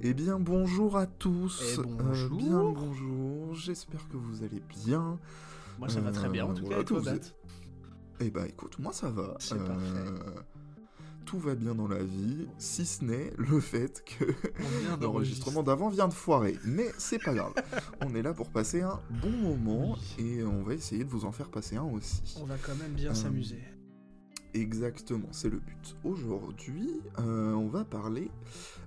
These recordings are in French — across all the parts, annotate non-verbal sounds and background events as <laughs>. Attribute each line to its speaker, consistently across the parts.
Speaker 1: Eh bien bonjour à tous. Euh,
Speaker 2: Eh, bonjour.
Speaker 1: bien bonjour. J'espère que vous allez bien.
Speaker 2: Moi ça va très bien en tout
Speaker 1: Euh,
Speaker 2: cas, et toi
Speaker 1: tous.
Speaker 2: Bat
Speaker 1: Eh bah écoute, moi ça va. Euh,
Speaker 2: C'est parfait.
Speaker 1: Tout va bien dans la vie, si ce n'est le fait que <laughs>
Speaker 2: On vient
Speaker 1: l'enregistrement d'avant vient de foirer. Mais c'est pas
Speaker 2: <laughs>
Speaker 1: grave. On est là pour passer un bon moment et on va essayer de vous en faire passer un aussi.
Speaker 2: On va quand même bien
Speaker 1: Euh,
Speaker 2: s'amuser.
Speaker 1: Exactement, c'est le but. Aujourd'hui, euh, on va parler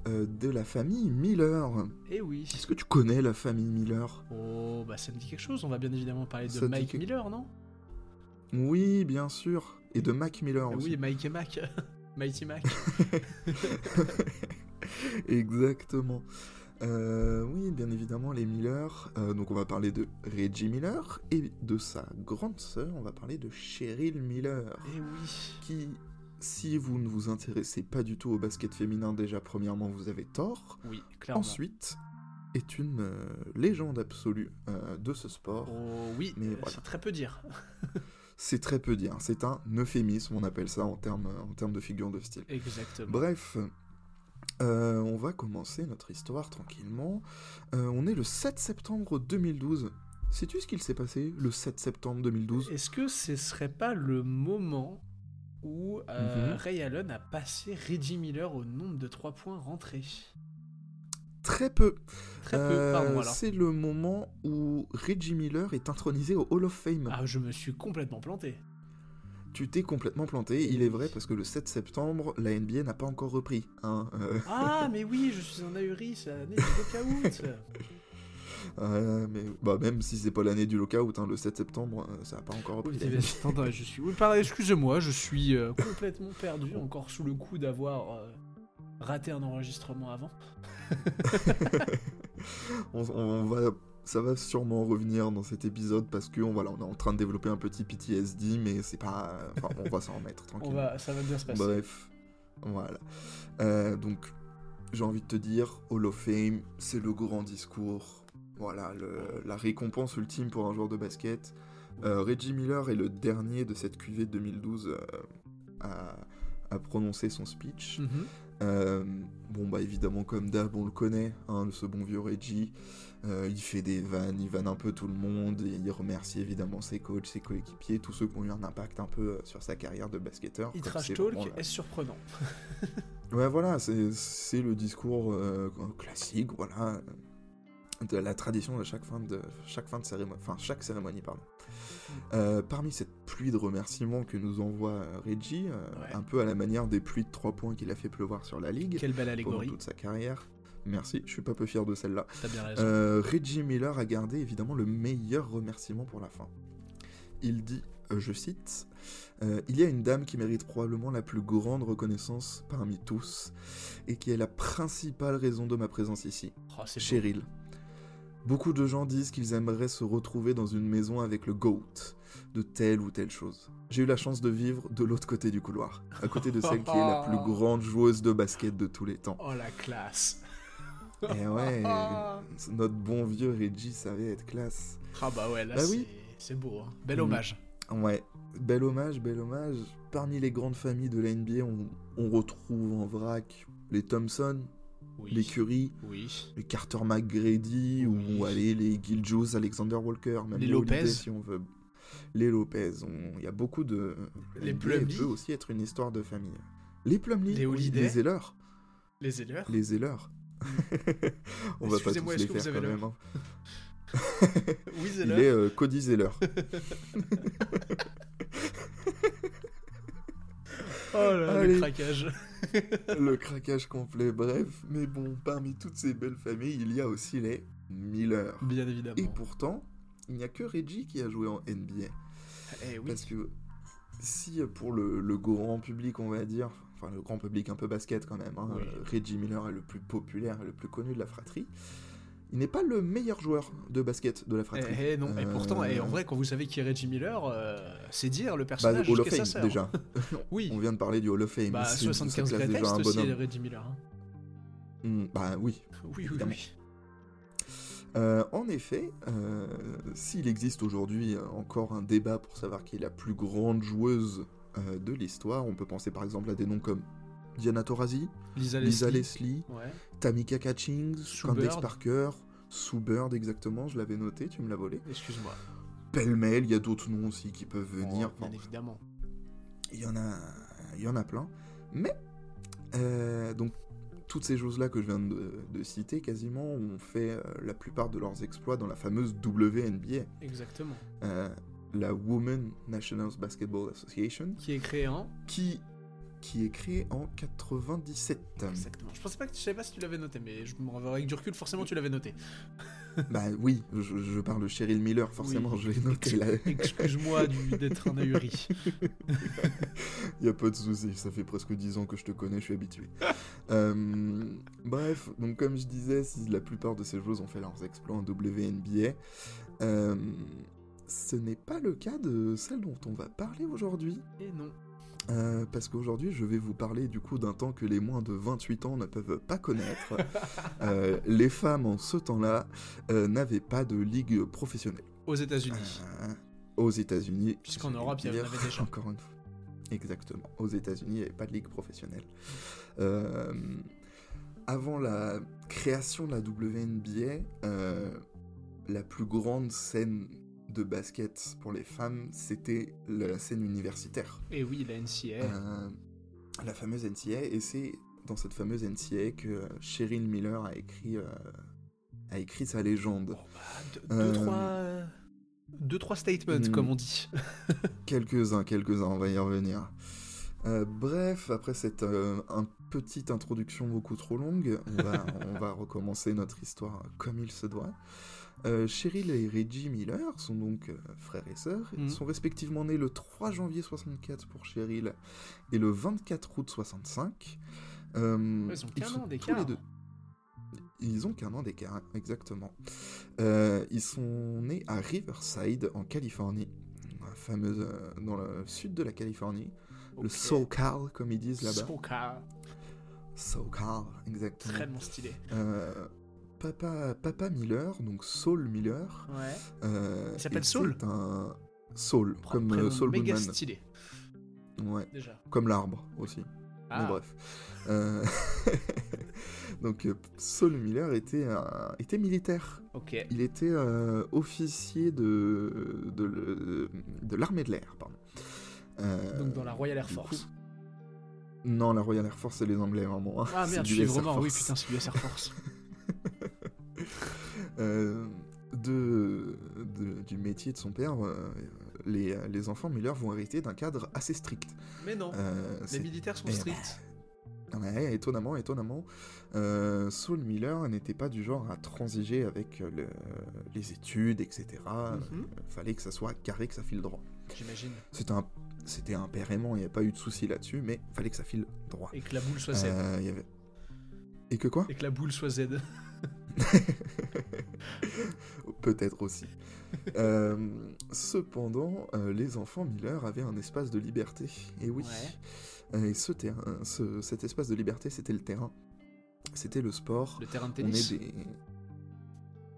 Speaker 1: euh, de la famille Miller.
Speaker 2: Eh oui.
Speaker 1: Est-ce que tu connais la famille Miller
Speaker 2: Oh bah ça me dit quelque chose, on va bien évidemment parler de
Speaker 1: Ça te dit
Speaker 2: Mike
Speaker 1: quelque-
Speaker 2: Miller, non
Speaker 1: Oui, bien sûr. Et de Mac Miller
Speaker 2: Eh
Speaker 1: aussi.
Speaker 2: Oui, Mike et Mac. <laughs> Mighty Mac.
Speaker 1: <laughs> Exactement. Euh, oui, bien évidemment, les Miller. Euh, donc, on va parler de Reggie Miller et de sa grande sœur, on va parler de Cheryl Miller.
Speaker 2: Eh oui.
Speaker 1: Qui, si vous ne vous intéressez pas du tout au basket féminin, déjà, premièrement, vous avez tort.
Speaker 2: Oui, clairement.
Speaker 1: Ensuite, est une euh, légende absolue euh, de ce sport.
Speaker 2: Oh oui,
Speaker 1: Mais
Speaker 2: euh,
Speaker 1: voilà.
Speaker 2: c'est très peu dire. <laughs>
Speaker 1: C'est très peu dire. C'est un euphémisme, on appelle ça en termes en termes de figure de style.
Speaker 2: Exactement.
Speaker 1: Bref, euh, on va commencer notre histoire tranquillement. Euh, on est le 7 septembre 2012. Sais-tu ce qu'il s'est passé le 7 septembre 2012
Speaker 2: Est-ce que ce serait pas le moment où euh,
Speaker 1: Mhm.
Speaker 2: Ray Allen a passé Reggie Miller au nombre de 3 points rentrés
Speaker 1: Très peu.
Speaker 2: Très peu,
Speaker 1: Euh,
Speaker 2: pardon alors.
Speaker 1: C'est le moment où Reggie Miller est intronisé au Hall of Fame.
Speaker 2: Ah, je me suis complètement planté.
Speaker 1: Tu t'es complètement planté, il est vrai, parce que le 7 septembre, la NBA n'a pas encore repris. hein, euh,
Speaker 2: Ah, mais oui, je suis un ahuri, c'est l'année du <laughs> lockout.
Speaker 1: euh, mais bah, même si c'est pas l'année du lockout, hein, le 7 septembre, euh, ça n'a pas encore repris.
Speaker 2: Oui, mais attendez, je suis. oui, pardon, excusez-moi, je suis euh, complètement perdu, encore sous le coup d'avoir euh, raté un enregistrement avant.
Speaker 1: On, on va, ça va sûrement revenir dans cet épisode parce que on, voilà, on est en train de développer un petit PTSD, mais c'est pas. Enfin, on va s'en
Speaker 2: <laughs>
Speaker 1: remettre
Speaker 2: On
Speaker 1: tranquillement.
Speaker 2: va, ça va bien se passer.
Speaker 1: Bref, voilà. Euh, donc, j'ai envie de te dire, Hall of Fame, c'est le grand discours. Voilà, le- la récompense ultime pour un joueur de basket. Euh, Reggie Miller est le dernier de cette QV 2012 euh, à, à prononcer son speech.
Speaker 2: Mhm.
Speaker 1: Euh, bon, bah évidemment, comme d'hab, on le connaît, hein, ce bon vieux Reggie. Euh, il fait des vannes, il vanne un peu tout le monde, et il remercie évidemment ses coachs, ses coéquipiers, tous ceux qui ont eu un impact un peu euh, sur sa carrière de basketteur.
Speaker 2: Il
Speaker 1: comme
Speaker 2: trash
Speaker 1: c'est
Speaker 2: talk,
Speaker 1: vraiment la-
Speaker 2: est surprenant.
Speaker 1: Ouais, voilà, c'est- c'est le discours euh, classique, voilà, euh, de la tradition de chaque fin de, chaque fin de cérémonie, enfin, chaque cérémonie, pardon.
Speaker 2: Mm.
Speaker 1: Euh, parmi cette pluie de remerciements que nous envoie euh, Reggie, euh,
Speaker 2: Ouais.
Speaker 1: un peu à la manière des pluies de 3 points qu'il a fait pleuvoir sur la ligue,
Speaker 2: Quelle belle
Speaker 1: pendant
Speaker 2: allégorie,
Speaker 1: toute sa carrière. Merci, je suis pas peu fier de celle-là.
Speaker 2: t'as bien raison.
Speaker 1: Euh, Reggie Miller a gardé évidemment le meilleur remerciement pour la fin. Il dit, euh, je cite, Euh, Il y a une dame qui mérite probablement la plus grande reconnaissance parmi tous et qui est la principale raison de ma présence ici,
Speaker 2: Oh, c'est beau.
Speaker 1: Cheryl. Beaucoup de gens disent qu'ils aimeraient se retrouver dans une maison avec le GOAT de telle ou telle chose. J'ai eu la chance de vivre de l'autre côté du couloir, à côté de celle qui est
Speaker 2: <laughs>
Speaker 1: la plus grande joueuse de basket de tous les temps.
Speaker 2: Oh la classe.
Speaker 1: Eh
Speaker 2: <laughs>
Speaker 1: ouais, notre bon vieux Reggie savait être classe.
Speaker 2: Ah bah ouais, là
Speaker 1: Bah
Speaker 2: c'est
Speaker 1: oui.
Speaker 2: c'est beau. hein. Bel
Speaker 1: Mm.
Speaker 2: hommage.
Speaker 1: Ouais, bel hommage, bel hommage. Parmi les grandes familles de la NBA, on, on retrouve en vrac les Thompson,
Speaker 2: Oui.
Speaker 1: les Curry,
Speaker 2: Oui.
Speaker 1: les Carter McGrady,
Speaker 2: Oui.
Speaker 1: ou allez, les Giljus, Alexander Walker, même
Speaker 2: Les
Speaker 1: Holiday,
Speaker 2: Lopez.
Speaker 1: si on veut. Les Lopez, on- il y a beaucoup de...
Speaker 2: Les
Speaker 1: NBA
Speaker 2: Plumlee.
Speaker 1: peut aussi être une histoire de famille. Les Plumlee,
Speaker 2: Les
Speaker 1: oui,
Speaker 2: Holiday.
Speaker 1: les Zeller,
Speaker 2: Les élèves.
Speaker 1: les Zeller. <laughs> on va pas tous
Speaker 2: Mm. Excusez-moi, est-ce
Speaker 1: les
Speaker 2: que vous
Speaker 1: faire
Speaker 2: avez
Speaker 1: quand
Speaker 2: le-
Speaker 1: même. hein.
Speaker 2: Oui,
Speaker 1: Il
Speaker 2: Zeller.
Speaker 1: est euh, Cody Zeller.
Speaker 2: Oh là, le
Speaker 1: Allez.
Speaker 2: craquage.
Speaker 1: Le craquage complet, bref. Mais bon, parmi toutes ces belles familles, il y a aussi les Miller.
Speaker 2: Bien évidemment.
Speaker 1: Et pourtant, il n'y a que Reggie qui a joué en NBA.
Speaker 2: Eh oui.
Speaker 1: Parce que si euh, pour le, le grand public, on va dire, enfin le grand public un peu basket quand même, hein,
Speaker 2: Oui.
Speaker 1: euh, Reggie Miller est le plus populaire et le plus connu de la fratrie, il n'est pas le meilleur joueur de basket de la
Speaker 2: Eh,
Speaker 1: fratrie.
Speaker 2: eh, non, et pourtant,
Speaker 1: Euh,
Speaker 2: eh, en vrai, quand vous savez qui est Reggie Miller, euh, c'est dire le
Speaker 1: Bah,
Speaker 2: personnage
Speaker 1: Hall of
Speaker 2: jusqu'à sa
Speaker 1: Fame
Speaker 2: sœur.
Speaker 1: déjà.
Speaker 2: hein. Oui,
Speaker 1: On vient de parler du Hall of Fame.
Speaker 2: bah,
Speaker 1: ici, ça
Speaker 2: 75
Speaker 1: classe
Speaker 2: grattext
Speaker 1: déjà un
Speaker 2: aussi,
Speaker 1: bonhomme.
Speaker 2: Reggie Miller. hein.
Speaker 1: Hmm, bah oui,
Speaker 2: Oui, oui,
Speaker 1: Évidemment.
Speaker 2: oui.
Speaker 1: Euh, en effet, euh, s'il existe aujourd'hui euh, encore un débat pour savoir qui est la plus grande joueuse euh, de l'histoire, on peut penser par exemple à des noms comme Diana Taurasi,
Speaker 2: Lisa
Speaker 1: Lisa
Speaker 2: Leslie.
Speaker 1: Leslie,
Speaker 2: Ouais.
Speaker 1: Tamika Catchings,
Speaker 2: Sue
Speaker 1: Candace
Speaker 2: Bird.
Speaker 1: Parker, Sue Bird exactement, je l'avais noté, tu me l'as volé.
Speaker 2: Excuse-moi.
Speaker 1: Pêle-mêle, il y a d'autres noms aussi qui peuvent venir.
Speaker 2: Oh, bien
Speaker 1: Enfin,
Speaker 2: évidemment.
Speaker 1: Il y en a, il y en a plein. Mais euh, donc toutes ces choses-là que je viens de, de citer, quasiment, ont fait euh, la plupart de leurs exploits dans la fameuse WNBA,
Speaker 2: Exactement.
Speaker 1: euh, la Women National Basketball Association,
Speaker 2: Qui est créé en.
Speaker 1: qui qui est créée en 97.
Speaker 2: Exactement. Je pensais pas que tu savais pas si tu l'avais noté, mais je me reverrai avec du recul, forcément tu l'avais noté.
Speaker 1: bah oui, je, je parle de Cheryl Miller, forcément,
Speaker 2: Oui.
Speaker 1: je l'ai
Speaker 2: <laughs>
Speaker 1: noté là.
Speaker 2: Excuse-moi du- d'être un ahuri.
Speaker 1: Y a pas de souci, ça fait presque 10 ans que je te connais, je suis habitué. Euh, bref, donc comme je disais, si la plupart de ces joueuses ont fait leurs exploits en WNBA, euh, ce n'est pas le cas de celle dont on va parler aujourd'hui.
Speaker 2: Et non.
Speaker 1: Euh, parce qu'aujourd'hui, je vais vous parler du coup d'un temps que les moins de 28 ans ne peuvent pas connaître.
Speaker 2: <laughs>
Speaker 1: Euh, les femmes en ce temps-là euh, n'avaient pas de ligue professionnelle.
Speaker 2: Aux États-Unis.
Speaker 1: Euh, aux États-Unis.
Speaker 2: Puisqu'en
Speaker 1: j'allais
Speaker 2: Europe, il y en
Speaker 1: dire,
Speaker 2: avait
Speaker 1: <laughs>
Speaker 2: déjà.
Speaker 1: Encore une fois. Exactement. Aux États-Unis, il n'y avait pas de ligue professionnelle. Euh, avant la création de la WNBA, euh, la plus grande scène de basket pour les femmes, c'était la scène universitaire.
Speaker 2: Et oui, la NCA.
Speaker 1: Euh, la fameuse NCA. Et c'est dans cette fameuse NCA que euh, Cheryl Miller a écrit, euh, a écrit sa légende.
Speaker 2: Bon, bah, deux, deux,
Speaker 1: Euh,
Speaker 2: trois. euh, Deux, trois statements,
Speaker 1: hmm.
Speaker 2: comme on dit.
Speaker 1: Quelques-uns, quelques-uns, on va y revenir. Euh, bref, après cette euh, un- petite introduction beaucoup trop longue, on va, on va recommencer notre histoire comme il se doit. Euh, Cheryl et Reggie Miller sont donc euh, frères et sœurs. Ils
Speaker 2: Mhm.
Speaker 1: sont respectivement nés le 3 janvier 64 pour Cheryl et le 24 août 65. Euh,
Speaker 2: Ils ont qu'un
Speaker 1: sont
Speaker 2: an
Speaker 1: tous
Speaker 2: d'écart.
Speaker 1: les deux- Ils ont qu'un an d'écart, exactement. Euh, ils sont nés à Riverside, en Californie, la fameuse, euh, dans le sud de la Californie, le
Speaker 2: Ok.
Speaker 1: SoCal, comme ils disent là-bas.
Speaker 2: Soca.
Speaker 1: SoCal, exactement.
Speaker 2: Très bon stylé.
Speaker 1: Euh, papa, papa Miller, donc Saul Miller.
Speaker 2: Ouais.
Speaker 1: euh,
Speaker 2: Il s'appelle
Speaker 1: et
Speaker 2: Saul
Speaker 1: c'est un Saul,
Speaker 2: Pr-
Speaker 1: comme euh,
Speaker 2: prénom
Speaker 1: Saul
Speaker 2: méga
Speaker 1: Goodman.
Speaker 2: stylé,
Speaker 1: Ouais,
Speaker 2: déjà.
Speaker 1: comme l'arbre aussi. Mais
Speaker 2: Ah,
Speaker 1: bref. Euh, <laughs> donc euh, Saul Miller était, un- était militaire.
Speaker 2: ok.
Speaker 1: Il était euh, officier de, de, le- de l'armée de l'air, pardon. Euh,
Speaker 2: Donc dans la Royal Air
Speaker 1: du
Speaker 2: Force.
Speaker 1: Non, la Royal Air Force, c'est les Anglais, vraiment. hein.
Speaker 2: Ah
Speaker 1: C'est
Speaker 2: merde,
Speaker 1: du
Speaker 2: je suis
Speaker 1: US Air
Speaker 2: vraiment. Oui,
Speaker 1: Force.
Speaker 2: putain, c'est l'US Air
Speaker 1: <laughs>
Speaker 2: Force.
Speaker 1: Euh, de, de- du métier de son père, euh, les, les enfants Miller vont hériter d'un cadre assez strict.
Speaker 2: Mais non.
Speaker 1: Euh,
Speaker 2: Les
Speaker 1: c'est-
Speaker 2: militaires sont
Speaker 1: Eh ben.
Speaker 2: stricts.
Speaker 1: Ouais, étonnamment, étonnamment, euh, Saul Miller n'était pas du genre à transiger avec euh, le- les études, etc.
Speaker 2: Mhm.
Speaker 1: Fallait que ça soit carré, que ça file droit.
Speaker 2: J'imagine.
Speaker 1: C'était un, c'était un père aimant, il n'y a pas eu de souci là-dessus, mais fallait que ça file droit.
Speaker 2: Et que la boule soit Z.
Speaker 1: Euh, il y avait- Et que quoi
Speaker 2: Et que la boule soit Z.
Speaker 1: <laughs> Peut-être aussi. Euh, cependant, euh, les enfants Miller avaient un espace de liberté. Et oui. Euh, et ce terrain, ce- cet espace de liberté, c'était le terrain. C'était le sport.
Speaker 2: <laughs> Le terrain de
Speaker 1: On est
Speaker 2: tennis.
Speaker 1: des.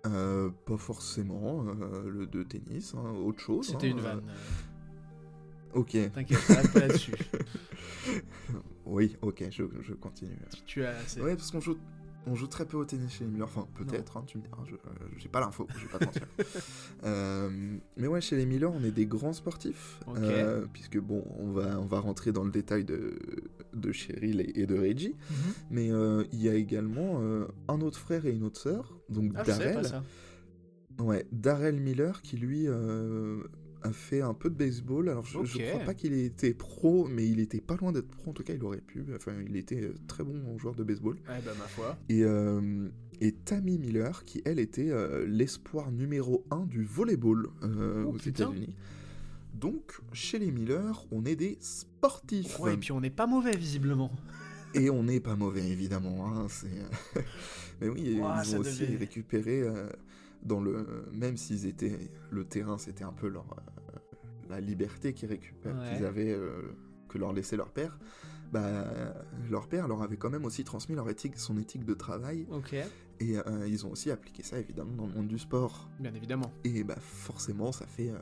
Speaker 1: Euh, pas forcément euh, le de tennis, hein, autre chose.
Speaker 2: C'était
Speaker 1: hein,
Speaker 2: une
Speaker 1: euh,
Speaker 2: vanne. euh,
Speaker 1: Ok,
Speaker 2: T'inquiète, t'arrêtes
Speaker 1: <laughs>
Speaker 2: pas là-dessus.
Speaker 1: oui, ok, je, je continue.
Speaker 2: Tu- Tu as. c'est-
Speaker 1: Ouais, parce qu'on joue, on joue très peu au tennis chez les Miller. Enfin, peut-être, hein, tu me diras, je- euh, j'ai pas l'info, je vais pas te
Speaker 2: <laughs>
Speaker 1: mentir. Euh, mais ouais, chez les Miller, on est des grands sportifs.
Speaker 2: Ok.
Speaker 1: euh, puisque bon, on va, on va rentrer dans le détail de, de Cheryl et, et de Reggie.
Speaker 2: Mhm.
Speaker 1: Mais euh, il y a également euh, un autre frère et une autre sœur, donc
Speaker 2: Ah, je savais pas
Speaker 1: Darrell.
Speaker 2: ça.
Speaker 1: Ouais, Darrell Miller qui lui euh, a fait un peu de baseball. Alors je, je
Speaker 2: Ok.
Speaker 1: crois pas qu'il ait été pro, mais il était pas loin d'être pro. En tout cas, il aurait pu. Enfin, il était euh, très bon joueur de baseball.
Speaker 2: Eh bah, ma foi.
Speaker 1: Et, euh, et Tammy Miller qui, elle, était euh, l'espoir numéro 1 du volleyball euh,
Speaker 2: Oh,
Speaker 1: aux
Speaker 2: putain.
Speaker 1: États-Unis. Donc, chez les Miller, on est des sportifs.
Speaker 2: Ouais, et puis on n'est pas mauvais, visiblement.
Speaker 1: Et on n'est pas mauvais, évidemment. hein, c'est- <laughs> Mais oui,
Speaker 2: Ouah,
Speaker 1: ils
Speaker 2: ça
Speaker 1: ont aussi
Speaker 2: devait-
Speaker 1: récupéré euh, dans le. Même s'ils étaient. Le terrain, c'était un peu leur. euh, la liberté qu'ils récupèrent,
Speaker 2: Ouais.
Speaker 1: qu'ils avaient. euh, que leur laissait leur père. Bah, leur père leur avait quand même aussi transmis leur éthique, son éthique de travail.
Speaker 2: Ok.
Speaker 1: Et euh, ils ont aussi appliqué ça, évidemment, dans le monde du sport.
Speaker 2: Bien évidemment.
Speaker 1: Et bah, forcément, ça fait. euh,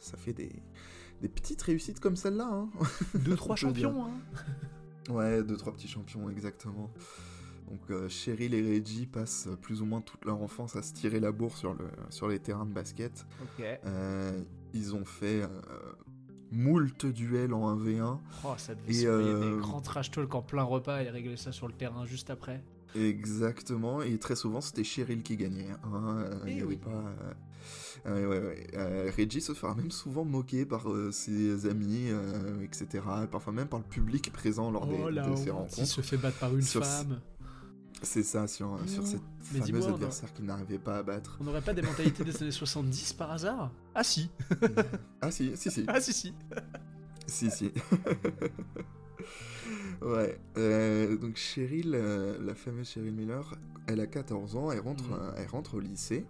Speaker 1: ça fait des. Des petites réussites comme celle-là. Hein. <laughs>
Speaker 2: Deux, trois
Speaker 1: <laughs> On peut dire.
Speaker 2: champions, hein.
Speaker 1: Ouais, deux, trois petits champions, exactement. Donc euh, Cheryl et Reggie passent euh, plus ou moins toute leur enfance à se tirer la bourre sur, le, sur les terrains de basket.
Speaker 2: Ok.
Speaker 1: Euh, ils ont fait euh, moult duels en 1v1.
Speaker 2: Oh, ça devait
Speaker 1: Et,
Speaker 2: se payer
Speaker 1: euh,
Speaker 2: des grands trash talk en plein repas et régler ça sur le terrain juste après.
Speaker 1: Exactement, et très souvent c'était Cheryl qui gagnait. hein, euh,
Speaker 2: Eh
Speaker 1: il y avait
Speaker 2: oui.
Speaker 1: pas, euh, ouais, ouais, ouais. Euh, Reggie se fera même souvent moquer par euh, ses amis, euh, etc. et parfois même par le public présent lors des,
Speaker 2: oh la
Speaker 1: de ces
Speaker 2: honte, il
Speaker 1: rencontres.
Speaker 2: se fait battre par une
Speaker 1: Sur-
Speaker 2: femme.
Speaker 1: C'est ça, sur, euh,
Speaker 2: Oh.
Speaker 1: sur cette
Speaker 2: Mais dis-moi,
Speaker 1: fameuse
Speaker 2: on a-
Speaker 1: adversaire qu'il n'arrivait pas à battre.
Speaker 2: On n'aurait pas des mentalités des années 70 par hasard Ah si
Speaker 1: ah si, si,
Speaker 2: <laughs>
Speaker 1: si.
Speaker 2: Ah si si
Speaker 1: Si, si. <laughs> ouais. euh, donc Cheryl, euh, la fameuse Cheryl Miller, elle a 14 ans, elle rentre,
Speaker 2: Mhm.
Speaker 1: euh, elle rentre au lycée,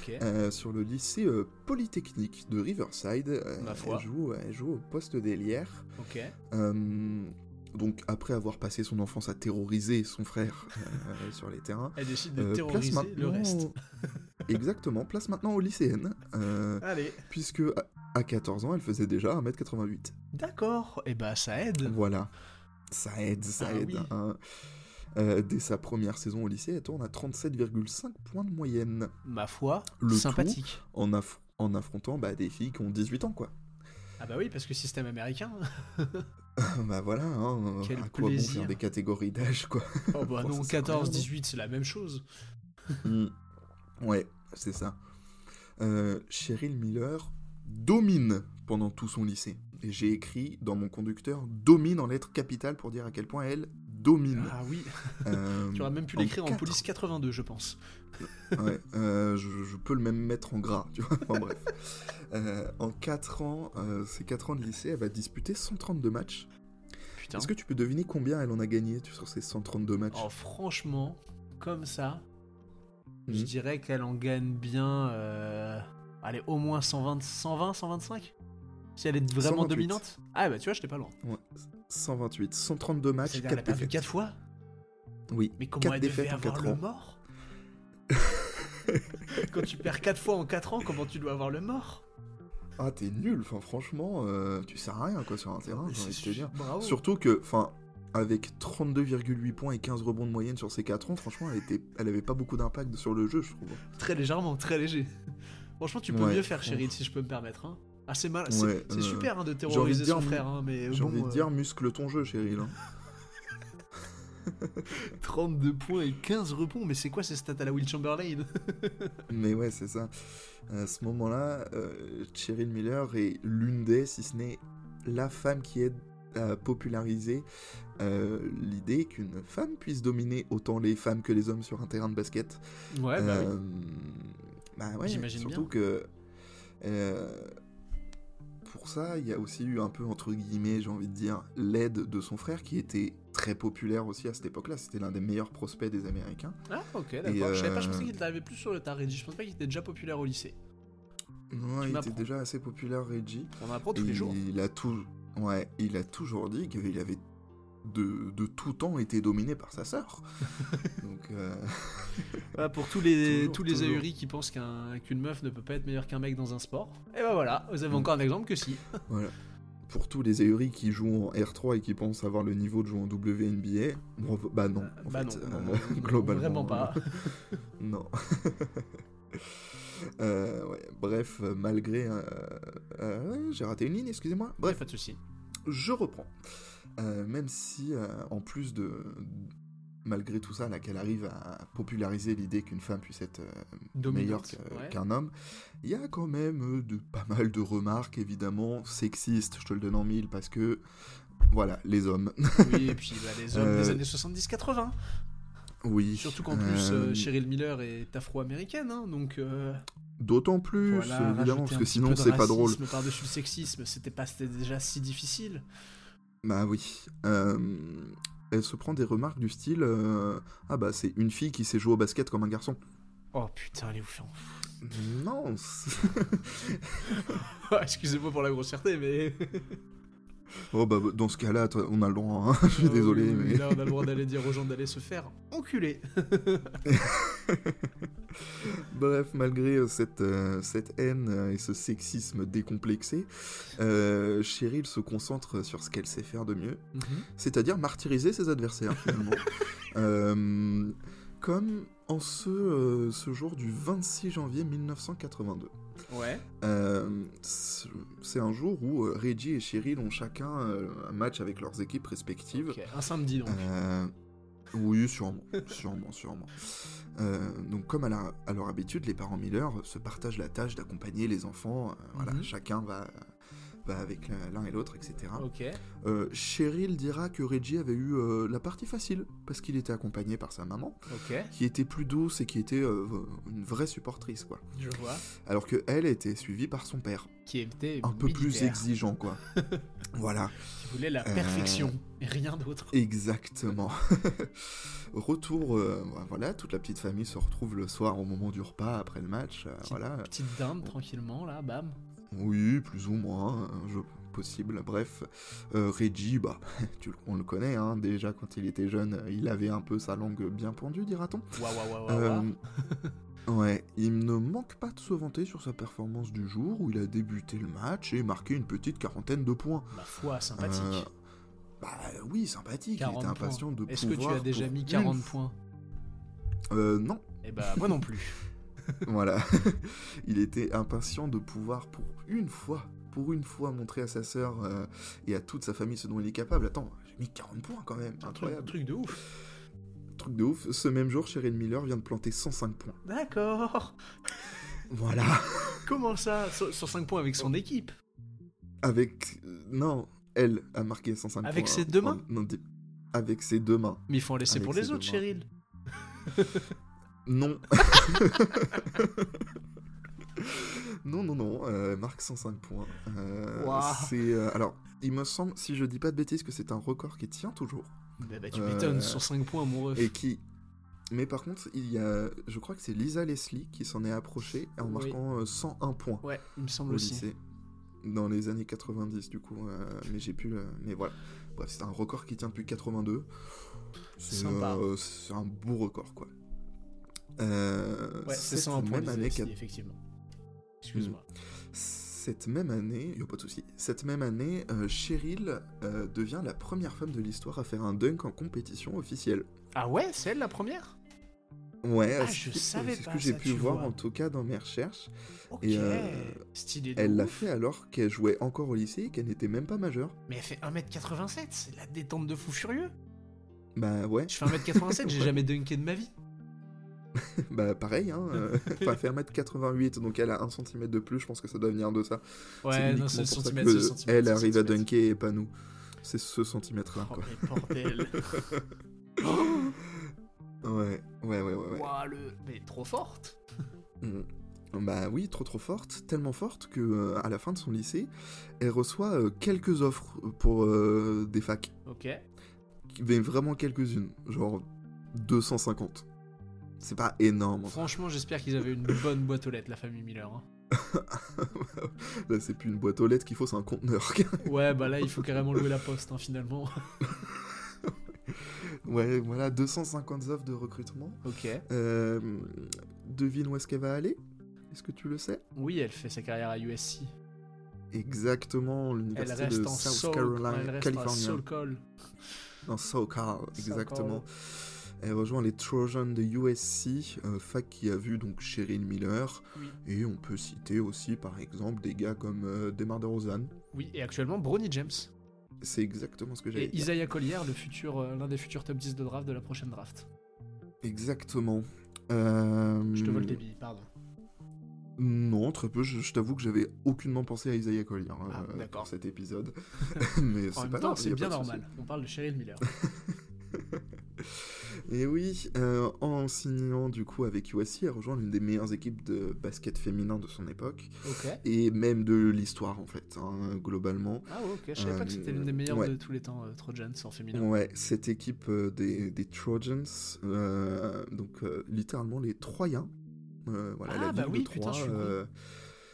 Speaker 2: Ok.
Speaker 1: euh, sur le lycée euh, Polytechnique de Riverside. Euh,
Speaker 2: Ma foi.
Speaker 1: Elle joue, elle joue au poste d'ailière.
Speaker 2: Ok.
Speaker 1: Euh, donc après avoir passé son enfance à terroriser son frère
Speaker 2: <laughs>
Speaker 1: euh, sur les terrains,
Speaker 2: Elle décide de
Speaker 1: euh, place
Speaker 2: terroriser le
Speaker 1: maintenant-
Speaker 2: <laughs> reste.
Speaker 1: Exactement, place maintenant aux lycéennes, euh,
Speaker 2: Allez.
Speaker 1: puisque à- à 14 ans, elle faisait déjà 1m88.
Speaker 2: D'accord. Et bah ça aide.
Speaker 1: Voilà. Ça aide, ça
Speaker 2: Ah
Speaker 1: aide.
Speaker 2: oui.
Speaker 1: hein. Euh, dès sa première saison au lycée, elle tourne à 37,5 points de moyenne
Speaker 2: Ma foi,
Speaker 1: Le tout-
Speaker 2: sympathique.
Speaker 1: en, aff- en affrontant bah, des filles qui ont 18 ans, quoi.
Speaker 2: Ah bah oui, parce que
Speaker 1: <laughs>
Speaker 2: système américain.
Speaker 1: bah voilà, hein,
Speaker 2: Quel
Speaker 1: à quoi bon
Speaker 2: plaisir.
Speaker 1: faire des catégories d'âge, quoi.
Speaker 2: Oh bah
Speaker 1: Bon, ça,
Speaker 2: non,
Speaker 1: c'est incroyable,
Speaker 2: 14,
Speaker 1: non
Speaker 2: 18, c'est la même chose.
Speaker 1: Hmm. Ouais, c'est ça. Euh, Cheryl Miller domine pendant tout son lycée. Et j'ai écrit dans mon conducteur domine en lettres capitales pour dire à quel point elle domine.
Speaker 2: Ah oui,
Speaker 1: Euh,
Speaker 2: <laughs> tu aurais même pu l'écrire en,
Speaker 1: quatre
Speaker 2: police 82, je pense.
Speaker 1: Ouais, euh, je, je peux le même mettre en gras, tu vois. Enfin, bref. Euh, en 4 ans, euh, ces 4 ans de lycée, elle va disputer 132 matchs.
Speaker 2: Putain.
Speaker 1: Est-ce que tu peux deviner combien elle en a gagné tu- sur ces 132 matchs
Speaker 2: Oh franchement, comme ça, je
Speaker 1: Mhm.
Speaker 2: dirais qu'elle en gagne bien. euh, Allez, au moins 120, 120, 125 Si elle est vraiment
Speaker 1: 128.
Speaker 2: dominante Ah bah tu vois, j'étais pas loin.
Speaker 1: Ouais, 128, 132 matchs,
Speaker 2: C'est-à-dire qu'elle a
Speaker 1: 4
Speaker 2: perdu
Speaker 1: défaites.
Speaker 2: 4 fois
Speaker 1: Oui,
Speaker 2: Mais comment
Speaker 1: Quatre
Speaker 2: elle devait
Speaker 1: défaites en
Speaker 2: avoir
Speaker 1: quatre
Speaker 2: le
Speaker 1: ans. <laughs>
Speaker 2: mort Quand tu perds 4 fois en 4 ans, comment tu dois avoir le mort
Speaker 1: ah t'es nul, enfin franchement, euh, tu sers à rien quoi sur un terrain,
Speaker 2: Mais
Speaker 1: j'ai envie de
Speaker 2: c'est Oh.
Speaker 1: te dire.
Speaker 2: Bravo.
Speaker 1: Surtout que, enfin, avec 32,8 points et 15 rebonds de moyenne sur ces 4 ans, franchement, elle, était, elle avait pas beaucoup d'impact sur le jeu, je trouve.
Speaker 2: Très légèrement, très léger. Franchement, tu peux
Speaker 1: Ouais,
Speaker 2: mieux faire,
Speaker 1: franchement.
Speaker 2: Cheryl, si je peux me permettre. hein. Ah, c'est mal, c'est
Speaker 1: Ouais,
Speaker 2: c'est
Speaker 1: euh,
Speaker 2: super hein, de
Speaker 1: envie de
Speaker 2: terroriser
Speaker 1: dire,
Speaker 2: son frère, hein, mais
Speaker 1: J'ai
Speaker 2: bon,
Speaker 1: envie de
Speaker 2: euh,
Speaker 1: dire, muscle ton jeu, Cheryl. hein.
Speaker 2: 32 points et 15 rebonds, mais c'est quoi ces stats à la Will Chamberlain
Speaker 1: Mais ouais, c'est ça. À ce moment-là, euh, Cheryl Miller est l'une des, si ce n'est la femme qui aide à populariser euh, l'idée qu'une femme puisse dominer autant les femmes que les hommes sur un terrain de basket.
Speaker 2: Ouais, bah oui.
Speaker 1: Euh, bah ouais,
Speaker 2: J'imagine
Speaker 1: surtout
Speaker 2: bien.
Speaker 1: que euh, pour ça, il y a aussi eu un peu, entre guillemets, j'ai envie de dire, l'aide de son frère qui était très populaire aussi à cette époque-là. C'était l'un des meilleurs prospects des Américains.
Speaker 2: Ah, ok,
Speaker 1: Et,
Speaker 2: d'accord. Je savais pas, je
Speaker 1: euh,
Speaker 2: pensais qu'il t'arrivait plus sur le tard, Reggie. Je pensais pas qu'il était déjà populaire au lycée.
Speaker 1: Ouais,
Speaker 2: Tu
Speaker 1: il était
Speaker 2: m'apprends.
Speaker 1: déjà assez populaire, Reggie.
Speaker 2: On apprend tous les jours.
Speaker 1: Il a, tout... ouais, il a toujours dit qu'il avait de, de tout temps été dominé par sa
Speaker 2: <laughs>
Speaker 1: sœur. Donc, euh,
Speaker 2: Ah, pour tous les,
Speaker 1: Toujours,
Speaker 2: tous les
Speaker 1: toujours.
Speaker 2: ahuris qui pensent qu'un- qu'une meuf ne peut pas être meilleure qu'un mec dans un sport, et bah voilà, vous avez
Speaker 1: Mm.
Speaker 2: encore un exemple que si.
Speaker 1: voilà. Pour tous les ahuris qui jouent en R3 et qui pensent avoir le niveau de jouer en WNBA, bravo- bah non, en
Speaker 2: bah
Speaker 1: fait,
Speaker 2: non,
Speaker 1: euh,
Speaker 2: <laughs> non, non,
Speaker 1: globalement.
Speaker 2: Vraiment pas.
Speaker 1: Non. <laughs> Euh, ouais, bref, malgré. euh, euh, ouais, J'ai raté une ligne, excusez-moi.
Speaker 2: Ouais,
Speaker 1: Bref,
Speaker 2: pas de soucis.
Speaker 1: je reprends. Euh, même si, euh, en plus de. Malgré tout ça, là, qu'elle arrive à populariser l'idée qu'une femme puisse être euh, meilleure
Speaker 2: Dominante.
Speaker 1: que-
Speaker 2: ouais.
Speaker 1: qu'un homme, il y a quand même euh, de, pas mal de remarques, évidemment, sexistes, je te le donne en mille, parce que, voilà, les hommes.
Speaker 2: <laughs>
Speaker 1: <laughs>
Speaker 2: Oui, et puis bah, les hommes des
Speaker 1: Euh,
Speaker 2: années 70-80.
Speaker 1: oui.
Speaker 2: Surtout qu'en plus,
Speaker 1: Euh,
Speaker 2: euh, Cheryl Miller est afro-américaine, hein, donc euh,
Speaker 1: D'autant plus,
Speaker 2: voilà,
Speaker 1: évidemment,
Speaker 2: rajouter
Speaker 1: parce
Speaker 2: un
Speaker 1: que
Speaker 2: petit
Speaker 1: sinon,
Speaker 2: peu de
Speaker 1: c'est pas drôle.
Speaker 2: racisme Par-dessus le sexisme, c'était pas c'était déjà si difficile.
Speaker 1: Bah oui. Euh, elle se prend des remarques du style euh, Ah bah c'est une fille qui sait jouer au basket comme un garçon.
Speaker 2: Oh putain, elle est ouf. hein.
Speaker 1: Non c'est-
Speaker 2: <laughs> Excusez-moi pour la grossièreté, mais
Speaker 1: <laughs> Oh bah dans ce cas-là, toi, on a le droit, hein. je suis
Speaker 2: Ah oui,
Speaker 1: désolé,
Speaker 2: oui, oui,
Speaker 1: mais...
Speaker 2: Là, on a le droit d'aller dire aux gens d'aller se faire enculer.
Speaker 1: <laughs> Bref, malgré euh, cette, euh, cette haine euh, et ce sexisme décomplexé, euh, Cheryl se concentre sur ce qu'elle sait faire de mieux, c'est-à-dire martyriser ses adversaires
Speaker 2: <laughs>
Speaker 1: finalement. Euh, comme en ce, euh, ce jour du 26 janvier 1982.
Speaker 2: Ouais.
Speaker 1: Euh, c'est c'est un jour où euh, Reggie et Cheryl ont chacun euh, un match avec leurs équipes respectives.
Speaker 2: Ok, Un samedi donc.
Speaker 1: Euh, oui, sûrement, <laughs> sûrement, sûrement. Euh, donc, comme à, la- à leur habitude, les parents Miller se partagent la tâche d'accompagner les enfants. euh, voilà,
Speaker 2: Mhm.
Speaker 1: chacun va, va avec l'un- l'un et l'autre, etc.
Speaker 2: Ok.
Speaker 1: Euh, Cheryl dira que Reggie avait eu euh, la partie facile parce qu'il était accompagné par sa maman,
Speaker 2: Ok.
Speaker 1: qui était plus douce et qui était euh, une vraie supportrice, quoi.
Speaker 2: Je vois.
Speaker 1: Alors que elle était suivie par son père,
Speaker 2: Qui était
Speaker 1: un peu plus
Speaker 2: militaire,
Speaker 1: exigeant, quoi. voilà.
Speaker 2: Qui voulait la
Speaker 1: Euh,
Speaker 2: perfection et rien d'autre.
Speaker 1: Exactement. <laughs> Retour, euh, voilà, toute la petite famille se retrouve le soir au moment du repas après le match. euh,
Speaker 2: Petite-
Speaker 1: voilà.
Speaker 2: Petite dinde tranquillement là, bam.
Speaker 1: Oui, plus ou moins, hein, un jeu possible. Bref, Euh, Reggie, bah, <laughs> tu le- on le connaît, hein, déjà quand il était jeune, euh, il avait un peu sa langue bien pendue, dira-t-on.
Speaker 2: Waouh waouh waouh.
Speaker 1: Euh,
Speaker 2: waouh.
Speaker 1: ouais, il ne manque pas de se vanter sur sa performance du jour où il a débuté le match et marqué une petite quarantaine de points.
Speaker 2: Ma foi, sympathique.
Speaker 1: Euh, bah oui, sympathique, il
Speaker 2: 40
Speaker 1: était impatient de
Speaker 2: Est-ce que
Speaker 1: pouvoir
Speaker 2: tu as déjà
Speaker 1: pour
Speaker 2: mis
Speaker 1: une
Speaker 2: 40
Speaker 1: fois-
Speaker 2: points
Speaker 1: Euh, non. <laughs>
Speaker 2: Eh bah moi non plus.
Speaker 1: Voilà. <laughs> Il était impatient de pouvoir, pour une fois, pour une fois, montrer à sa sœur euh, et à toute sa famille ce dont il est capable. Attends, j'ai mis 40 points quand même.
Speaker 2: Un truc,
Speaker 1: Incroyable.
Speaker 2: truc de ouf.
Speaker 1: Truc de ouf. Ce même jour, Sheryl Miller vient de planter 105 points.
Speaker 2: D'accord. <laughs>
Speaker 1: Voilà.
Speaker 2: Comment ça sur, 5 points avec son équipe.
Speaker 1: Avec. euh, non, elle a marqué 105 points.
Speaker 2: Avec ses deux mains
Speaker 1: en- en dé- Avec ses deux mains.
Speaker 2: Mais il faut en laisser
Speaker 1: Avec
Speaker 2: pour les
Speaker 1: ses
Speaker 2: autres,
Speaker 1: deux mains.
Speaker 2: Cheryl.
Speaker 1: Non. <laughs> non, non, non. euh, marque 105 points. Euh,
Speaker 2: Ouah.
Speaker 1: C'est. euh, alors, il me semble, si je dis pas de bêtises, que c'est un record qui tient toujours.
Speaker 2: Bah, bah, tu
Speaker 1: Euh,
Speaker 2: m'étonnes sur 5 points, mon ref.
Speaker 1: Et qui. Mais par contre, il y a. Je crois que c'est Lisa Leslie qui s'en est approchée en
Speaker 2: Oui.
Speaker 1: marquant euh, 101 points
Speaker 2: Ouais, il me
Speaker 1: au
Speaker 2: semble aussi.
Speaker 1: lycée. Dans les années 90, du coup. euh, mais j'ai pu. euh, mais voilà. Bref, c'est un record qui tient depuis 82. C'est
Speaker 2: Sympa.
Speaker 1: euh, c'est un beau record, quoi. Euh,
Speaker 2: Ouais, c'est
Speaker 1: cette
Speaker 2: ça un point
Speaker 1: même
Speaker 2: les
Speaker 1: année Mm.
Speaker 2: AFC,
Speaker 1: qu'a-
Speaker 2: effectivement. Excuse-moi.
Speaker 1: Cette même année, y a pas de souci. Cette même année, euh, Cheryl euh, devient la première femme de l'histoire à faire un dunk en compétition officielle.
Speaker 2: Ah ouais, c'est elle la première
Speaker 1: Ouais,
Speaker 2: Ah,
Speaker 1: c'est-
Speaker 2: je
Speaker 1: c'est
Speaker 2: savais
Speaker 1: ce
Speaker 2: pas
Speaker 1: que j'ai
Speaker 2: ça,
Speaker 1: pu
Speaker 2: tu
Speaker 1: voir
Speaker 2: vois.
Speaker 1: en tout cas dans mes recherches.
Speaker 2: Ok.
Speaker 1: Et, euh,
Speaker 2: Stylé de
Speaker 1: Elle l'a
Speaker 2: ouf.
Speaker 1: fait alors qu'elle jouait encore au lycée et qu'elle n'était même pas majeure.
Speaker 2: Mais elle fait 1m87, c'est la détente de fou furieux.
Speaker 1: Bah ouais, <laughs>
Speaker 2: Je fais 1m87, j'ai jamais dunké de ma vie.
Speaker 1: bah pareil, hein.
Speaker 2: <laughs>
Speaker 1: euh, Enfin, elle fait 1m88, donc elle a 1 cm de plus, je pense que ça doit venir de ça.
Speaker 2: Ouais, non,
Speaker 1: uniquement
Speaker 2: c'est le
Speaker 1: pour ça
Speaker 2: centimètre,
Speaker 1: que
Speaker 2: c'est le centimètre.
Speaker 1: Elle
Speaker 2: c'est le
Speaker 1: arrive à
Speaker 2: centimètre.
Speaker 1: dunker et pas nous. C'est ce centimètre-là,
Speaker 2: Oh, <laughs>
Speaker 1: quoi.
Speaker 2: mais bordel.
Speaker 1: Ouais, ouais, ouais, <laughs> ouais. ouais.
Speaker 2: Ouah, le... Mais trop forte.
Speaker 1: Mm. Bah oui, trop trop forte, tellement forte que euh, à la fin de son lycée, elle reçoit euh, quelques offres pour euh, des facs,
Speaker 2: Ok.
Speaker 1: mais vraiment quelques-unes, genre 250. C'est pas énorme.
Speaker 2: Franchement, j'espère qu'ils avaient une bonne boîte aux lettres, la famille Miller. hein.
Speaker 1: <laughs> Là, c'est plus une boîte aux lettres qu'il faut, c'est un conteneur.
Speaker 2: Ouais, bah là, il faut carrément louer la poste,
Speaker 1: <laughs>
Speaker 2: hein, finalement.
Speaker 1: ouais, voilà, 250 offres de recrutement.
Speaker 2: Ok.
Speaker 1: Euh, devine où est-ce qu'elle va aller Est-ce que tu le sais
Speaker 2: Oui, elle fait sa carrière à USC.
Speaker 1: Exactement,
Speaker 2: Elle
Speaker 1: l'université
Speaker 2: reste
Speaker 1: de
Speaker 2: en
Speaker 1: South
Speaker 2: Soul.
Speaker 1: Carolina,
Speaker 2: elle reste en
Speaker 1: Californie.
Speaker 2: Soul Call.
Speaker 1: Dans SoCal, exactement. Elle rejoint les Trojans de USC, euh, fac qui a vu donc Cheryl Miller.
Speaker 2: Oui.
Speaker 1: Et on peut citer aussi par exemple des gars comme euh, Demar DeRozan.
Speaker 2: Oui, et actuellement, Bronny James.
Speaker 1: C'est exactement ce que j'avais
Speaker 2: Et
Speaker 1: dit.
Speaker 2: Isaiah Collier, le futur, euh, l'un des futurs top 10 de draft de la prochaine draft.
Speaker 1: Exactement. Euh,
Speaker 2: Je te vole des billes, pardon.
Speaker 1: Non, très peu. Je, je t'avoue que j'avais aucunement pensé à Isaiah Collier euh,
Speaker 2: Ah, d'accord.
Speaker 1: pour cet
Speaker 2: <laughs>
Speaker 1: épisode. <laughs> Mais
Speaker 2: En
Speaker 1: c'est pas
Speaker 2: même temps,
Speaker 1: grave, y
Speaker 2: c'est
Speaker 1: a
Speaker 2: bien
Speaker 1: pas de souci.
Speaker 2: normal. On parle de Cheryl
Speaker 1: <laughs>
Speaker 2: Miller.
Speaker 1: Et oui, euh, en signant du coup avec USC, elle rejoint l'une des meilleures équipes de basket féminin de son époque.
Speaker 2: ok.
Speaker 1: et même de l'histoire en fait, hein, globalement.
Speaker 2: Ah ouais, ok. Je savais pas que c'était l'une des
Speaker 1: Euh,
Speaker 2: meilleures
Speaker 1: ouais.
Speaker 2: de tous les temps, euh, Trojans en féminin.
Speaker 1: Ouais, cette équipe euh, des, des Trojans, euh, donc euh, littéralement les Troyens, euh, voilà,
Speaker 2: Ah,
Speaker 1: la
Speaker 2: bah
Speaker 1: ville
Speaker 2: oui,
Speaker 1: de Troie,
Speaker 2: putain, je suis con.
Speaker 1: euh,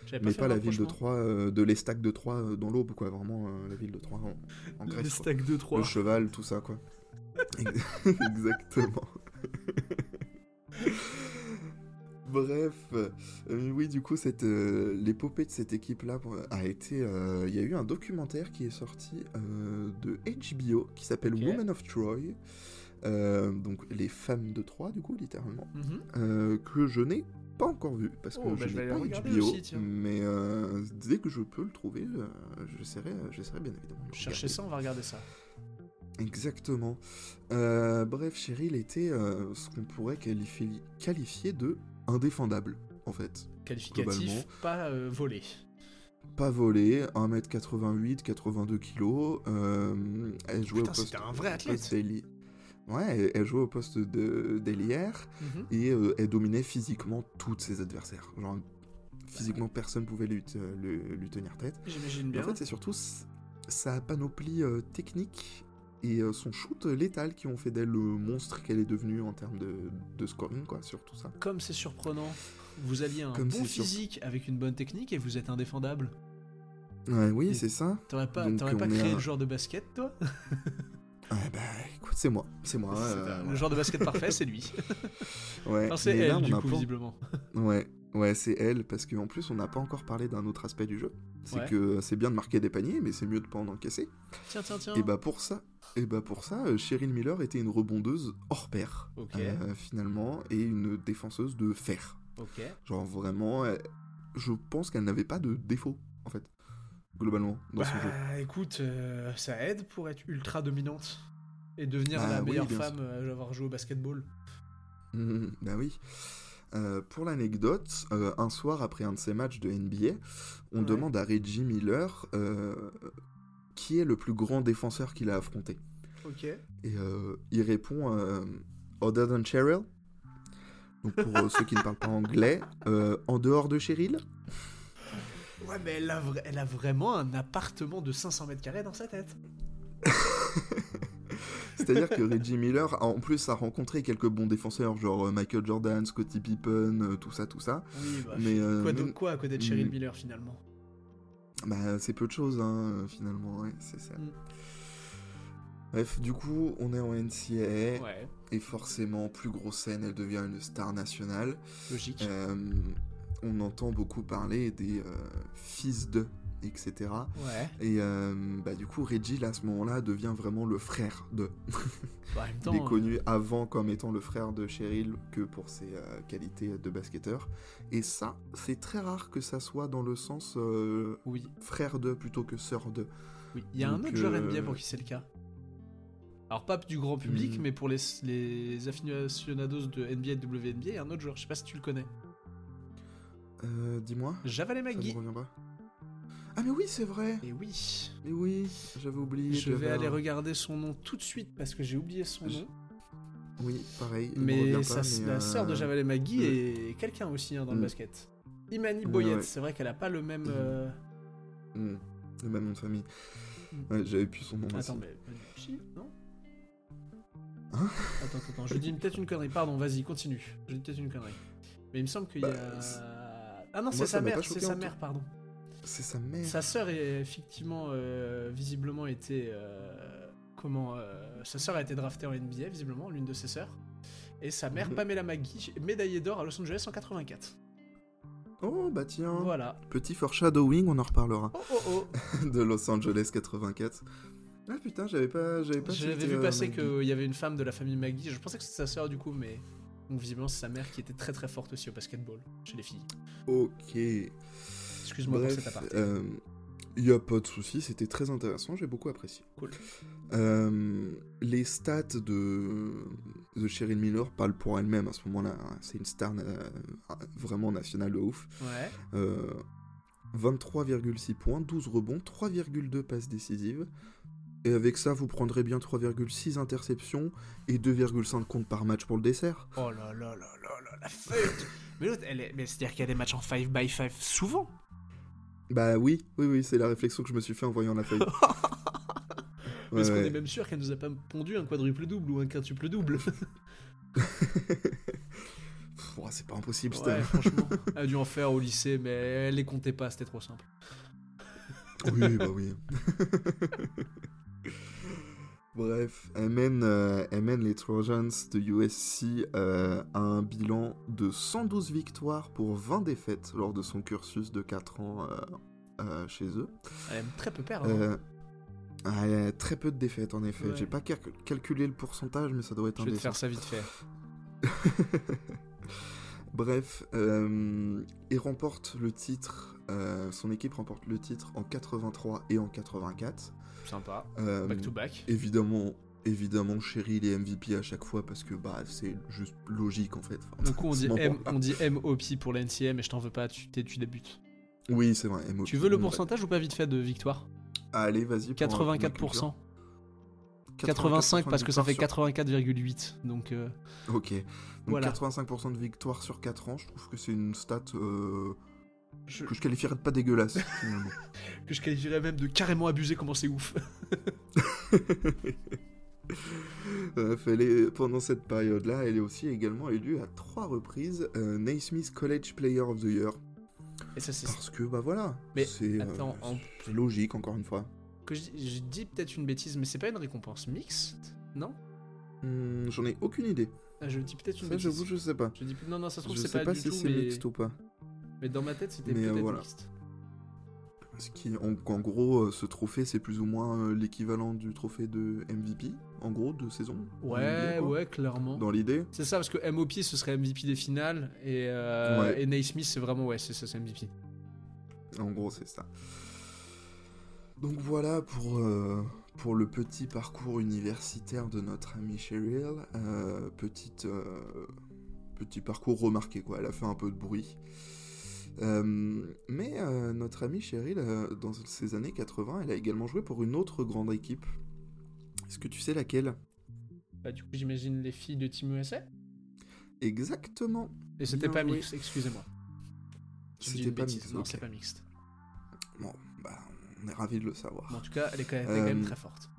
Speaker 2: J'avais
Speaker 1: mais
Speaker 2: fait
Speaker 1: pas
Speaker 2: le
Speaker 1: la ville de
Speaker 2: rapprochement.
Speaker 1: Troie, euh, de l'estac de Troie euh, dans l'aube, quoi. Vraiment euh, la ville de Troie en, en
Speaker 2: Le
Speaker 1: Grèce. quoi.
Speaker 2: stack de 3.
Speaker 1: Le cheval, tout ça,
Speaker 2: <laughs>
Speaker 1: quoi. Ex- <laughs> Exactement. <laughs> Bref, euh, oui, du coup, cette, euh, l'épopée de cette équipe-là pour- a été. euh, Il y a eu un documentaire qui est sorti euh, de HBO qui s'appelle
Speaker 2: Ok.
Speaker 1: Women of Troy. Euh, donc, les femmes de Troie, du coup, littéralement.
Speaker 2: Mhm.
Speaker 1: euh, que je n'ai pas encore vu parce que
Speaker 2: Oh, bah,
Speaker 1: je
Speaker 2: je
Speaker 1: n'ai
Speaker 2: vais
Speaker 1: pas
Speaker 2: aller regarder
Speaker 1: HBO.
Speaker 2: aussi, tiens.
Speaker 1: mais euh, dès que je peux le trouver, euh, j'essaierai, j'essaierai bien évidemment. de le
Speaker 2: Cherchez
Speaker 1: regarder.
Speaker 2: ça, on va regarder ça.
Speaker 1: Exactement. Euh, bref, Cheryl était euh, ce qu'on pourrait qualifier, qualifier de indéfendable, en fait. Globalement.
Speaker 2: Qualificatif, pas euh, volé.
Speaker 1: Pas volée, 1m88, 82 kg. euh, elle jouait
Speaker 2: Putain,
Speaker 1: au poste.
Speaker 2: c'était un vrai
Speaker 1: au
Speaker 2: athlète.
Speaker 1: poste d'aili- Ouais, elle- elle jouait au poste de- d'ailière
Speaker 2: Mhm.
Speaker 1: et euh, elle dominait physiquement toutes ses adversaires. Genre, physiquement, personne pouvait lui, te- lui- lui tenir tête.
Speaker 2: J'imagine
Speaker 1: Mais
Speaker 2: bien.
Speaker 1: En fait, c'est surtout s- sa panoplie euh, technique et euh, son shoot létal qui ont fait d'elle le monstre qu'elle est devenue en termes de, de scoring, quoi, sur tout ça.
Speaker 2: Comme c'est surprenant, vous alliez un
Speaker 1: Comme
Speaker 2: bon
Speaker 1: c'est surp-
Speaker 2: physique avec une bonne technique et vous êtes indéfendable.
Speaker 1: Ouais, oui,
Speaker 2: Et-
Speaker 1: c'est ça.
Speaker 2: T'aurais pas,
Speaker 1: Donc,
Speaker 2: t'aurais pas
Speaker 1: on est
Speaker 2: créé
Speaker 1: un-
Speaker 2: le joueur de basket, toi
Speaker 1: Ah, bah, écoute, c'est moi. C'est moi.
Speaker 2: <laughs> C'est
Speaker 1: euh,
Speaker 2: un- Le
Speaker 1: ouais.
Speaker 2: joueur de basket parfait,
Speaker 1: <laughs>
Speaker 2: c'est lui.
Speaker 1: Ouais,
Speaker 2: Enfin, c'est
Speaker 1: mais là,
Speaker 2: elle,
Speaker 1: on
Speaker 2: du
Speaker 1: n'a
Speaker 2: coup,
Speaker 1: pas-
Speaker 2: visiblement.
Speaker 1: Ouais, ouais c'est elle, parce qu'en plus, on n'a pas encore parlé d'un autre aspect du jeu. C'est
Speaker 2: Ouais.
Speaker 1: que euh, c'est bien de marquer des paniers, mais c'est mieux de pas en encaisser.
Speaker 2: Tiens, tiens, tiens.
Speaker 1: Et bah pour ça, et bah pour ça, euh, Cheryl Miller était une rebondeuse hors pair,
Speaker 2: Ok.
Speaker 1: euh, finalement, et une défenseuse de fer.
Speaker 2: Ok.
Speaker 1: Genre vraiment, elle- je pense qu'elle n'avait pas de défaut, en fait, globalement, dans son jeu.
Speaker 2: Bah, écoute, euh, ça aide pour être ultra dominante et devenir
Speaker 1: Bah,
Speaker 2: la
Speaker 1: oui,
Speaker 2: meilleure
Speaker 1: bien
Speaker 2: femme euh, à avoir joué au basketball.
Speaker 1: Mhm, bah oui. Euh, pour l'anecdote, euh, un soir après un de ses matchs de NBA, on
Speaker 2: Ouais.
Speaker 1: demande à Reggie Miller euh, qui est le plus grand défenseur qu'il a affronté.
Speaker 2: Ok.
Speaker 1: Et euh, il répond euh, Other than Cheryl. Donc pour euh, ceux qui ne parlent pas anglais, euh, en dehors de Cheryl.
Speaker 2: Ouais, mais elle a, vra- elle a vraiment un appartement de 500 mètres carrés dans sa tête.
Speaker 1: C'est-à-dire que Reggie Miller, a, en plus, a rencontré quelques bons défenseurs, genre euh, Michael Jordan, Scottie Pippen, euh, tout ça, tout ça.
Speaker 2: Oui, bah.
Speaker 1: Mais euh,
Speaker 2: Quoi,
Speaker 1: même-
Speaker 2: donc, quoi à côté de Cheryl
Speaker 1: Mm.
Speaker 2: Miller finalement
Speaker 1: Bah, c'est peu de choses, hein, euh, finalement, ouais, c'est ça.
Speaker 2: Mm.
Speaker 1: Bref, du coup, on est en NCAA,
Speaker 2: Ouais,
Speaker 1: et forcément, plus grosse scène, elle devient une star nationale.
Speaker 2: logique.
Speaker 1: Euh, on entend beaucoup parler des euh, fils de, etc.
Speaker 2: Ouais.
Speaker 1: Et euh, bah, du coup, Reggie, là, à ce moment-là, devient vraiment le frère de.
Speaker 2: Bah, en même
Speaker 1: Il est
Speaker 2: temps,
Speaker 1: connu avant comme étant le frère de Cheryl que pour ses euh, qualités de basketteur. Et ça, c'est très rare que ça soit dans le sens euh,
Speaker 2: euh, oui,
Speaker 1: frère de plutôt que sœur de.
Speaker 2: oui. Il y a un
Speaker 1: Donc,
Speaker 2: autre joueur
Speaker 1: euh,
Speaker 2: NBA pour qui c'est le cas. Alors, pas du grand public,
Speaker 1: Mm.
Speaker 2: mais pour les, les aficionados de NBA et de WNBA, il y a un autre joueur, je sais pas si tu le connais.
Speaker 1: Euh, Dis-moi,
Speaker 2: Javal
Speaker 1: ça me
Speaker 2: Magui.
Speaker 1: revient pas. Ah mais oui, c'est vrai.
Speaker 2: Et oui,
Speaker 1: Mais oui, j'avais oublié.
Speaker 2: je vais
Speaker 1: j'avais
Speaker 2: aller
Speaker 1: un-
Speaker 2: regarder son nom tout de suite parce que j'ai oublié son
Speaker 1: Je-
Speaker 2: nom.
Speaker 1: Oui, pareil. il me
Speaker 2: Mais,
Speaker 1: revient
Speaker 2: sa-
Speaker 1: pas, mais,
Speaker 2: la
Speaker 1: euh,
Speaker 2: sœur de Javal et Magui
Speaker 1: le-
Speaker 2: est quelqu'un aussi hein, dans le
Speaker 1: Mm.
Speaker 2: basket. Imani
Speaker 1: Ouais,
Speaker 2: Boyette,
Speaker 1: ouais.
Speaker 2: c'est vrai qu'elle a pas le même.
Speaker 1: Mm.
Speaker 2: euh,
Speaker 1: hmm, Le même nom de famille.
Speaker 2: Mm.
Speaker 1: Ouais, j'avais plus son nom. aussi.
Speaker 2: Attends, mais Bonucci, non
Speaker 1: Hein
Speaker 2: Attends, attends, attends, je dis peut-être une connerie, pardon, vas-y, continue. Je dis peut-être une connerie. Mais il me semble qu'il y
Speaker 1: Bah, c'est-
Speaker 2: a. Ah non,
Speaker 1: Moi,
Speaker 2: c'est
Speaker 1: ça
Speaker 2: sa
Speaker 1: m'a
Speaker 2: mère,
Speaker 1: pas
Speaker 2: c'est
Speaker 1: choqué, en
Speaker 2: sa
Speaker 1: tout-
Speaker 2: mère, pardon.
Speaker 1: C'est sa mère.
Speaker 2: Sa sœur est effectivement, euh, visiblement, été. euh, comment euh, Sa sœur a été draftée en NBA, visiblement, l'une de ses sœurs. Et sa mère,
Speaker 1: Mhm.
Speaker 2: Pamela Maggie, médaillée d'or à Los Angeles en 84.
Speaker 1: Oh bah tiens.
Speaker 2: Voilà.
Speaker 1: Petit foreshadowing, on en reparlera.
Speaker 2: Oh oh oh
Speaker 1: <laughs> de Los Angeles 84. Ah putain, j'avais pas, j'avais pas.
Speaker 2: J'avais
Speaker 1: cité,
Speaker 2: vu
Speaker 1: euh,
Speaker 2: passer
Speaker 1: Maggie.
Speaker 2: qu'il y avait une femme de la famille Maggie. Je pensais que c'était sa sœur du coup, mais donc, visiblement c'est sa mère qui était très très forte aussi au basketball chez les filles.
Speaker 1: Ok.
Speaker 2: Excuse-moi pour
Speaker 1: Bref,
Speaker 2: cet aparté.
Speaker 1: euh, y a pas de souci, c'était très intéressant, j'ai beaucoup apprécié.
Speaker 2: Cool.
Speaker 1: Euh, les stats de, de Cheryl Miller parlent pour elle-même à ce moment-là. hein. C'est une star euh, vraiment nationale de ouf.
Speaker 2: Ouais.
Speaker 1: Euh, 23,6 points, 12 rebonds, 3,2 passes décisives. Et avec ça, vous prendrez bien 3,6 interceptions et 2,5 comptes par match pour le dessert.
Speaker 2: Oh là là là là là la feuille. mais l'autre, elle est... mais c'est-à-dire qu'il y a des matchs en 5 by 5 souvent.
Speaker 1: Bah oui, oui, oui, c'est la réflexion que je me suis fait en voyant la feuille.
Speaker 2: <laughs>
Speaker 1: Ouais,
Speaker 2: Parce qu'on
Speaker 1: <laughs> ouais.
Speaker 2: est même sûr qu'elle nous
Speaker 1: <laughs>
Speaker 2: a pas pondu un quadruple double ou un quintuple double.
Speaker 1: pff, ouah, c'est pas impossible. cette
Speaker 2: Ouais, franchement, elle a dû en faire au lycée, mais elle les comptait pas, c'était trop simple.
Speaker 1: Oui, bah oui. <laughs> Bref, elle mène, euh, elle mène les Trojans de USC euh, à un bilan de 112 victoires pour 20 défaites lors de son cursus de 4 ans euh, euh, chez eux.
Speaker 2: Elle aime très peu perdre. hein.
Speaker 1: Euh, ah, elle a très peu de défaites en effet.
Speaker 2: Ouais.
Speaker 1: J'ai pas cal- calculé le pourcentage, mais ça doit être
Speaker 2: Je
Speaker 1: un
Speaker 2: vais te
Speaker 1: des
Speaker 2: faire ça vite fait.
Speaker 1: <laughs> Bref, euh, il remporte le titre, euh, son équipe remporte le titre en 83 et en 84.
Speaker 2: Sympa.
Speaker 1: Euh,
Speaker 2: Back to back.
Speaker 1: évidemment, évidemment, chérie, les MVP à chaque fois parce que bah c'est juste logique en fait. Enfin,
Speaker 2: Du coup, on dit,
Speaker 1: c'est
Speaker 2: M,
Speaker 1: marrant.
Speaker 2: on dit MOP pour l'NCM et je t'en veux pas, tu, t'es- tu débutes.
Speaker 1: Oui, c'est vrai. MOP.
Speaker 2: Tu veux le
Speaker 1: Ouais.
Speaker 2: pourcentage ou pas vite fait de victoire
Speaker 1: Allez, vas-y. pour un-
Speaker 2: 84%.
Speaker 1: une culture.
Speaker 2: 85 parce que ça fait
Speaker 1: victoires
Speaker 2: 84,8. Donc, euh,
Speaker 1: sur- Ok. Donc
Speaker 2: Voilà.
Speaker 1: 85% de victoire sur 4 ans, je trouve que c'est une stat euh,
Speaker 2: je-
Speaker 1: que je qualifierais de pas
Speaker 2: <laughs>
Speaker 1: dégueulasse finalement.
Speaker 2: que je qualifierais même de carrément abusé, comment c'est ouf.
Speaker 1: Bref, Euh, elle est- pendant cette période-là, elle est aussi également élue à trois reprises euh, Naismith College Player of the Year.
Speaker 2: Et ça, c'est.
Speaker 1: Parce que, bah voilà,
Speaker 2: Mais
Speaker 1: c'est euh,
Speaker 2: attends, en-
Speaker 1: c'est logique, encore une fois.
Speaker 2: que je, dis- je dis peut-être une bêtise, mais c'est pas une récompense mixte, non
Speaker 1: Hmm, J'en ai aucune idée.
Speaker 2: Ah, Je dis peut-être une
Speaker 1: Ça,
Speaker 2: bêtise.
Speaker 1: j'avoue, je sais pas.
Speaker 2: Je dis, non, non, ça se trouve,
Speaker 1: Je
Speaker 2: c'est
Speaker 1: sais
Speaker 2: pas,
Speaker 1: pas,
Speaker 2: du
Speaker 1: si
Speaker 2: tout,
Speaker 1: c'est
Speaker 2: mais...
Speaker 1: mixte ou pas.
Speaker 2: mais dans ma tête, c'était
Speaker 1: Mais, euh,
Speaker 2: peut-être
Speaker 1: voilà.
Speaker 2: mixte.
Speaker 1: Ce qui, en, en gros, euh, ce trophée, c'est plus ou moins euh, l'équivalent du trophée de MVP, en gros, de saison. en
Speaker 2: Ouais,
Speaker 1: NBA, quoi.
Speaker 2: ouais, clairement.
Speaker 1: Dans l'idée.
Speaker 2: C'est ça, parce que MOP, ce serait MVP des finales, et, euh,
Speaker 1: Ouais.
Speaker 2: et Naismith, c'est vraiment, ouais, c'est ça, c'est MVP.
Speaker 1: En gros, c'est ça. Donc voilà pour, euh, pour le petit parcours universitaire de notre amie Cheryl. Euh, petite, euh, petit parcours remarqué, quoi. Elle a fait un peu de bruit. Euh, mais euh, notre amie Cheryl, euh, dans ses années 80, elle a également joué pour une autre grande équipe. Est-ce que tu sais laquelle
Speaker 2: Bah, du coup, j'imagine les filles de Team USA.
Speaker 1: Exactement.
Speaker 2: Et c'était
Speaker 1: Bien
Speaker 2: pas
Speaker 1: joué.
Speaker 2: mixte, excusez-moi. Je dis
Speaker 1: C'était
Speaker 2: une
Speaker 1: pas
Speaker 2: bêtise.
Speaker 1: mixte,
Speaker 2: Non,
Speaker 1: ok.
Speaker 2: c'est pas mixte.
Speaker 1: Bon, bah, on est ravis de le savoir.
Speaker 2: Mais en tout cas, elle est quand même, elle est quand même
Speaker 1: Euh,
Speaker 2: très forte.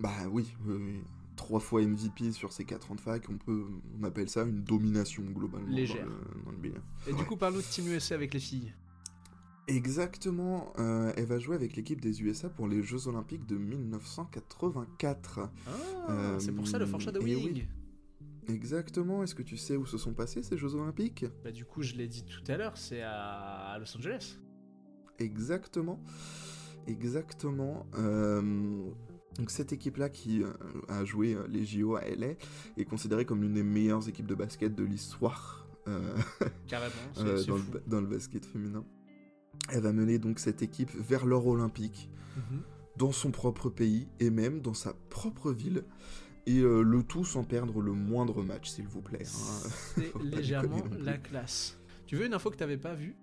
Speaker 1: Bah oui, oui, oui. Trois fois MVP sur ces 4 ans de fac, on, peut, on appelle ça une domination globalement dans
Speaker 2: Légère.
Speaker 1: le- dans le bilan.
Speaker 2: Et du coup, parle-nous de Team USA avec les filles.
Speaker 1: Exactement, euh, elle va jouer avec l'équipe des USA pour les Jeux Olympiques de 1984.
Speaker 2: Ah,
Speaker 1: Euh,
Speaker 2: c'est pour ça le foreshadowing.
Speaker 1: eh oui. Exactement, est-ce que tu sais où se sont passés ces Jeux Olympiques
Speaker 2: Bah, du coup, je l'ai dit tout à l'heure, c'est à Los Angeles.
Speaker 1: Exactement. Exactement. Euh, donc cette équipe-là qui euh, a joué euh, les JO à LA est considérée comme l'une des meilleures équipes de basket de l'histoire euh,
Speaker 2: Carrément, c'est
Speaker 1: euh,
Speaker 2: c'est
Speaker 1: dans, le,
Speaker 2: fou.
Speaker 1: ba- dans le basket féminin. Elle va mener donc cette équipe vers l'or olympique,
Speaker 2: Mhm.
Speaker 1: dans son propre pays et même dans sa propre ville. Et euh, le tout sans perdre le moindre match, s'il vous plaît.
Speaker 2: <laughs>
Speaker 1: hein.
Speaker 2: C'est
Speaker 1: <laughs> Faut pas
Speaker 2: légèrement
Speaker 1: déconner non plus.
Speaker 2: la classe. Tu veux une info que t'avais pas vue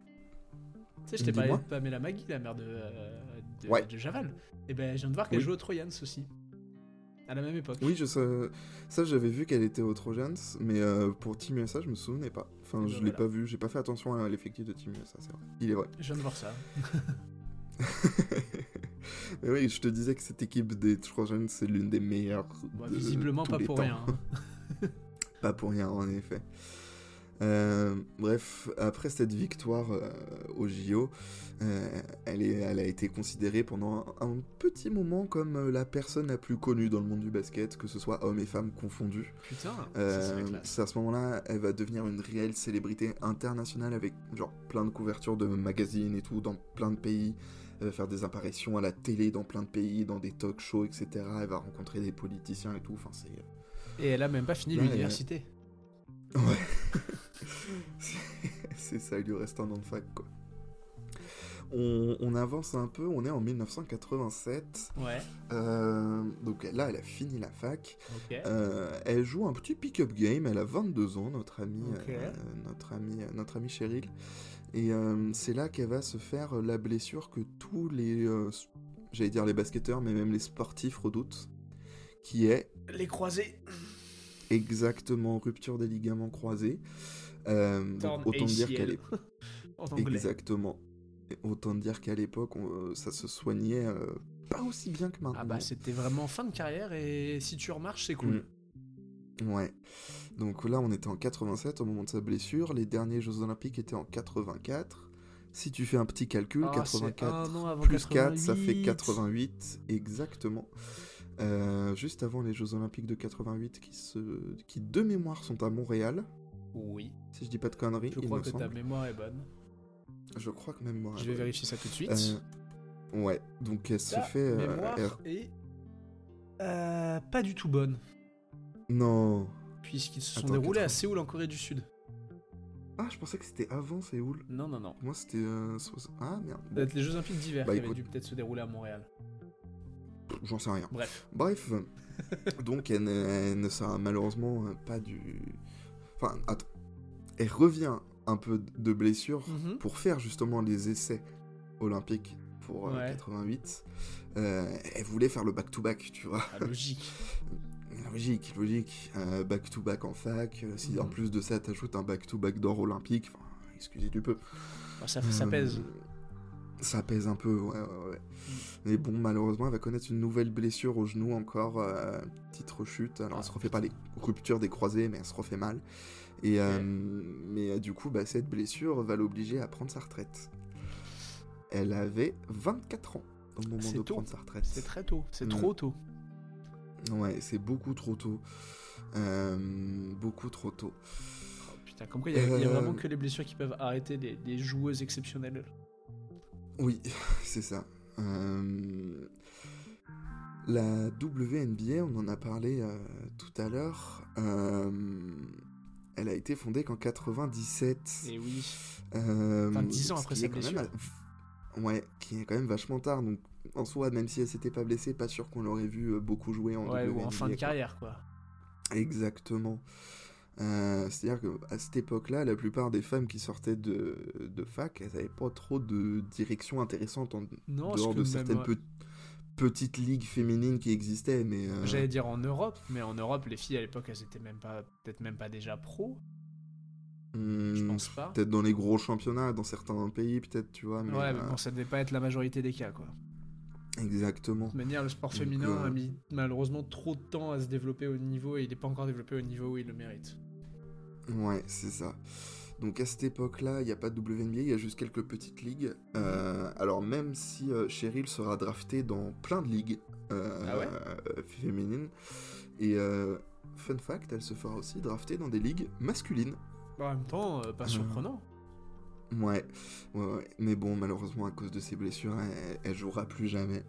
Speaker 2: Tu sais, je t'ai parlé de
Speaker 1: Dis-moi.
Speaker 2: Pamela Magui, la mère de, euh, de,
Speaker 1: Ouais.
Speaker 2: de Javal. Et ben, je viens de voir qu'elle
Speaker 1: Oui.
Speaker 2: joue au Troyans aussi. À la même époque.
Speaker 1: Oui, je sais- ça j'avais vu qu'elle était au Trojans, mais euh, pour Team USA, je me souvenais pas. Enfin,
Speaker 2: Eh ben
Speaker 1: je l'ai
Speaker 2: voilà.
Speaker 1: pas vu, j'ai pas fait attention à l'effectif de Team USA, c'est vrai. Il est vrai. <laughs>
Speaker 2: Je viens de voir ça.
Speaker 1: mais oui, je te disais que cette équipe des Trojans, c'est l'une des meilleures.
Speaker 2: Bon,
Speaker 1: de
Speaker 2: Bah, visiblement,
Speaker 1: Euh, tous
Speaker 2: pas
Speaker 1: les
Speaker 2: pour
Speaker 1: temps.
Speaker 2: rien.
Speaker 1: <laughs>
Speaker 2: hein.
Speaker 1: Pas pour rien, en effet. Euh, bref, après cette victoire euh, au JO, euh, elle, est- elle a été considérée pendant un, un petit moment comme euh, la personne la plus connue dans le monde du basket, que ce soit hommes et femmes confondus.
Speaker 2: Putain, ça, c'est la
Speaker 1: Euh,
Speaker 2: classe.
Speaker 1: c'est à ce moment-là, elle va devenir une réelle célébrité internationale avec genre plein de couvertures de magazines et tout dans plein de pays. Elle va faire des apparitions à la télé dans plein de pays, dans des talk shows, etc. Elle va rencontrer des politiciens et tout. Enfin, c'est
Speaker 2: Et elle a même pas fini
Speaker 1: là, elle-
Speaker 2: l'université.
Speaker 1: Ouais. <laughs> C'est ça, il lui reste un an de fac, quoi. On, on avance un peu, on est en 1987.
Speaker 2: Ouais,
Speaker 1: euh, donc là, elle a fini la fac.
Speaker 2: ok.
Speaker 1: Euh, elle joue un petit pick-up game, elle a 22 ans, notre amie,
Speaker 2: Ok.
Speaker 1: euh, notre amie, notre amie Cheryl. Et euh, c'est là qu'elle va se faire la blessure que tous les, euh, s- j'allais dire les basketteurs, mais même les sportifs redoutent, qui est
Speaker 2: Les croisés.
Speaker 1: Exactement, rupture des ligaments croisés. Euh,
Speaker 2: Torn
Speaker 1: donc, autant dire
Speaker 2: ACL.
Speaker 1: qu'à l'é-
Speaker 2: En anglais.
Speaker 1: exactement. Et Autant dire qu'à l'époque, on- ça se soignait euh,
Speaker 2: bah,
Speaker 1: pas aussi bien que maintenant.
Speaker 2: Ah bah, c'était vraiment fin de carrière et si tu remarches, c'est cool.
Speaker 1: Mm. Ouais. Donc là, on était en 87 au moment de sa blessure. Les derniers Jeux Olympiques étaient en 84. Si tu fais un petit calcul,
Speaker 2: Ah, c'est
Speaker 1: 84
Speaker 2: un an avant
Speaker 1: plus 4, ça fait
Speaker 2: 88.
Speaker 1: 88, exactement. Euh, juste avant les Jeux Olympiques de 88 qui, se... qui de mémoire sont à Montréal,
Speaker 2: Oui.
Speaker 1: si je dis pas de conneries.
Speaker 2: Je
Speaker 1: il
Speaker 2: crois
Speaker 1: me
Speaker 2: que ta
Speaker 1: semble.
Speaker 2: mémoire est bonne.
Speaker 1: Je crois que même moi.
Speaker 2: Je vais
Speaker 1: ouais.
Speaker 2: vérifier ça tout de suite.
Speaker 1: Euh, ouais, donc elle se
Speaker 2: Ta
Speaker 1: fait. euh,
Speaker 2: mémoire
Speaker 1: elle-
Speaker 2: est euh, pas du tout bonne,
Speaker 1: Non.
Speaker 2: puisqu'ils se sont
Speaker 1: Attends,
Speaker 2: déroulés à
Speaker 1: 80.
Speaker 2: Séoul en Corée du Sud.
Speaker 1: Ah, je pensais que c'était avant Séoul.
Speaker 2: Non, non, non.
Speaker 1: Moi, c'était. euh, soix- Ah, merde.
Speaker 2: Ça doit être les Jeux Olympiques d'hiver
Speaker 1: Bah,
Speaker 2: qui avaient
Speaker 1: écoute.
Speaker 2: dû peut-être se dérouler à Montréal.
Speaker 1: Pff, J'en sais rien.
Speaker 2: Bref. <laughs>
Speaker 1: Bref, donc elle, ne- elle ne sera malheureusement euh, pas du. Enfin, attends. Elle revient un peu de blessure
Speaker 2: Mhm.
Speaker 1: pour faire justement les essais olympiques pour euh,
Speaker 2: Ouais.
Speaker 1: 88. Euh, elle voulait faire le back-to-back, tu vois.
Speaker 2: Ah, logique.
Speaker 1: Logique, logique. Euh, Back-to-back en fac. euh, si en
Speaker 2: Mhm.
Speaker 1: plus de ça, t'ajoutes un back-to-back d'or olympique, enfin, excusez du peu.
Speaker 2: Bah, ça, ça
Speaker 1: Euh,
Speaker 2: pèse. Mm.
Speaker 1: Ça pèse un peu, ouais, ouais, ouais. Mais bon, malheureusement, elle va connaître une nouvelle blessure au genou encore, euh, petite rechute. Alors,
Speaker 2: Ah,
Speaker 1: elle se refait pas les ruptures des croisés, mais elle se refait mal. Et, euh, mais euh, du coup, bah, cette blessure va l'obliger à prendre sa retraite. Elle avait 24 ans au moment
Speaker 2: c'est
Speaker 1: de
Speaker 2: tôt.
Speaker 1: prendre sa retraite.
Speaker 2: C'est très tôt. C'est
Speaker 1: Mm.
Speaker 2: trop tôt.
Speaker 1: Ouais, c'est beaucoup trop tôt. Euh, beaucoup trop tôt.
Speaker 2: Oh, putain, comme quoi il y, a- il y a
Speaker 1: Euh.
Speaker 2: vraiment que les blessures qui peuvent arrêter les, les joueuses exceptionnelles.
Speaker 1: Oui, <laughs> c'est ça. Euh, La WNBA, on en a parlé euh, tout à l'heure. euh, Elle a été fondée qu'en 97.
Speaker 2: Et oui.
Speaker 1: euh,
Speaker 2: Enfin, 10 ans
Speaker 1: ce
Speaker 2: après
Speaker 1: qui
Speaker 2: sa
Speaker 1: est quand même
Speaker 2: blessure.
Speaker 1: à- Ouais, qui est quand même vachement tard. Donc, en soi, même si elle s'était pas blessée, pas sûr qu'on l'aurait vu euh, beaucoup jouer en
Speaker 2: Ouais, ou en
Speaker 1: WNBA,
Speaker 2: fin de
Speaker 1: quoi.
Speaker 2: carrière, quoi.
Speaker 1: Exactement. Euh, C'est-à-dire qu'à cette époque-là, la plupart des femmes qui sortaient de, de fac, elles n'avaient pas trop de direction intéressante en
Speaker 2: Non, ce
Speaker 1: dehors
Speaker 2: que
Speaker 1: de certaines
Speaker 2: même,
Speaker 1: pe- petites ligues féminines qui existaient, mais... euh,
Speaker 2: J'allais dire en Europe, mais en Europe, les filles à l'époque, elles étaient même pas, peut-être même pas déjà pro,
Speaker 1: hmm,
Speaker 2: je pense pas.
Speaker 1: Peut-être dans les gros championnats, dans certains pays, peut-être, tu vois, mais...
Speaker 2: ouais,
Speaker 1: euh,
Speaker 2: mais bon, ça devait pas être la majorité des cas, quoi. De
Speaker 1: Exactement.
Speaker 2: toute manière, le sport
Speaker 1: Donc,
Speaker 2: féminin
Speaker 1: euh,
Speaker 2: a mis malheureusement trop de temps à se développer au niveau et il est pas encore développé au niveau où il le mérite.
Speaker 1: Ouais, c'est ça. Donc à cette époque-là, il n'y a pas de WNBA, il y a juste quelques petites ligues. Euh, alors même si euh, Cheryl sera draftée dans plein de ligues euh,
Speaker 2: Ah ouais
Speaker 1: euh, féminines, et euh, fun fact, elle se fera aussi drafter dans des ligues masculines.
Speaker 2: Bah, en même temps, euh, pas
Speaker 1: Euh,
Speaker 2: surprenant.
Speaker 1: Ouais, ouais, ouais. mais bon, malheureusement, à cause de ses blessures, elle, elle jouera plus jamais.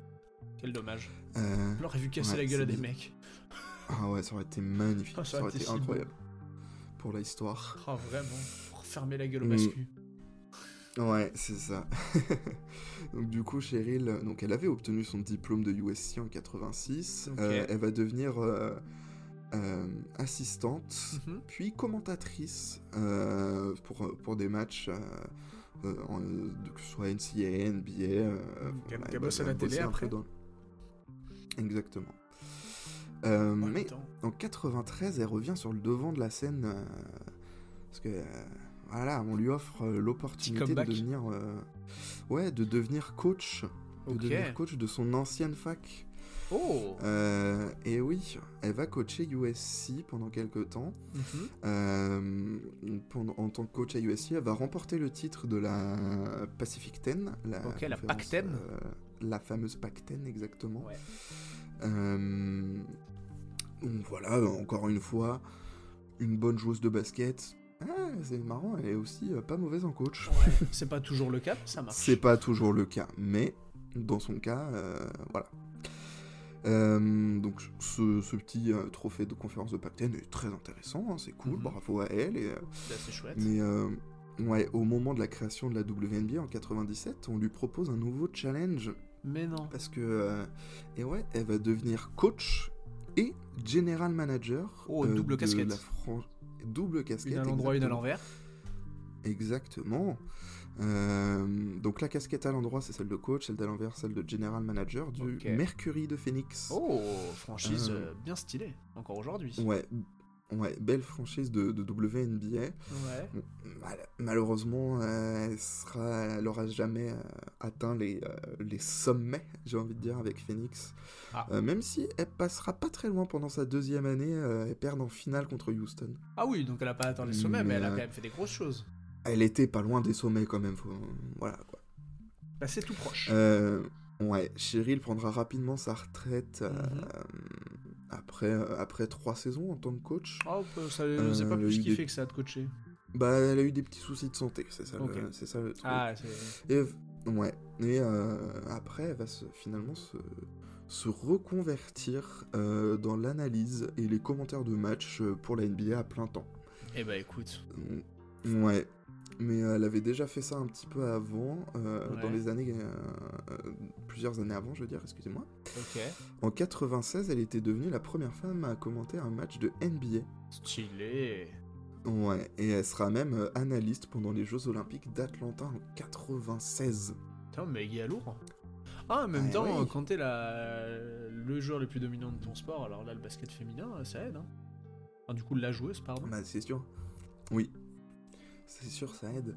Speaker 2: Quel dommage.
Speaker 1: Euh,
Speaker 2: On l'aurait vu casser
Speaker 1: ouais,
Speaker 2: la gueule à
Speaker 1: c'est
Speaker 2: des
Speaker 1: bizarre.
Speaker 2: mecs.
Speaker 1: ah ouais, ça aurait été magnifique,
Speaker 2: Ah, Ça
Speaker 1: ça,
Speaker 2: aurait
Speaker 1: aurait été,
Speaker 2: été si beau.
Speaker 1: incroyable pour l'histoire.
Speaker 2: Ah, vraiment. Pour fermer la gueule au
Speaker 1: Mm.
Speaker 2: bascu.
Speaker 1: Ouais, c'est ça. <laughs> donc du coup, Cheryl, euh, donc elle avait obtenu son diplôme de USC en 86.
Speaker 2: Ok.
Speaker 1: Euh, elle va devenir euh, euh, assistante,
Speaker 2: Mhm.
Speaker 1: puis commentatrice euh, pour, pour des matchs, euh, euh, en- de- que ce soit NCAA, NBA. euh,
Speaker 2: Mm,
Speaker 1: voilà,
Speaker 2: qu'elle
Speaker 1: elle
Speaker 2: bosse
Speaker 1: va-
Speaker 2: à la
Speaker 1: elle bossait
Speaker 2: télé
Speaker 1: un peu
Speaker 2: après.
Speaker 1: dans- Exactement. Euh,
Speaker 2: En
Speaker 1: mais
Speaker 2: même temps.
Speaker 1: en 93, elle revient sur le devant de la scène euh, parce que euh, voilà, on lui offre euh, l'opportunité de
Speaker 2: comeback.
Speaker 1: devenir euh, ouais, de devenir coach, de
Speaker 2: Ok.
Speaker 1: devenir coach de son ancienne fac.
Speaker 2: Oh
Speaker 1: Euh, et oui, elle va coacher USC pendant quelques temps.
Speaker 2: Mhm.
Speaker 1: Euh, pendant- en tant que coach à USC, elle va remporter le titre de la Pacific Ten, la
Speaker 2: Ok, la
Speaker 1: conférence,
Speaker 2: Pac-10.
Speaker 1: euh, la fameuse Pac 10 exactement.
Speaker 2: Ouais.
Speaker 1: Euh, donc voilà, encore une fois, une bonne joueuse de basket. Ah, c'est marrant, elle est aussi euh, pas mauvaise en coach.
Speaker 2: Ouais, c'est pas toujours le cas, mais ça marche.
Speaker 1: C'est pas toujours le cas, mais dans son cas, euh, voilà. Euh, donc ce, ce petit euh, trophée de conférence de Pac-10 est très intéressant, hein, c'est cool,
Speaker 2: Mhm.
Speaker 1: bravo à elle. et, euh,
Speaker 2: C'est assez chouette.
Speaker 1: mais euh, ouais, au moment de la création de la WNBA en 97, on lui propose un nouveau challenge
Speaker 2: Mais non.
Speaker 1: parce que euh, et ouais, elle va devenir coach et general manager. euh,
Speaker 2: Oh, double
Speaker 1: de
Speaker 2: casquette.
Speaker 1: la Fran- Double casquette.
Speaker 2: Une à l'endroit, une à
Speaker 1: exactement.
Speaker 2: l'envers.
Speaker 1: Exactement. Euh, donc la casquette à l'endroit, c'est celle de coach, celle d'à l'envers, celle de general manager du
Speaker 2: Ok.
Speaker 1: Mercury de Phoenix.
Speaker 2: Oh, franchise
Speaker 1: Euh.
Speaker 2: euh, bien stylée, encore aujourd'hui.
Speaker 1: Ouais, ouais, belle franchise de, de WNBA.
Speaker 2: Ouais.
Speaker 1: Bon, mal- malheureusement, euh, elle sera, elle aura jamais euh, atteint les, euh, les sommets, j'ai envie de dire, avec Phoenix.
Speaker 2: Ah.
Speaker 1: Euh, même si elle passera pas très loin pendant sa deuxième année, euh, elle perd en finale contre Houston.
Speaker 2: Ah oui, donc elle a pas atteint les sommets,
Speaker 1: Mais,
Speaker 2: mais, elle a
Speaker 1: euh,
Speaker 2: quand même fait des grosses choses.
Speaker 1: Elle était pas loin des sommets quand même. faut- Voilà quoi.
Speaker 2: Bah, c'est tout proche.
Speaker 1: Euh, ouais, Cheryl prendra rapidement sa retraite euh,
Speaker 2: Mhm.
Speaker 1: après, euh, après trois saisons en tant que coach.
Speaker 2: Oh, peu- ça
Speaker 1: euh,
Speaker 2: c'est pas plus
Speaker 1: le-
Speaker 2: kiffer que ça de coacher.
Speaker 1: Bah, elle a eu des petits soucis de santé, c'est ça,
Speaker 2: Ok.
Speaker 1: le, c'est ça le truc.
Speaker 2: Ah, c'est-
Speaker 1: Et, ouais. Et euh, après, elle va se- finalement se, se reconvertir euh, dans l'analyse et les commentaires de matchs euh, pour la NBA à plein temps. Mm,
Speaker 2: Eh bah écoute.
Speaker 1: Ouais. Mais euh, elle avait déjà fait ça un petit peu avant, euh,
Speaker 2: Ouais.
Speaker 1: dans les années. euh, euh, plusieurs années avant, je veux dire, excusez-moi.
Speaker 2: Ok.
Speaker 1: En 96, elle était devenue la première femme à commenter un match de NBA.
Speaker 2: Stylé.
Speaker 1: Ouais, et elle sera même euh, analyste pendant les Jeux Olympiques d'Atlanta en 96.
Speaker 2: Putain, méga lourd. Ah, en même
Speaker 1: Ah,
Speaker 2: temps,
Speaker 1: oui.
Speaker 2: quand t'es la... le joueur le plus dominant de ton sport, alors là, le basket féminin, ça aide. Hein. Enfin, du coup, la joueuse, pardon.
Speaker 1: Bah, c'est sûr. Oui. C'est sûr, ça aide.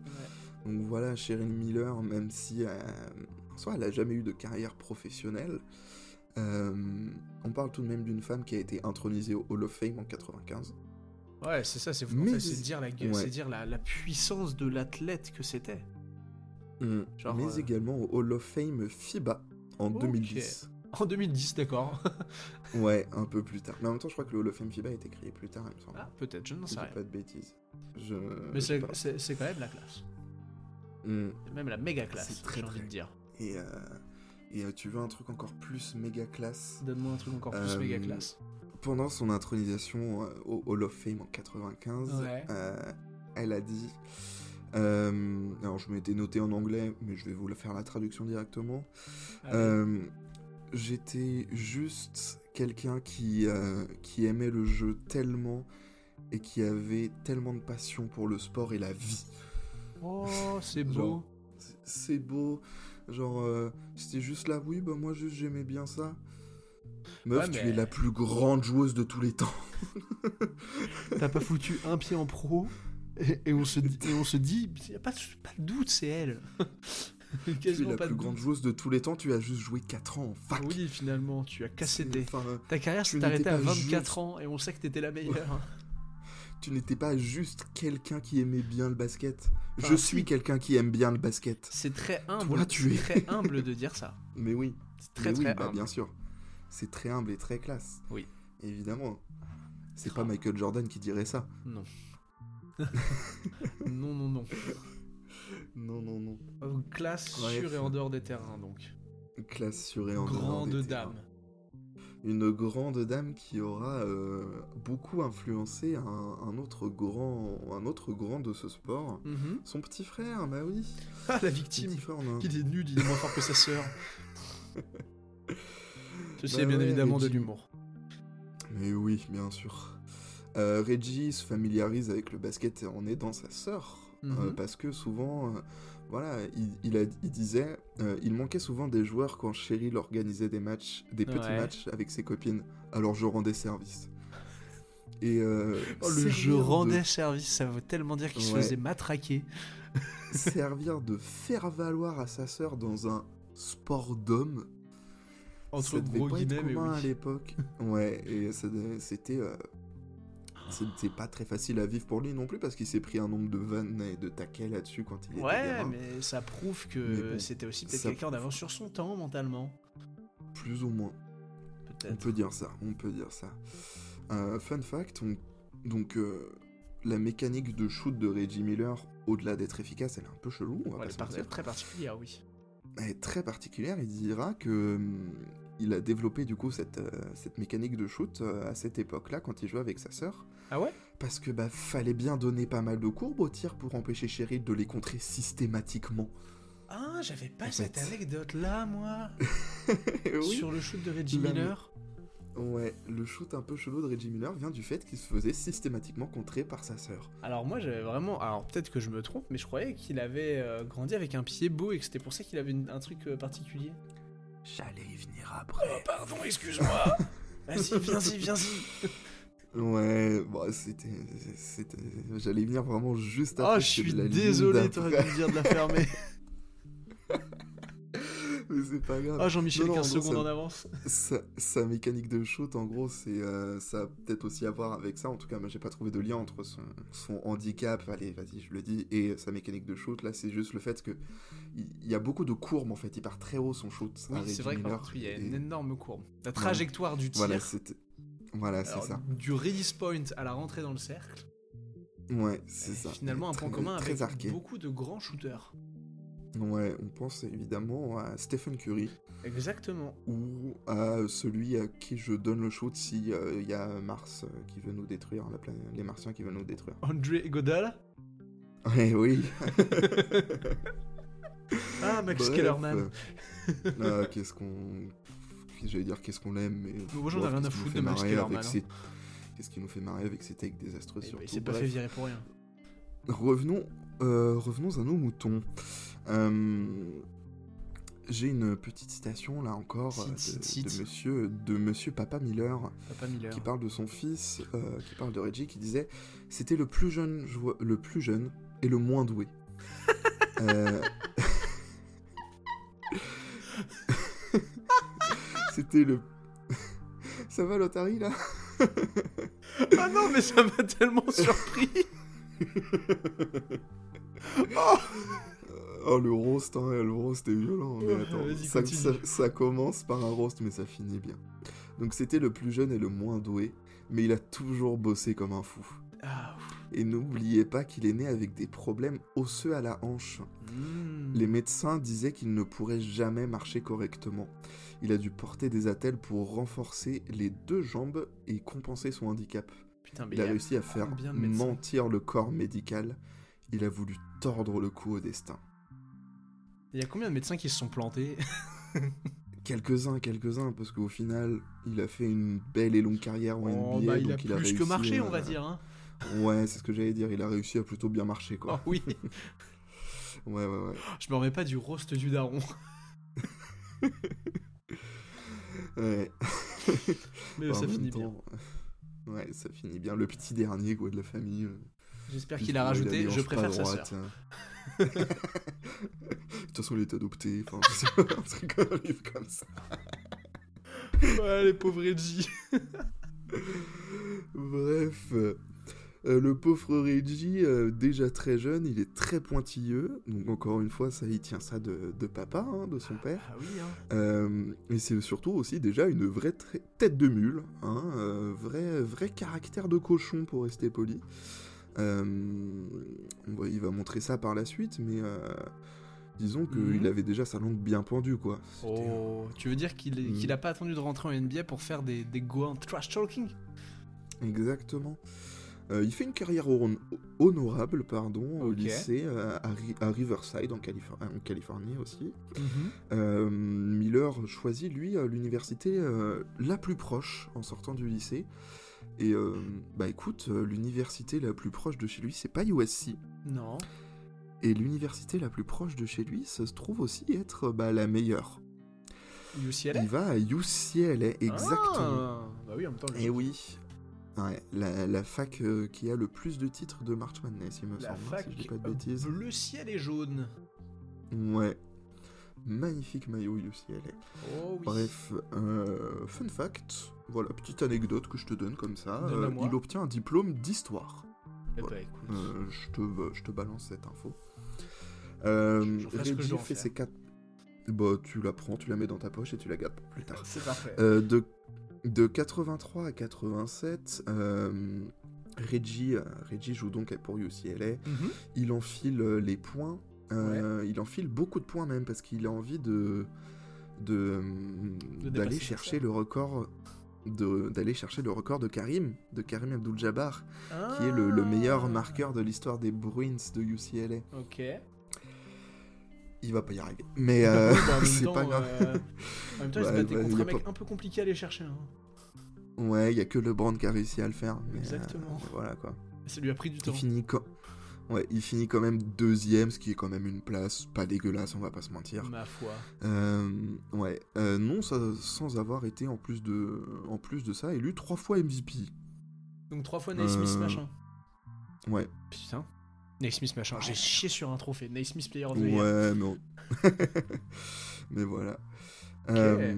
Speaker 1: Donc voilà, Cheryl Miller, même si euh, en soi, elle a jamais eu de carrière professionnelle, euh, on parle tout de même d'une femme qui a été intronisée au Hall of Fame en 95.
Speaker 2: Ouais, c'est ça, c'est
Speaker 1: Mais-
Speaker 2: en fait, c'est dire, la...
Speaker 1: Ouais.
Speaker 2: c'est dire la... la puissance de l'athlète que c'était. Genre,
Speaker 1: mais
Speaker 2: euh,
Speaker 1: également au Hall of Fame FIBA en
Speaker 2: Ok.
Speaker 1: 2010.
Speaker 2: En 2010, d'accord.
Speaker 1: Ouais, un peu plus tard. Mais en même temps, je crois que le Hall of Fame FIBA a été créé plus tard, il me semble.
Speaker 2: Ah, <laughs> peut-être, je n'en
Speaker 1: Je
Speaker 2: sais
Speaker 1: dis
Speaker 2: rien.
Speaker 1: pas de bêtises. Je... je
Speaker 2: Mais c'est
Speaker 1: sais pas.
Speaker 2: c'est- c'est quand même la classe.
Speaker 1: Mm.
Speaker 2: Même la méga classe,
Speaker 1: C'est très,
Speaker 2: j'ai envie
Speaker 1: très-
Speaker 2: de dire.
Speaker 1: Et, euh, et euh, tu veux un truc encore plus méga classe
Speaker 2: Donne-moi un truc encore plus
Speaker 1: Euh,
Speaker 2: méga classe. Ah
Speaker 1: Pendant son intronisation euh, au Hall of Fame en 95,
Speaker 2: Ouais.
Speaker 1: euh, elle a dit. euh, alors, je m'étais noté en anglais, mais je vais vous le faire la traduction directement.
Speaker 2: Allez.
Speaker 1: Euh, J'étais juste quelqu'un qui, euh, qui aimait le jeu tellement et qui avait tellement de passion pour le sport et la vie.
Speaker 2: Oh, c'est
Speaker 1: genre-
Speaker 2: beau.
Speaker 1: C'est- C'est beau, genre, euh, c'était juste là, oui, bah moi juste j'aimais bien ça. Meuf,
Speaker 2: Ouais,
Speaker 1: tu
Speaker 2: mais-
Speaker 1: es la plus grande joueuse de tous les temps.
Speaker 2: T'as pas foutu un pied en pro et, et on, se, dit- et on se dit, y a pas, de- pas de doute, c'est elle.
Speaker 1: <laughs> Tu es
Speaker 2: Quasiment
Speaker 1: la
Speaker 2: pas
Speaker 1: plus
Speaker 2: de
Speaker 1: grande
Speaker 2: doute.
Speaker 1: joueuse de tous les temps, tu as juste joué 4 ans en fac.
Speaker 2: Oui, finalement, tu as cassé
Speaker 1: C'est-
Speaker 2: tes.
Speaker 1: enfin, euh,
Speaker 2: Ta carrière s'est
Speaker 1: tu
Speaker 2: arrêtée
Speaker 1: n'étais
Speaker 2: à
Speaker 1: pas
Speaker 2: 24
Speaker 1: juste-
Speaker 2: ans et on sait que t'étais la meilleure.
Speaker 1: tu n'étais pas juste quelqu'un qui aimait bien le basket.
Speaker 2: Enfin,
Speaker 1: Je
Speaker 2: si.
Speaker 1: suis quelqu'un qui aime bien le basket.
Speaker 2: C'est très humble.
Speaker 1: Toi, tu
Speaker 2: c'est
Speaker 1: es.
Speaker 2: très humble de dire ça.
Speaker 1: Mais oui,
Speaker 2: C'est très
Speaker 1: mais oui,
Speaker 2: très
Speaker 1: bah,
Speaker 2: humble.
Speaker 1: bien sûr. C'est très humble et très classe.
Speaker 2: Oui.
Speaker 1: Évidemment. C'est
Speaker 2: Ah.
Speaker 1: pas Michael Jordan qui dirait ça.
Speaker 2: Non, non, non.
Speaker 1: Non, non, non.
Speaker 2: Euh, Classe
Speaker 1: Ouais.
Speaker 2: sur et en dehors des terrains, donc.
Speaker 1: Classe sur et en dehors
Speaker 2: Grande
Speaker 1: des terrains.
Speaker 2: dame.
Speaker 1: Une grande dame qui aura euh, beaucoup influencé un, un autre grand, un autre grand de ce sport.
Speaker 2: Mhm.
Speaker 1: Son petit frère, bah oui.
Speaker 2: Ah, la
Speaker 1: Son
Speaker 2: victime.
Speaker 1: petit frère, on a un-
Speaker 2: Il est nul, il est moins fort que
Speaker 1: <laughs>
Speaker 2: sa sœur. Ceci
Speaker 1: Bah
Speaker 2: est bien
Speaker 1: ouais,
Speaker 2: évidemment de
Speaker 1: Reggie.
Speaker 2: l'humour.
Speaker 1: Mais oui, bien sûr. Euh, Reggie se familiarise avec le basket en aidant sa sœur.
Speaker 2: Mhm.
Speaker 1: euh, parce que souvent, euh, voilà, il, il a- il disait, euh, il manquait souvent des joueurs quand Cheryl organisait des matchs, des petits
Speaker 2: Ouais.
Speaker 1: matchs avec ses copines. Alors je rendais service. Et euh,
Speaker 2: Oh, le je
Speaker 1: servir de-
Speaker 2: rendais service, ça veut tellement dire qu'il se
Speaker 1: Ouais.
Speaker 2: faisait matraquer.
Speaker 1: servir de faire valoir à sa sœur dans un sport d'homme,
Speaker 2: Entre
Speaker 1: ça devait
Speaker 2: gros
Speaker 1: pas être
Speaker 2: guillemets, mais
Speaker 1: commun à
Speaker 2: oui. <laughs>
Speaker 1: l'époque. ouais, et ça devait- c'était euh, c'était pas très facile à vivre pour lui non plus parce qu'il s'est pris un nombre de vannes et de taquets là-dessus quand il était
Speaker 2: Ouais,
Speaker 1: gamin.
Speaker 2: mais ça prouve que
Speaker 1: Mais bon,
Speaker 2: c'était aussi peut-être
Speaker 1: ça-
Speaker 2: quelqu'un d'avance sur son temps mentalement.
Speaker 1: plus ou moins. On
Speaker 2: Peut-être.
Speaker 1: peut dire ça, on peut dire ça. Euh, fun fact, on- donc euh, la mécanique de shoot de Reggie Miller, au-delà d'être efficace, elle est un peu chelou, on bah, va pas
Speaker 2: Ouais, elle
Speaker 1: se
Speaker 2: est par-
Speaker 1: mentir.
Speaker 2: très particulière, oui.
Speaker 1: Elle est très particulière, il dira que hum, il a développé du coup cette, euh, cette mécanique de shoot euh, à cette époque-là quand il jouait avec sa sœur.
Speaker 2: Ah ouais
Speaker 1: Parce que bah fallait bien donner pas mal de courbes au tir pour empêcher Cheryl de les contrer <laughs> systématiquement.
Speaker 2: Ah, j'avais pas
Speaker 1: En
Speaker 2: cette
Speaker 1: fait. Euh,
Speaker 2: anecdote-là, moi,
Speaker 1: Eh
Speaker 2: sur le shoot de Reggie
Speaker 1: La-
Speaker 2: Miller.
Speaker 1: Ouais, le shoot un peu chelou de Reggie Miller vient du fait qu'il se faisait systématiquement contrer par sa sœur.
Speaker 2: Alors moi, j'avais vraiment... Alors peut-être que je me trompe, mais je croyais qu'il avait euh, grandi avec un pied beau et que c'était pour ça qu'il avait une- un truc euh, particulier.
Speaker 1: J'allais y venir après.
Speaker 2: <laughs>
Speaker 1: <laughs>
Speaker 2: Pardon, excuse-moi. Vas-y, viens-y, viens-y.
Speaker 1: Ouais, bon, c'était. c'était- J'allais venir vraiment juste après.
Speaker 2: Oh, je
Speaker 1: c'était
Speaker 2: suis
Speaker 1: de la ligne
Speaker 2: désolé,
Speaker 1: d'après. <laughs>
Speaker 2: t'aurais dû me dire de la fermer.
Speaker 1: Mais c'est pas grave.
Speaker 2: Oh, Jean-Michel,
Speaker 1: Non, non,
Speaker 2: 15
Speaker 1: non,
Speaker 2: secondes
Speaker 1: ça-
Speaker 2: en avance.
Speaker 1: Sa, sa mécanique de shoot, en gros, c'est euh, ça a peut-être aussi à voir avec ça. En tout cas, moi, j'ai pas trouvé de lien entre son, son handicap, allez, vas-y, je le dis, et sa mécanique de shoot. Là, c'est juste le fait que il il y a beaucoup de courbes en fait. Il part très haut son shoot. à
Speaker 2: Oui, c'est
Speaker 1: Reggie
Speaker 2: vrai qu'en
Speaker 1: Miller,
Speaker 2: contre, il y a
Speaker 1: et-
Speaker 2: une énorme courbe. La trajectoire du tir,
Speaker 1: Voilà, c'était. Voilà, c'est
Speaker 2: alors,
Speaker 1: ça.
Speaker 2: du release point à la rentrée dans le cercle,
Speaker 1: Ouais, c'est
Speaker 2: est
Speaker 1: ça.
Speaker 2: euh, finalement un
Speaker 1: Très-
Speaker 2: point commun
Speaker 1: très
Speaker 2: avec
Speaker 1: arqué.
Speaker 2: beaucoup de grands shooters.
Speaker 1: Ouais, on pense évidemment à Stephen Curry
Speaker 2: Exactement.
Speaker 1: ou à celui à qui je donne le shoot si euh, il y a Mars euh, qui veut nous détruire, la planète, les Martiens qui veulent nous détruire.
Speaker 2: André Godal
Speaker 1: Ouais, Eh oui.
Speaker 2: <laughs> Ah, Max
Speaker 1: Bref, euh,
Speaker 2: Kellerman.
Speaker 1: ah, qu'est-ce qu'on. J'allais dire qu'est-ce qu'on aime, mais.
Speaker 2: moi, j'en ai
Speaker 1: bref,
Speaker 2: rien à
Speaker 1: qu'est-ce qui nous
Speaker 2: foutre
Speaker 1: fait
Speaker 2: de Max
Speaker 1: marrer avec
Speaker 2: Kellerman, hein.
Speaker 1: ses- Qu'est-ce qui nous fait marrer avec ces takes désastreux
Speaker 2: Eh ben,
Speaker 1: surtout
Speaker 2: Il s'est pas
Speaker 1: bref.
Speaker 2: fait virer pour rien.
Speaker 1: Revenons, euh, revenons à nos moutons. Euh, J'ai une petite citation là encore
Speaker 2: Cite,
Speaker 1: euh, de,
Speaker 2: cite, cite.
Speaker 1: de monsieur, de monsieur Papa Miller
Speaker 2: Papa Miller.
Speaker 1: qui parle de son fils, euh, qui parle de Reggie, qui disait c'était le plus jeune joueur- le plus jeune et le moins
Speaker 2: <laughs>
Speaker 1: doué. Euh, <laughs> c'était le <laughs> ça va l'Otari là
Speaker 2: Ah non, mais ça m'a <laughs> tellement surpris
Speaker 1: Oh le roast, hein, le roast est violent. Mais
Speaker 2: Ouais,
Speaker 1: attends,
Speaker 2: vas-y,
Speaker 1: ça,
Speaker 2: continue.
Speaker 1: ça- ça commence par un roast, mais ça finit bien. Donc c'était le plus jeune et le moins doué, mais il a toujours bossé comme un fou.
Speaker 2: Ah, ouf.
Speaker 1: Et n'oubliez pas qu'il est né avec des problèmes osseux à la hanche.
Speaker 2: Hmm.
Speaker 1: Les médecins disaient qu'il ne pourrait jamais marcher correctement. Il a dû porter des attelles pour renforcer les deux jambes et compenser son handicap.
Speaker 2: Putain, mais
Speaker 1: Il a
Speaker 2: il y a
Speaker 1: réussi à faire
Speaker 2: combien de médecins
Speaker 1: mentir le corps médical. Il a voulu tordre le cou au destin.
Speaker 2: il y a combien de médecins qui se sont plantés
Speaker 1: Quelques-uns, quelques-uns, parce qu'au final, il a fait une belle et longue carrière en
Speaker 2: Oh,
Speaker 1: NBA.
Speaker 2: bah, Il
Speaker 1: donc
Speaker 2: a plus
Speaker 1: il a réussi,
Speaker 2: que marché, on
Speaker 1: euh,
Speaker 2: va dire. hein.
Speaker 1: Ouais, c'est ce que j'allais dire. Il a réussi à plutôt bien marcher,
Speaker 2: Oh
Speaker 1: quoi.
Speaker 2: oui, Oh.
Speaker 1: Ouais, ouais, ouais.
Speaker 2: je me remets pas du roast du daron. <laughs>
Speaker 1: ouais.
Speaker 2: Mais
Speaker 1: Enfin, Bah, en
Speaker 2: ça
Speaker 1: même
Speaker 2: finit bien.
Speaker 1: temps, <laughs> Ouais, ça finit bien. Le petit dernier, quoi, de la famille. euh,
Speaker 2: J'espère
Speaker 1: il
Speaker 2: qu'il a
Speaker 1: a des
Speaker 2: rajouté
Speaker 1: hanches
Speaker 2: Je
Speaker 1: pas
Speaker 2: préfère sa
Speaker 1: droites,
Speaker 2: sœur. <laughs>
Speaker 1: hein. de toute façon, il est adopté. Enfin, c'est un truc un livre comme ça.
Speaker 2: Ouais, les
Speaker 1: <laughs>
Speaker 2: pauvres Reggie.
Speaker 1: Bref, euh, euh, le pauvre Reggie, euh, déjà très jeune, il est très pointilleux. Donc encore une fois, ça, il tient ça de, de papa, hein, de son père.
Speaker 2: Ah oui, hein.
Speaker 1: Euh, et c'est surtout aussi déjà une vraie tra- tête de mule, hein, euh, vrai, vrai caractère de cochon pour rester poli. Euh, on va- il va montrer ça par la suite, mais euh, disons qu'il
Speaker 2: Mhm.
Speaker 1: avait déjà sa langue bien pendue, quoi. C'était-
Speaker 2: Oh, tu veux dire qu'il est-
Speaker 1: Mm.
Speaker 2: qu'il a pas attendu de rentrer en NBA pour faire des, des go en trash talking
Speaker 1: Exactement. Euh, il fait une carrière hon- honorable pardon, au
Speaker 2: Ok.
Speaker 1: lycée euh, à, Ri- à Riverside en, Califor- en Californie aussi. Euh, Miller choisit lui euh, l'université euh, la plus proche en sortant du lycée. Et euh, bah écoute, euh, l'université la plus proche de chez lui, c'est pas USC.
Speaker 2: Non.
Speaker 1: Et l'université la plus proche de chez lui, ça se trouve aussi être euh, bah, la meilleure.
Speaker 2: UCLA
Speaker 1: Il va à UCLA, E, exactement.
Speaker 2: Ah, bah oui, en même temps,
Speaker 1: Et oui. Ouais, la, la fac euh, qui a le plus de titres de March Madness, il me
Speaker 2: la
Speaker 1: semble, hein,
Speaker 2: fac
Speaker 1: si je dis pas de bêtises.
Speaker 2: bleu ciel et jaune.
Speaker 1: Ouais. Magnifique maillot UCLA.
Speaker 2: Oh oui.
Speaker 1: Bref, euh, fun fact, voilà, petite anecdote que je te donne comme ça.
Speaker 2: Donne-la
Speaker 1: euh,
Speaker 2: moi.
Speaker 1: il obtient un diplôme d'histoire.
Speaker 2: Eh bah
Speaker 1: voilà.
Speaker 2: écoute.
Speaker 1: Euh, je, te, je te balance cette info. Euh,
Speaker 2: Je- je ferai ce que je
Speaker 1: Reggie
Speaker 2: dois en
Speaker 1: fait
Speaker 2: faire.
Speaker 1: ses quatre. Bah, tu la prends, tu la mets dans ta poche et tu la gardes pour plus tard.
Speaker 2: C'est parfait.
Speaker 1: Euh, de, de 83 à 87, euh, Reggie, euh, Reggie joue donc pour UCLA.
Speaker 2: Mhm.
Speaker 1: Il enfile euh, les points. euh, Il enfile beaucoup de points même parce qu'il a envie de de- mm,
Speaker 2: De
Speaker 1: d'aller
Speaker 2: dépasser sa
Speaker 1: chercher
Speaker 2: sœur.
Speaker 1: le record de d'aller chercher le record de Karim de Karim Abdul-Jabbar qui est le, le meilleur
Speaker 2: Ah.
Speaker 1: marqueur Euh, de l'histoire des Bruins de UCLA.
Speaker 2: Ok. <laughs>
Speaker 1: Il va pas y arriver. Mais
Speaker 2: Bah, <laughs>
Speaker 1: euh, <laughs>
Speaker 2: en même
Speaker 1: c'est
Speaker 2: temps,
Speaker 1: pas grave.
Speaker 2: euh, en même temps, il se
Speaker 1: Ouais,
Speaker 2: battait
Speaker 1: bah,
Speaker 2: contre
Speaker 1: il
Speaker 2: un
Speaker 1: a
Speaker 2: mec un peu compliqué à aller chercher. hein.
Speaker 1: Ouais, il y a que LeBron qui a réussi à le faire. mais, euh,
Speaker 2: Exactement.
Speaker 1: mais voilà quoi.
Speaker 2: Ça lui a pris du
Speaker 1: Il
Speaker 2: temps.
Speaker 1: finit quand... Ouais, il finit quand même deuxième, ce qui est quand même une place pas dégueulasse, on va pas se mentir.
Speaker 2: Ma foi.
Speaker 1: Euh, ouais, Euh, non, ça- sans avoir été en plus de, en plus de ça élu trois fois MVP.
Speaker 2: Donc trois fois Naismith
Speaker 1: Euh,
Speaker 2: machin.
Speaker 1: ouais.
Speaker 2: Putain. Naismith machin. J'ai chié sur un trophée. Naismith Player of the Year.
Speaker 1: Ouais, mais... on- <laughs> mais voilà. Euh,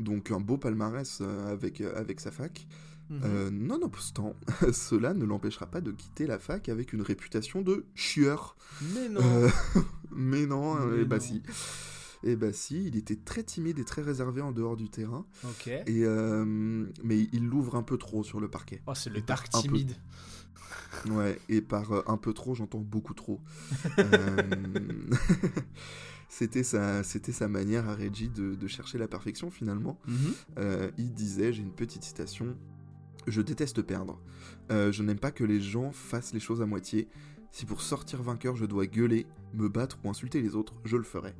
Speaker 1: donc un beau palmarès euh, avec, euh, avec sa fac.
Speaker 2: Mhm.
Speaker 1: Euh, nonobstant, <laughs> cela ne l'empêchera pas de quitter la fac avec une réputation de chieur.
Speaker 2: Mais non.
Speaker 1: Euh, <laughs> mais non,
Speaker 2: Mais
Speaker 1: et bah
Speaker 2: non.
Speaker 1: si. Et bah si, il était très timide et très réservé en dehors du terrain,
Speaker 2: Ok.
Speaker 1: et euh, mais il l'ouvre un peu trop sur le parquet.
Speaker 2: Oh, c'est
Speaker 1: il
Speaker 2: le
Speaker 1: part
Speaker 2: dark
Speaker 1: un peu.
Speaker 2: timide.
Speaker 1: Ouais, et par euh, un peu trop, j'entends beaucoup trop. Euh, <laughs> c'était sa, c'était sa manière à Reggie de- de chercher la perfection finalement. Euh, il disait, j'ai une petite citation, je déteste perdre. Euh, je n'aime pas que les gens fassent les choses à moitié. Si pour sortir vainqueur je dois gueuler, me battre ou insulter les autres, je le ferai.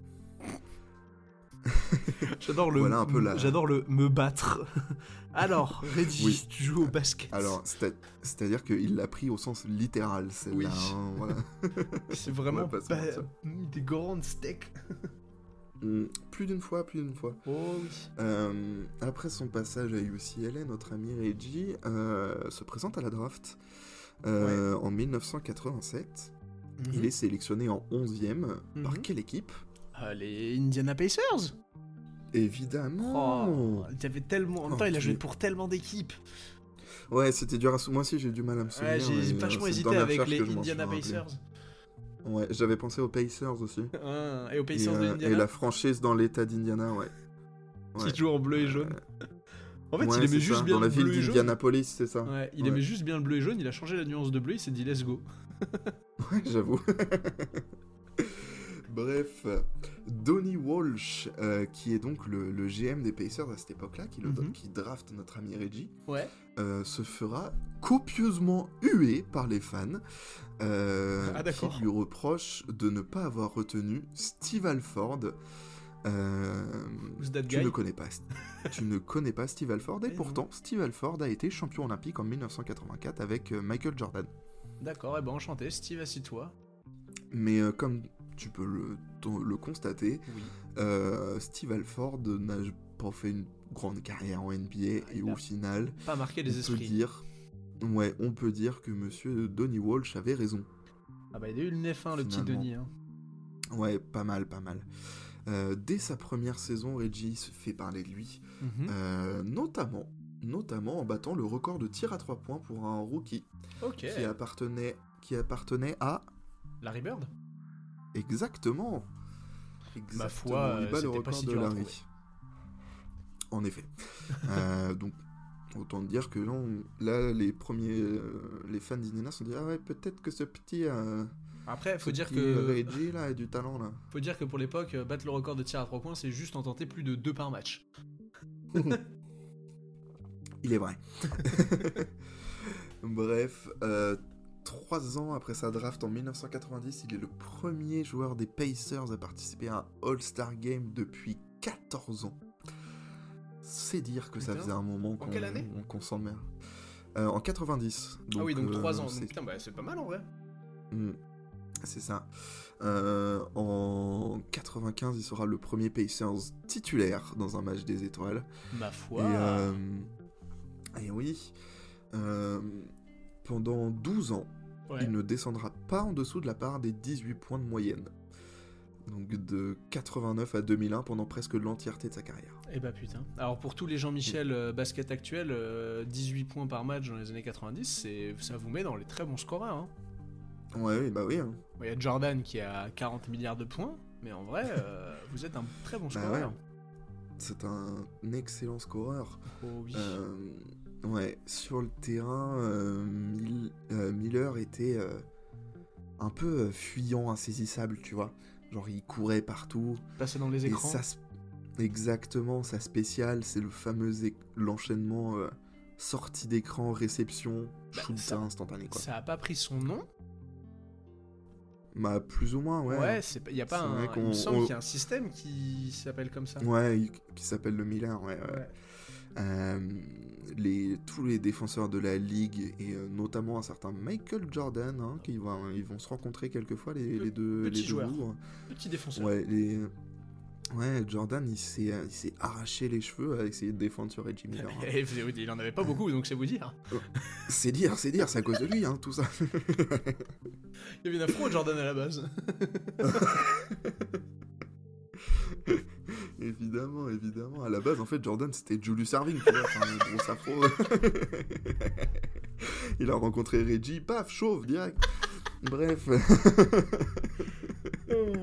Speaker 2: J'adore le.
Speaker 1: Voilà un peu la-
Speaker 2: J'adore le me battre. <laughs> Alors, Reggie,
Speaker 1: Oui.
Speaker 2: tu joues au basket. <laughs>
Speaker 1: Alors, c'est- c'est-à-dire qu'il l'a pris au sens littéral, celle-là.
Speaker 2: Oui.
Speaker 1: hein, voilà.
Speaker 2: c'est vraiment
Speaker 1: on va pas se
Speaker 2: pas-
Speaker 1: mentir.
Speaker 2: des grandes steaks.
Speaker 1: Mm, plus d'une fois, plus d'une fois.
Speaker 2: Oh oui.
Speaker 1: Euh, après son passage à UCLA, notre ami Reggie euh, se présente à la draft euh, en 1987. Il est sélectionné en 11e. Par
Speaker 2: Mhm.
Speaker 1: quelle équipe
Speaker 2: Ah, les Indiana Pacers
Speaker 1: Évidemment
Speaker 2: Oh, Il y avait tellement. En même temps,
Speaker 1: Oh,
Speaker 2: il a
Speaker 1: tu-
Speaker 2: joué pour tellement d'équipes.
Speaker 1: Ouais, c'était dur à sou- Moi aussi, j'ai eu du mal à me souvenir.
Speaker 2: Ouais, j'ai j'ai
Speaker 1: et, euh,
Speaker 2: vachement
Speaker 1: c'est
Speaker 2: hésité
Speaker 1: dans mes
Speaker 2: avec
Speaker 1: recherches
Speaker 2: les
Speaker 1: que je m'en
Speaker 2: Indiana
Speaker 1: suis rappelé.
Speaker 2: Pacers.
Speaker 1: Ouais, j'avais pensé aux Pacers aussi.
Speaker 2: Hein, et aux
Speaker 1: Et,
Speaker 2: Pacers de
Speaker 1: euh,
Speaker 2: Indiana.
Speaker 1: et la franchise dans l'état d'Indiana, ouais.
Speaker 2: Qui
Speaker 1: ouais.
Speaker 2: joue en bleu et jaune. En fait,
Speaker 1: Ouais,
Speaker 2: il aimait
Speaker 1: c'est
Speaker 2: juste
Speaker 1: ça,
Speaker 2: bien
Speaker 1: Dans la
Speaker 2: le bleu
Speaker 1: ville
Speaker 2: et jaune.
Speaker 1: d'Indianapolis, c'est ça
Speaker 2: Ouais, il
Speaker 1: Ouais.
Speaker 2: aimait juste bien le bleu et jaune, il a changé la nuance de bleu, il s'est dit let's go.
Speaker 1: Ouais, <laughs> j'avoue. Bref, Donnie Walsh, euh, qui est donc le, le GM des Pacers à cette époque-là, qui, le-
Speaker 2: Mhm.
Speaker 1: qui draft notre ami Reggie,
Speaker 2: Ouais.
Speaker 1: euh, se fera copieusement hué par les fans euh,
Speaker 2: Ah,
Speaker 1: qui
Speaker 2: d'accord.
Speaker 1: lui reprochent de ne pas avoir retenu Steve Alford. Euh,
Speaker 2: Who's that
Speaker 1: tu
Speaker 2: guy
Speaker 1: ne connais pas, tu ne connais pas Steve Alford et
Speaker 2: <laughs> Eh non.
Speaker 1: pourtant Steve Alford a été champion olympique en 1984 avec euh, Michael Jordan.
Speaker 2: D'accord, et ben enchanté, Steve, assis-toi.
Speaker 1: Mais euh, comme tu peux le, ton- le constater,
Speaker 2: Oui.
Speaker 1: euh, Steve Alford n'a pas fait une grande carrière en NBA
Speaker 2: Ah,
Speaker 1: et
Speaker 2: il a-
Speaker 1: au final,
Speaker 2: Pas marqué
Speaker 1: on
Speaker 2: les
Speaker 1: peut
Speaker 2: esprits.
Speaker 1: dire, ouais, on peut dire que Monsieur Donnie Walsh avait raison.
Speaker 2: Ah bah il a eu le nez fin, le petit
Speaker 1: Finalement.
Speaker 2: Denis. hein.
Speaker 1: Ouais, pas mal, pas mal. Euh, dès sa première saison, Reggie se fait parler de lui,
Speaker 2: Mhm.
Speaker 1: euh, notamment, notamment en battant le record de tir à 3 points pour un rookie
Speaker 2: Ok.
Speaker 1: qui appartenait, qui appartenait à
Speaker 2: Larry Bird
Speaker 1: exactement.
Speaker 2: Ma
Speaker 1: Exactement,
Speaker 2: foi,
Speaker 1: il
Speaker 2: euh,
Speaker 1: bat le
Speaker 2: c'était pas
Speaker 1: record
Speaker 2: si
Speaker 1: de
Speaker 2: dur à
Speaker 1: Larry.
Speaker 2: trouver.
Speaker 1: En effet. Euh, <laughs> donc, autant dire que là, on- là, les premiers, euh, les fans d'Indiana se sont dit ah ouais, peut-être que ce petit, euh,
Speaker 2: Après, faut
Speaker 1: ce
Speaker 2: dire
Speaker 1: petit,
Speaker 2: que
Speaker 1: euh, Reggie là a du talent là.
Speaker 2: faut dire que pour l'époque, euh, battre le record de tir à 3 points, c'est juste en tenter plus de 2 par match.
Speaker 1: Il est vrai. <laughs> Bref, euh, trois ans après sa draft en 1990, il est le premier joueur des Pacers à participer à un All-Star Game depuis 14 ans. C'est dire que ça
Speaker 2: Putain.
Speaker 1: faisait un moment qu'on
Speaker 2: quelle année
Speaker 1: qu'on s'emmerde. Euh, en 90.
Speaker 2: ah oui, donc
Speaker 1: euh,
Speaker 2: 3 ans.
Speaker 1: c'est-
Speaker 2: Donc, putain, bah c'est pas mal en vrai.
Speaker 1: Mm. C'est ça. Euh, en 95, il sera le premier Pacers titulaire dans un match des étoiles.
Speaker 2: Ma
Speaker 1: Et,
Speaker 2: foi.
Speaker 1: euh, et oui, euh, pendant 12 ans,
Speaker 2: Ouais.
Speaker 1: il ne descendra pas en dessous de la part des 18 points de moyenne. Donc de 89 à 2001 pendant presque l'entièreté de sa carrière.
Speaker 2: Eh bah putain. Alors pour tous les Jean-Michel euh, basket actuels, euh, 18 points par match dans les années 90, c'est ça vous met dans les très bons scoreurs. hein.
Speaker 1: Ouais, oui, bah oui. hein.
Speaker 2: Bon, Il y a Jordan qui a 40 milliards de points, mais en vrai, euh, <laughs> vous êtes un très bon
Speaker 1: Bah
Speaker 2: scoreur.
Speaker 1: ouais. C'est un excellent scoreur.
Speaker 2: Oh oui.
Speaker 1: Euh, ouais, sur le terrain, euh, Mil- euh, Miller était euh, un peu euh, fuyant, insaisissable, tu vois. Genre il courait partout.
Speaker 2: Passer dans les
Speaker 1: Et
Speaker 2: écrans.
Speaker 1: sa sp- exactement, sa spéciale, c'est le fameux é- l'enchaînement euh, sortie d'écran, réception,
Speaker 2: Bah,
Speaker 1: shoot
Speaker 2: ça-
Speaker 1: instantané quoi.
Speaker 2: Ça a pas pris son nom.
Speaker 1: Bah plus ou moins, ouais.
Speaker 2: Ouais, c'est pas- il y a pas
Speaker 1: C'est vrai
Speaker 2: un. Il
Speaker 1: qu'on-
Speaker 2: me semble
Speaker 1: on-
Speaker 2: qu'il y a un système qui s'appelle comme ça.
Speaker 1: Ouais, il- qui s'appelle le Miller, ouais. ouais.
Speaker 2: Ouais.
Speaker 1: Euh, les, tous les défenseurs de la ligue, et euh, notamment un certain Michael Jordan, hein, qui va, ils vont se rencontrer quelquefois, les,
Speaker 2: Pe-
Speaker 1: les deux,
Speaker 2: petit
Speaker 1: les deux
Speaker 2: joueur.
Speaker 1: lourds.
Speaker 2: Petit défenseur.
Speaker 1: Ouais, les, Ouais, Jordan, il s'est, euh, il s'est arraché les cheveux à essayer de défendre sur Reggie Miller. hein.
Speaker 2: <laughs> <laughs> Et vous- il en avait pas beaucoup, donc c'est vous dire.
Speaker 1: C'est dire, c'est dire, c'est à cause de lui, hein, tout ça.
Speaker 2: Il y avait une afro Jordan à la <laughs> base.
Speaker 1: évidemment, évidemment. À la base, en fait, Jordan, c'était Julius Irving, tu vois, enfin, le gros afro. <laughs> il a rencontré Reggie, paf, chauve, direct. Bref.
Speaker 2: Oh.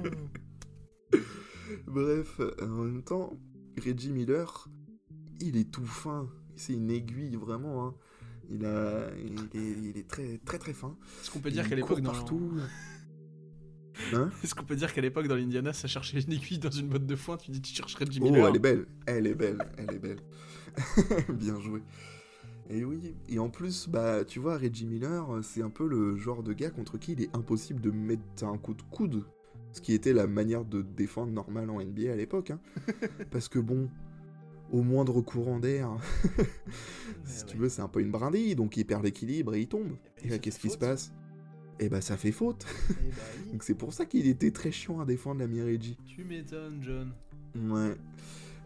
Speaker 1: Bref, euh, en même temps, Reggie Miller, il est tout fin. C'est une aiguille, vraiment. hein. Il, a, il, est, il est très très très fin.
Speaker 2: Est-ce qu'on peut dire
Speaker 1: Il
Speaker 2: qu'à l'époque
Speaker 1: court
Speaker 2: dans
Speaker 1: partout.
Speaker 2: <laughs> Est-ce qu'on peut dire qu'à l'époque dans l'Indiana, ça cherchait une aiguille dans une botte de foin Tu dis tu chercherais Jimmy
Speaker 1: Oh,
Speaker 2: Miller
Speaker 1: elle est belle, elle est belle, elle est belle. <laughs> Bien joué. Et oui, et en plus, bah, tu vois, Reggie Miller, euh, c'est un peu le genre de gars contre qui il est impossible de mettre un coup de coude. Ce qui était la manière de défendre normal en NBA à l'époque.
Speaker 2: <laughs>
Speaker 1: hein. Parce que bon, au moindre courant d'air, hein, si tu veux, c'est un peu une brindille, donc il perd l'équilibre et il tombe. Et
Speaker 2: Eh ben, Eh ça
Speaker 1: là,
Speaker 2: fait
Speaker 1: qu'est-ce qui se
Speaker 2: faute.
Speaker 1: passe Eh bah, ça fait faute. <laughs>
Speaker 2: Eh bah oui,
Speaker 1: Donc c'est pour ça qu'il était très chiant à défendre, l'ami Reggie.
Speaker 2: tu m'étonnes, John.
Speaker 1: Ouais.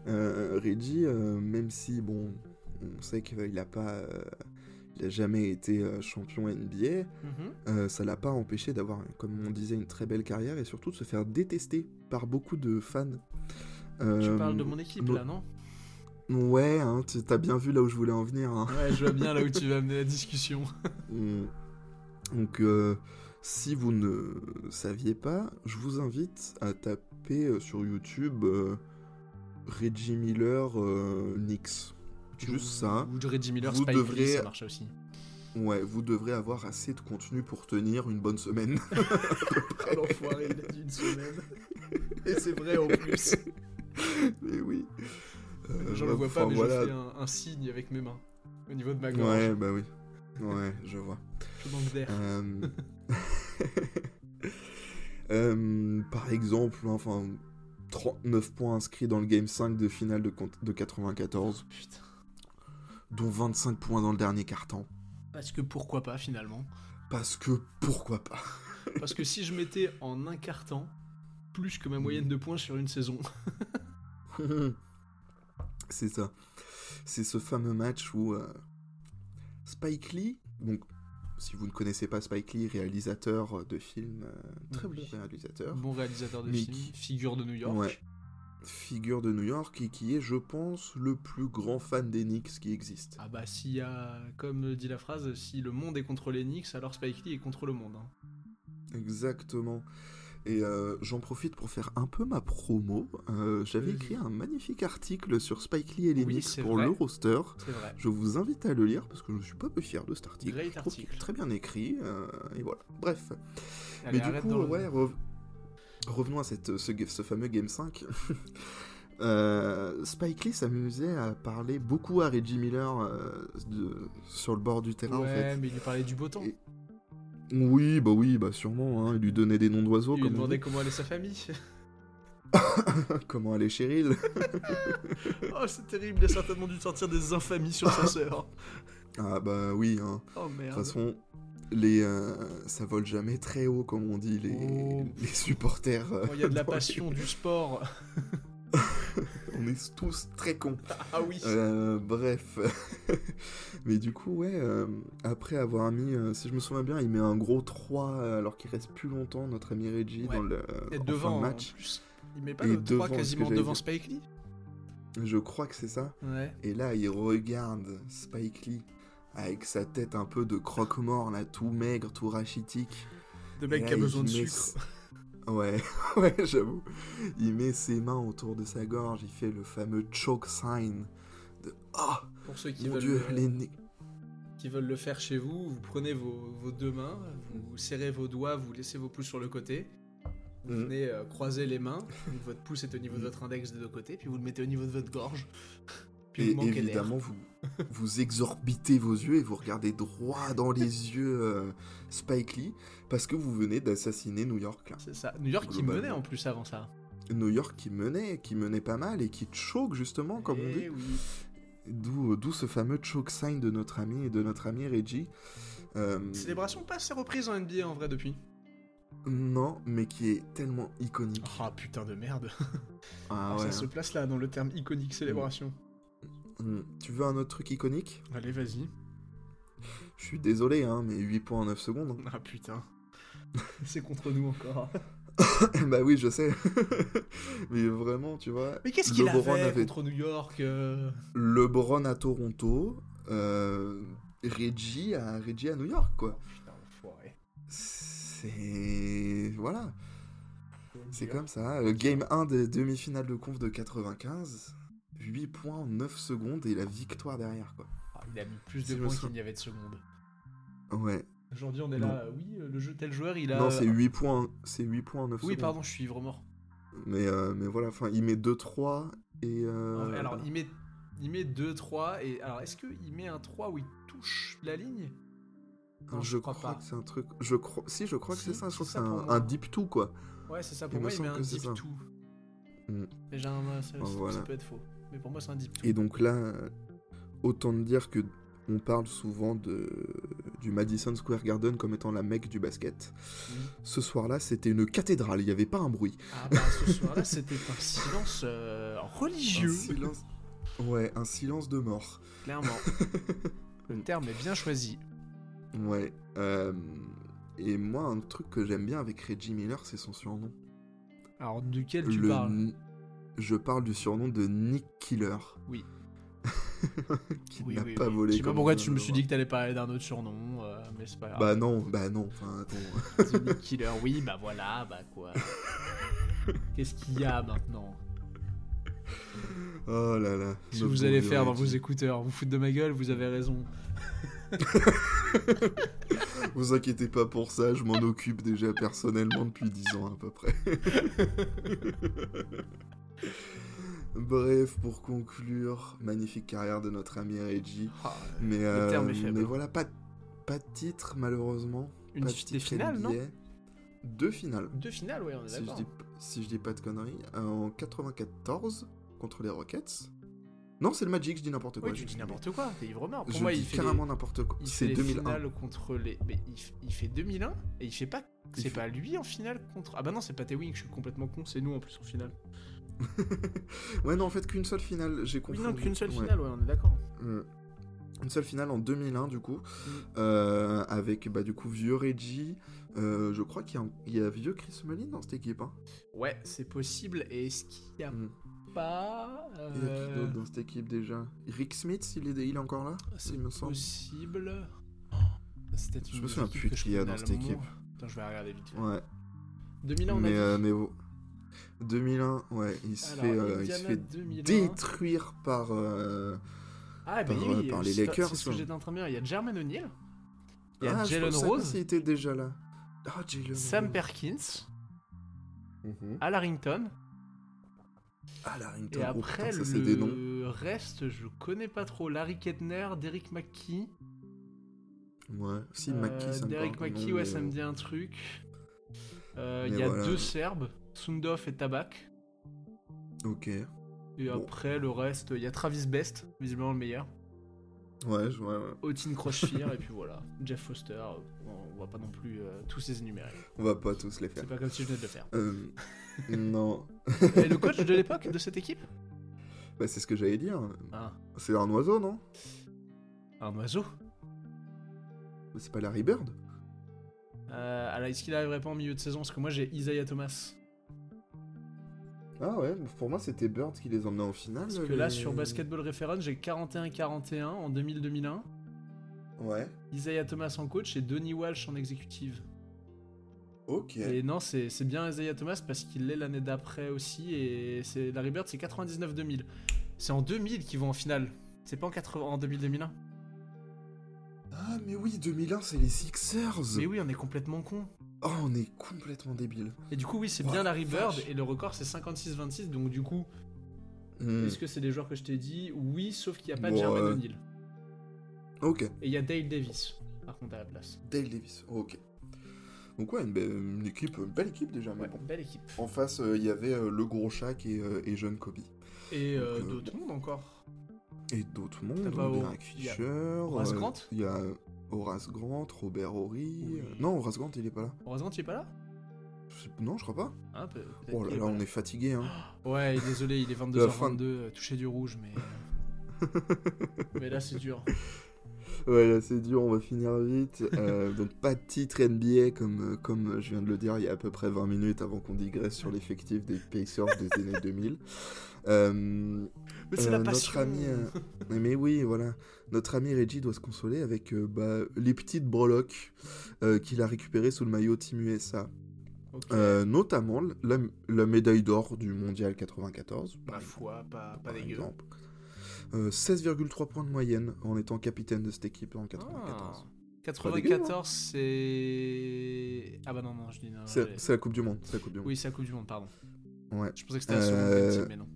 Speaker 1: Euh, Reggie, euh, même si, bon, on sait qu'il n'a pas. euh, il a jamais été euh, champion NBA,
Speaker 2: Mhm.
Speaker 1: euh, ça l'a pas empêché d'avoir, comme on disait, une très belle carrière et surtout de se faire détester par beaucoup de fans.
Speaker 2: Tu
Speaker 1: Euh,
Speaker 2: parles de mon équipe
Speaker 1: non.
Speaker 2: là, non
Speaker 1: Ouais, hein, tu t'as bien vu là où je voulais en venir. hein.
Speaker 2: Ouais, je vois bien là où tu vas amener la discussion.
Speaker 1: Mm. Donc, euh, si vous ne saviez pas, je vous invite à taper euh, sur YouTube euh, Reggie Miller euh, Knicks. <laughs> Juste ça.
Speaker 2: Ou de Reggie Miller,
Speaker 1: Vous
Speaker 2: Spike Lee,
Speaker 1: devrez-
Speaker 2: ça marche aussi.
Speaker 1: Ouais, vous devrez avoir assez de contenu pour tenir une bonne semaine. <laughs>
Speaker 2: Ah, l'enfoiré, il a dit une semaine. Et c'est vrai en plus.
Speaker 1: Mais Eh oui. Euh,
Speaker 2: J'en
Speaker 1: bah,
Speaker 2: le vois pas,
Speaker 1: enfin,
Speaker 2: mais
Speaker 1: voilà.
Speaker 2: je fais un, un signe avec mes mains. Au niveau de ma gorge,
Speaker 1: Ouais, bah oui. Ouais, je vois.
Speaker 2: je manque d'air.
Speaker 1: Euh, <laughs> euh, par exemple, enfin, 39 points inscrits dans le Game 5 de finale de, cont- de 94,
Speaker 2: Putain.
Speaker 1: dont 25 points dans le dernier quart-temps.
Speaker 2: Parce que pourquoi pas finalement
Speaker 1: Parce que pourquoi pas <laughs>
Speaker 2: Parce que si je mettais en un quart temps plus que ma
Speaker 1: Mm.
Speaker 2: moyenne de points sur
Speaker 1: <laughs>
Speaker 2: une saison.
Speaker 1: C'est ça. C'est ce fameux match où euh, Spike Lee, donc si vous ne connaissez pas Spike Lee, réalisateur de films, euh, très
Speaker 2: Oui.
Speaker 1: bon réalisateur,
Speaker 2: Bon réalisateur de
Speaker 1: Mais
Speaker 2: films,
Speaker 1: qui-
Speaker 2: figure de New York.
Speaker 1: Ouais. figure de New York et qui est, je pense, le plus grand fan des Knicks qui existe.
Speaker 2: Ah bah s'il y a, comme le dit la phrase, si le monde est contre les Knicks, alors Spike Lee est contre le monde. hein.
Speaker 1: Exactement. Et euh, j'en profite pour faire un peu ma promo. Euh, J'avais
Speaker 2: Vas-y.
Speaker 1: écrit un magnifique article sur Spike Lee et les
Speaker 2: Oui,
Speaker 1: Knicks
Speaker 2: c'est
Speaker 1: pour
Speaker 2: vrai.
Speaker 1: le roster.
Speaker 2: C'est vrai.
Speaker 1: Je vous invite à le lire parce que je ne suis pas peu fier de cet article.
Speaker 2: Great
Speaker 1: Je trouve qu'il est
Speaker 2: article.
Speaker 1: Très bien écrit. euh, et voilà. Bref.
Speaker 2: Allez,
Speaker 1: Mais du
Speaker 2: arrête
Speaker 1: coup,
Speaker 2: dans le-
Speaker 1: ouais, rev- revenons à cette, ce, ce fameux Game 5. <laughs> Euh, Spike Lee s'amusait à parler beaucoup à Reggie Miller euh, de- sur le bord du terrain en
Speaker 2: Ouais,
Speaker 1: fait.
Speaker 2: mais il lui parlait du beau temps.
Speaker 1: Et- Oui, bah oui, bah sûrement. hein, Il lui donnait des noms d'oiseaux
Speaker 2: Il lui
Speaker 1: comme on
Speaker 2: demandait
Speaker 1: dit.
Speaker 2: comment allait
Speaker 1: <laughs>
Speaker 2: sa famille. <laughs>
Speaker 1: Comment aller Cheryl
Speaker 2: oh, c'est terrible, il a certainement dû sortir des infamies
Speaker 1: <laughs>
Speaker 2: sur sa sœur.
Speaker 1: <laughs> Ah bah oui, hein.
Speaker 2: Oh
Speaker 1: de
Speaker 2: merde.
Speaker 1: toute façon, les, euh, ça vole jamais très haut comme on dit, les,
Speaker 2: Oh.
Speaker 1: les supporters. euh,
Speaker 2: Quand il y
Speaker 1: <laughs>
Speaker 2: a de la
Speaker 1: dans les-
Speaker 2: passion, du
Speaker 1: <laughs>
Speaker 2: sport.
Speaker 1: On est tous très cons.
Speaker 2: Ah oui.
Speaker 1: Euh, bref. <laughs> Mais du coup, ouais, euh, après avoir mis, euh, si je me souviens bien, il met un gros 3 euh, alors qu'il reste plus longtemps, notre ami Reggie,
Speaker 2: Ouais.
Speaker 1: dans le
Speaker 2: Et
Speaker 1: en fin
Speaker 2: devant, hein.
Speaker 1: de
Speaker 2: en
Speaker 1: match.
Speaker 2: plus. Il met pas
Speaker 1: Et
Speaker 2: le 3
Speaker 1: devant, ce
Speaker 2: quasiment
Speaker 1: que j'allais
Speaker 2: devant
Speaker 1: dire.
Speaker 2: Spike Lee
Speaker 1: Je crois que c'est ça.
Speaker 2: Ouais.
Speaker 1: Et là, il regarde Spike Lee avec sa tête un peu de croque-mort, là, tout maigre, tout rachitique.
Speaker 2: De mec
Speaker 1: Et
Speaker 2: qui
Speaker 1: là,
Speaker 2: a
Speaker 1: il
Speaker 2: besoin de
Speaker 1: met s-
Speaker 2: sucre.
Speaker 1: Ouais, <laughs> ouais, j'avoue. Il met ses mains autour de sa gorge, il fait le fameux choke sign de Ah,
Speaker 2: Pour ceux qui
Speaker 1: mon
Speaker 2: veulent,
Speaker 1: dieu,
Speaker 2: le,
Speaker 1: les Knicks.
Speaker 2: qui veulent le faire chez vous, vous prenez vos, vos deux mains, vous serrez vos doigts, vous laissez vos pouces sur le côté. Vous
Speaker 1: Mm.
Speaker 2: venez euh, croiser les mains, donc votre pouce est au niveau de
Speaker 1: Mm.
Speaker 2: votre index des deux côtés, puis vous le mettez au niveau de votre gorge. <laughs> Puis
Speaker 1: Et
Speaker 2: vous manquez d'air.
Speaker 1: évidemment,
Speaker 2: <laughs>
Speaker 1: vous, vous exorbitez vos yeux et vous regardez droit dans
Speaker 2: <laughs>
Speaker 1: les yeux euh, Spike Lee parce que vous venez d'assassiner New York. Là.
Speaker 2: C'est ça. New York qui
Speaker 1: Globalement.
Speaker 2: menait en plus avant ça.
Speaker 1: New York qui menait, qui menait pas mal et qui choke justement, Oh, comme on dit.
Speaker 2: Eh oui.
Speaker 1: D'où d'où ce fameux choke sign de notre ami et de notre ami Reggie. Euh,
Speaker 2: Célébration pas assez reprise en NBA en vrai depuis.
Speaker 1: Non, mais qui est tellement iconique.
Speaker 2: Ah putain de merde.
Speaker 1: Ah
Speaker 2: Ça
Speaker 1: ouais.
Speaker 2: se place là dans le terme iconique célébration.
Speaker 1: Hmm. Tu veux un autre truc iconique
Speaker 2: Allez, vas-y.
Speaker 1: Je suis désolé, hein, mais 8 points en 9 secondes. hein.
Speaker 2: <laughs> Ah putain. C'est contre nous encore.
Speaker 1: <laughs> bah oui, je sais. <laughs> mais vraiment, tu vois,
Speaker 2: <laughs> Mais qu'est-ce qu'il
Speaker 1: Lebron
Speaker 2: avait,
Speaker 1: avait-
Speaker 2: contre New York euh,
Speaker 1: LeBron à Toronto, euh, Reggie, à, Reggie à New York, quoi.
Speaker 2: Oh, Putain, enfoiré.
Speaker 1: C'est... Voilà, c'est
Speaker 2: New
Speaker 1: comme ça. Euh, Game 1 des demi-finales de conf de 95, 8 points en 9 secondes et la victoire derrière, quoi.
Speaker 2: York. Ah, il a mis plus
Speaker 1: Si
Speaker 2: de
Speaker 1: je
Speaker 2: points
Speaker 1: me
Speaker 2: qu'il n'y avait de secondes.
Speaker 1: Ouais,
Speaker 2: Aujourd'hui, on est
Speaker 1: Non.
Speaker 2: là. euh, Oui, euh, le jeu, tel joueur, il a. Euh,
Speaker 1: non, c'est 8 points, c'est 8 points en 9
Speaker 2: Oui,
Speaker 1: secondes.
Speaker 2: pardon, je suis vraiment.
Speaker 1: Mais, euh, mais voilà, enfin, il met 2-3 et... euh,
Speaker 2: Ah Alors, il met, il met 2, 3. Et... Alors, est-ce qu'il met un 3 où il touche la ligne Non,
Speaker 1: je, crois,
Speaker 2: pas.
Speaker 1: que c'est un truc... Je crois... Si, je crois que
Speaker 2: Si,
Speaker 1: c'est ça, je
Speaker 2: c'est
Speaker 1: crois que c'est
Speaker 2: ça pour
Speaker 1: un,
Speaker 2: moi.
Speaker 1: un deep two, quoi.
Speaker 2: Ouais, c'est ça.
Speaker 1: Il
Speaker 2: Pour
Speaker 1: me
Speaker 2: moi, il
Speaker 1: semble
Speaker 2: met un
Speaker 1: que c'est
Speaker 2: deep
Speaker 1: ça.
Speaker 2: 2.
Speaker 1: Mm.
Speaker 2: Mais j'ai un. Ça,
Speaker 1: Bon,
Speaker 2: ça- ça
Speaker 1: voilà.
Speaker 2: peut être faux. Mais pour moi, c'est un deep 2.
Speaker 1: Et donc là, euh, autant te dire que on parle souvent de, du Madison Square Garden comme étant la mecque du basket.
Speaker 2: <laughs> Oui.
Speaker 1: Ce soir-là, c'était une cathédrale, il n'y avait pas un bruit.
Speaker 2: Ah, bah, ce soir-là, c'était un silence euh,
Speaker 1: Un
Speaker 2: religieux.
Speaker 1: silence... Ouais, un silence de mort. <laughs>
Speaker 2: Clairement. Le terme est bien choisi.
Speaker 1: Ouais. euh, Et moi, un truc que j'aime bien avec Reggie Miller, c'est son surnom.
Speaker 2: Alors, duquel tu
Speaker 1: Le
Speaker 2: parles
Speaker 1: n- Je parle du surnom de Nick Killer.
Speaker 2: Oui.
Speaker 1: Qui n'a pas volé.
Speaker 2: Je sais pas
Speaker 1: comme
Speaker 2: pourquoi
Speaker 1: on
Speaker 2: tu
Speaker 1: vient
Speaker 2: me
Speaker 1: de
Speaker 2: suis
Speaker 1: le
Speaker 2: dit que t'allais parler d'un autre surnom, euh, mais c'est pas grave.
Speaker 1: voir. Bah non, bah non. Enfin, attends.
Speaker 2: The Nick Killer, oui, bah voilà, bah
Speaker 1: <laughs>
Speaker 2: quoi. Qu'est-ce qu'il y a maintenant
Speaker 1: Oh là là.
Speaker 2: Qu'est-ce que
Speaker 1: notre
Speaker 2: vous
Speaker 1: bon
Speaker 2: allez
Speaker 1: vieux
Speaker 2: faire dans vos
Speaker 1: Reggie.
Speaker 2: écouteurs Vous foutez de ma gueule, vous avez raison.
Speaker 1: Vous inquiétez pas pour ça, je m'en occupe déjà personnellement depuis 10 ans à peu près. <laughs> Bref, pour conclure, magnifique carrière de notre ami Reggie. Mais, euh,
Speaker 2: terme est faible.
Speaker 1: mais voilà, pas, de- pas de titre malheureusement.
Speaker 2: Une
Speaker 1: pas
Speaker 2: fi- des finales, non
Speaker 1: NBA. Deux finales,
Speaker 2: Deux finales, ouais, on est
Speaker 1: si je,
Speaker 2: d'accord.
Speaker 1: dis, si je dis pas de conneries. Euh, En 94 contre les Rockets. Non, c'est le Magic, je dis n'importe quoi.
Speaker 2: Ouais, tu dis n'importe quoi, t'es ivre mort. Pour
Speaker 1: Je
Speaker 2: moi,
Speaker 1: dis
Speaker 2: il fait,
Speaker 1: carrément
Speaker 2: des-
Speaker 1: n'importe quoi.
Speaker 2: il fait
Speaker 1: C'est
Speaker 2: les
Speaker 1: 2001.
Speaker 2: finales contre les. Mais il, f- il fait 2001 et il fait pas.
Speaker 1: Il
Speaker 2: C'est
Speaker 1: fait-
Speaker 2: pas lui en finale contre. Ah bah non, c'est pas T-Wing, je suis complètement con, c'est nous en plus en finale.
Speaker 1: <laughs> Ouais, non, en fait, qu'une seule finale, j'ai
Speaker 2: Oui,
Speaker 1: confondu.
Speaker 2: non, qu'une seule
Speaker 1: Ouais.
Speaker 2: finale, ouais, on est d'accord.
Speaker 1: Mm. Une seule finale en 2001 du coup,
Speaker 2: Mm.
Speaker 1: Euh, avec bah, du coup vieux Reggie, Euh, je crois qu'il y, a un- il y a vieux Chris Mullin dans cette équipe. hein.
Speaker 2: Ouais, c'est possible. Et est-ce qu'il n'y a
Speaker 1: Mm.
Speaker 2: pas.
Speaker 1: Il y a qui
Speaker 2: euh,
Speaker 1: d'autre dans cette équipe déjà Rick Smith, il est, il est encore là
Speaker 2: C'est
Speaker 1: il me semble. Ah,
Speaker 2: possible. C'était une
Speaker 1: Je me souviens
Speaker 2: équipe
Speaker 1: plus
Speaker 2: que je
Speaker 1: qui il y a
Speaker 2: connais
Speaker 1: dans cette
Speaker 2: allemand.
Speaker 1: équipe.
Speaker 2: Attends, je vais regarder vite. fait.
Speaker 1: Ouais,
Speaker 2: 2001, on
Speaker 1: mais,
Speaker 2: a
Speaker 1: euh,
Speaker 2: dit.
Speaker 1: mais bon. 2001, ouais, il se
Speaker 2: Alors,
Speaker 1: fait, euh, il se
Speaker 2: Indiana
Speaker 1: fait
Speaker 2: 2001.
Speaker 1: détruire par. euh,
Speaker 2: Ah, bah
Speaker 1: par,
Speaker 2: oui,
Speaker 1: euh,
Speaker 2: oui,
Speaker 1: par les
Speaker 2: c'est-
Speaker 1: Lakers,
Speaker 2: C'est ce que
Speaker 1: hein.
Speaker 2: j'étais en train de dire. Il y a Jermaine O'Neal, Il y a Jalen
Speaker 1: Ah, je savais pas
Speaker 2: Rose.
Speaker 1: s'il était déjà là. Ah, Jalen
Speaker 2: Sam
Speaker 1: Rose.
Speaker 2: Perkins,
Speaker 1: Mhm.
Speaker 2: Al Harrington.
Speaker 1: Ah, Larrington.
Speaker 2: Et
Speaker 1: Oh,
Speaker 2: après,
Speaker 1: putain, ça, c'est des noms.
Speaker 2: le reste, je connais pas trop. Larry Kettner, Derek McKee.
Speaker 1: Ouais, si,
Speaker 2: Euh,
Speaker 1: McKee, ça me
Speaker 2: Derek
Speaker 1: parle de
Speaker 2: McKee,
Speaker 1: nom,
Speaker 2: ouais,
Speaker 1: mais,
Speaker 2: ça
Speaker 1: euh,
Speaker 2: me dit un truc. Euh, Il
Speaker 1: mais
Speaker 2: y a
Speaker 1: voilà.
Speaker 2: deux Serbes, Sundov et Tabak.
Speaker 1: Ok.
Speaker 2: Et
Speaker 1: Bon.
Speaker 2: après, le reste, il y a Travis Best, visiblement le meilleur.
Speaker 1: Ouais, je- ouais, ouais.
Speaker 2: Otin
Speaker 1: <laughs>
Speaker 2: Crochefire, et puis voilà. Jeff Foster, euh, on va pas non plus euh, tous les énumérer.
Speaker 1: On va pas tous les faire.
Speaker 2: C'est pas comme si je venais de le faire.
Speaker 1: Euh, <laughs> non.
Speaker 2: Et le coach de l'époque de cette
Speaker 1: <laughs>
Speaker 2: équipe
Speaker 1: Bah, c'est ce que j'allais dire.
Speaker 2: Ah,
Speaker 1: C'est un oiseau, non
Speaker 2: un oiseau.
Speaker 1: C'est pas Larry Bird
Speaker 2: Euh, alors, est-ce qu'il arriverait pas en milieu de saison Parce que moi, j'ai Isaiah Thomas.
Speaker 1: Ah ouais, pour moi c'était Bird qui les emmenait en finale.
Speaker 2: Parce que
Speaker 1: les-
Speaker 2: là, sur Basketball Reference, j'ai 41-41 en 2000-2001.
Speaker 1: Ouais.
Speaker 2: Isaiah Thomas en coach et Donnie Walsh en exécutive.
Speaker 1: Ok.
Speaker 2: Et non, c'est c'est bien Isaiah Thomas parce qu'il l'est l'année d'après aussi. Et c'est Larry Bird, c'est 99-2000. C'est en 2000 qu'ils vont en finale. C'est pas en, 80 en 2000-2001.
Speaker 1: Ah mais oui, 2001 c'est les Sixers.
Speaker 2: Mais oui, on est complètement con.
Speaker 1: Oh, on est complètement débile.
Speaker 2: Et du coup, oui, c'est
Speaker 1: Oh,
Speaker 2: bien Larry
Speaker 1: la
Speaker 2: Bird
Speaker 1: vache.
Speaker 2: et le record c'est 56-26. Donc, du coup,
Speaker 1: Hmm.
Speaker 2: est-ce que c'est des joueurs que je t'ai dit Oui, sauf qu'il n'y a pas de
Speaker 1: Bon,
Speaker 2: Jermaine
Speaker 1: euh.
Speaker 2: O'Neal.
Speaker 1: Ok.
Speaker 2: Et il y a Dale Davis, par contre, à la place.
Speaker 1: Dale Davis. Ok. Donc ouais, une, be- une équipe, une belle équipe déjà. mais
Speaker 2: Ouais,
Speaker 1: bon.
Speaker 2: belle équipe.
Speaker 1: En face, euh, il y avait euh, le gros Shaq et, euh, et jeune Kobe.
Speaker 2: Et euh,
Speaker 1: Donc, euh,
Speaker 2: d'autres mondes encore.
Speaker 1: Et d'autres mondes,
Speaker 2: pas au-
Speaker 1: Derek
Speaker 2: il y a
Speaker 1: Fisher,
Speaker 2: Horace
Speaker 1: euh,
Speaker 2: Grant
Speaker 1: il y a Horace Grant, Robert Horry.
Speaker 2: Oui.
Speaker 1: euh, Non, Horace Grant, il est pas là.
Speaker 2: Heureusement, tu es pas là
Speaker 1: c'est- Non, je crois pas.
Speaker 2: Hein, peut- peut-être
Speaker 1: Oh là
Speaker 2: qu'il est
Speaker 1: là,
Speaker 2: pas
Speaker 1: on est fatigué.
Speaker 2: <gasps>
Speaker 1: Hein.
Speaker 2: Ouais, et désolé, il est
Speaker 1: <laughs> La fin
Speaker 2: 22h22, euh, touché du rouge, mais. euh, mais là,
Speaker 1: <laughs>
Speaker 2: c'est dur.
Speaker 1: Ouais, là c'est dur, on va finir vite.
Speaker 2: <laughs>
Speaker 1: Euh, donc pas de titre NBA comme, euh, comme je viens de le dire il y a à peu près 20 minutes avant qu'on digresse sur l'effectif des Pacers des
Speaker 2: <laughs>
Speaker 1: années 2000. Euh,
Speaker 2: Mais c'est la
Speaker 1: euh,
Speaker 2: passion.
Speaker 1: Notre ami,
Speaker 2: <laughs>
Speaker 1: euh, mais oui, voilà. Notre ami Reggie doit se consoler avec euh, bah, les petites breloques euh, qu'il a récupérées sous le maillot Team USA.
Speaker 2: Ok.
Speaker 1: Euh, notamment la, la médaille d'or du Mondial 94. par
Speaker 2: Ma foi, pas, Bah, pas
Speaker 1: par
Speaker 2: dégueu.
Speaker 1: exemple. Euh, 16,3 points de moyenne en étant capitaine de cette équipe en
Speaker 2: Ah.
Speaker 1: 94.
Speaker 2: 94, c'est. Ah bah non, non, je dis non.
Speaker 1: C'est
Speaker 2: j'ai-
Speaker 1: c'est la Coupe du Monde. C'est la Coupe du Monde.
Speaker 2: Oui, c'est la Coupe du Monde, pardon.
Speaker 1: Ouais.
Speaker 2: Je pensais que c'était la
Speaker 1: Euh,
Speaker 2: seconde team, mais non.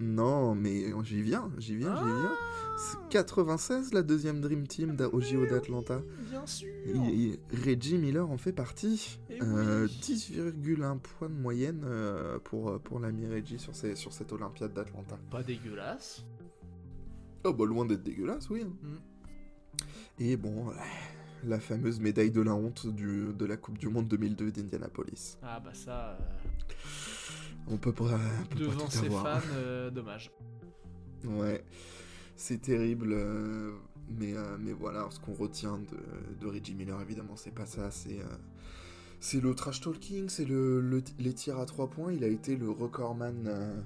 Speaker 1: Non, mais j'y viens, j'y viens, j'y viens. C'est 96 la deuxième Dream Team d'a- au JO
Speaker 2: Ah Oui,
Speaker 1: d'Atlanta.
Speaker 2: Ah, oui, Bien sûr
Speaker 1: Et- et Reggie Miller en fait partie.
Speaker 2: Eh
Speaker 1: Euh,
Speaker 2: oui.
Speaker 1: 10,1 points de moyenne euh, pour, pour l'ami Reggie sur, ces- sur cette Olympiade d'Atlanta.
Speaker 2: Pas dégueulasse.
Speaker 1: Oh bah loin d'être dégueulasse, oui.
Speaker 2: Mm.
Speaker 1: Et bon, euh, la fameuse médaille de la honte du- de la Coupe du Monde 2002 d'Indianapolis.
Speaker 2: Ah bah ça, euh,
Speaker 1: On peut pas, on peut pas
Speaker 2: devant
Speaker 1: tout
Speaker 2: ses
Speaker 1: avoir.
Speaker 2: fans, euh, dommage.
Speaker 1: Ouais, c'est terrible. euh, mais, euh, mais voilà, ce qu'on retient de, de Reggie Miller, évidemment, c'est pas ça. C'est euh, c'est le trash talking, c'est le, le- les tirs à trois points. Il a été le recordman euh,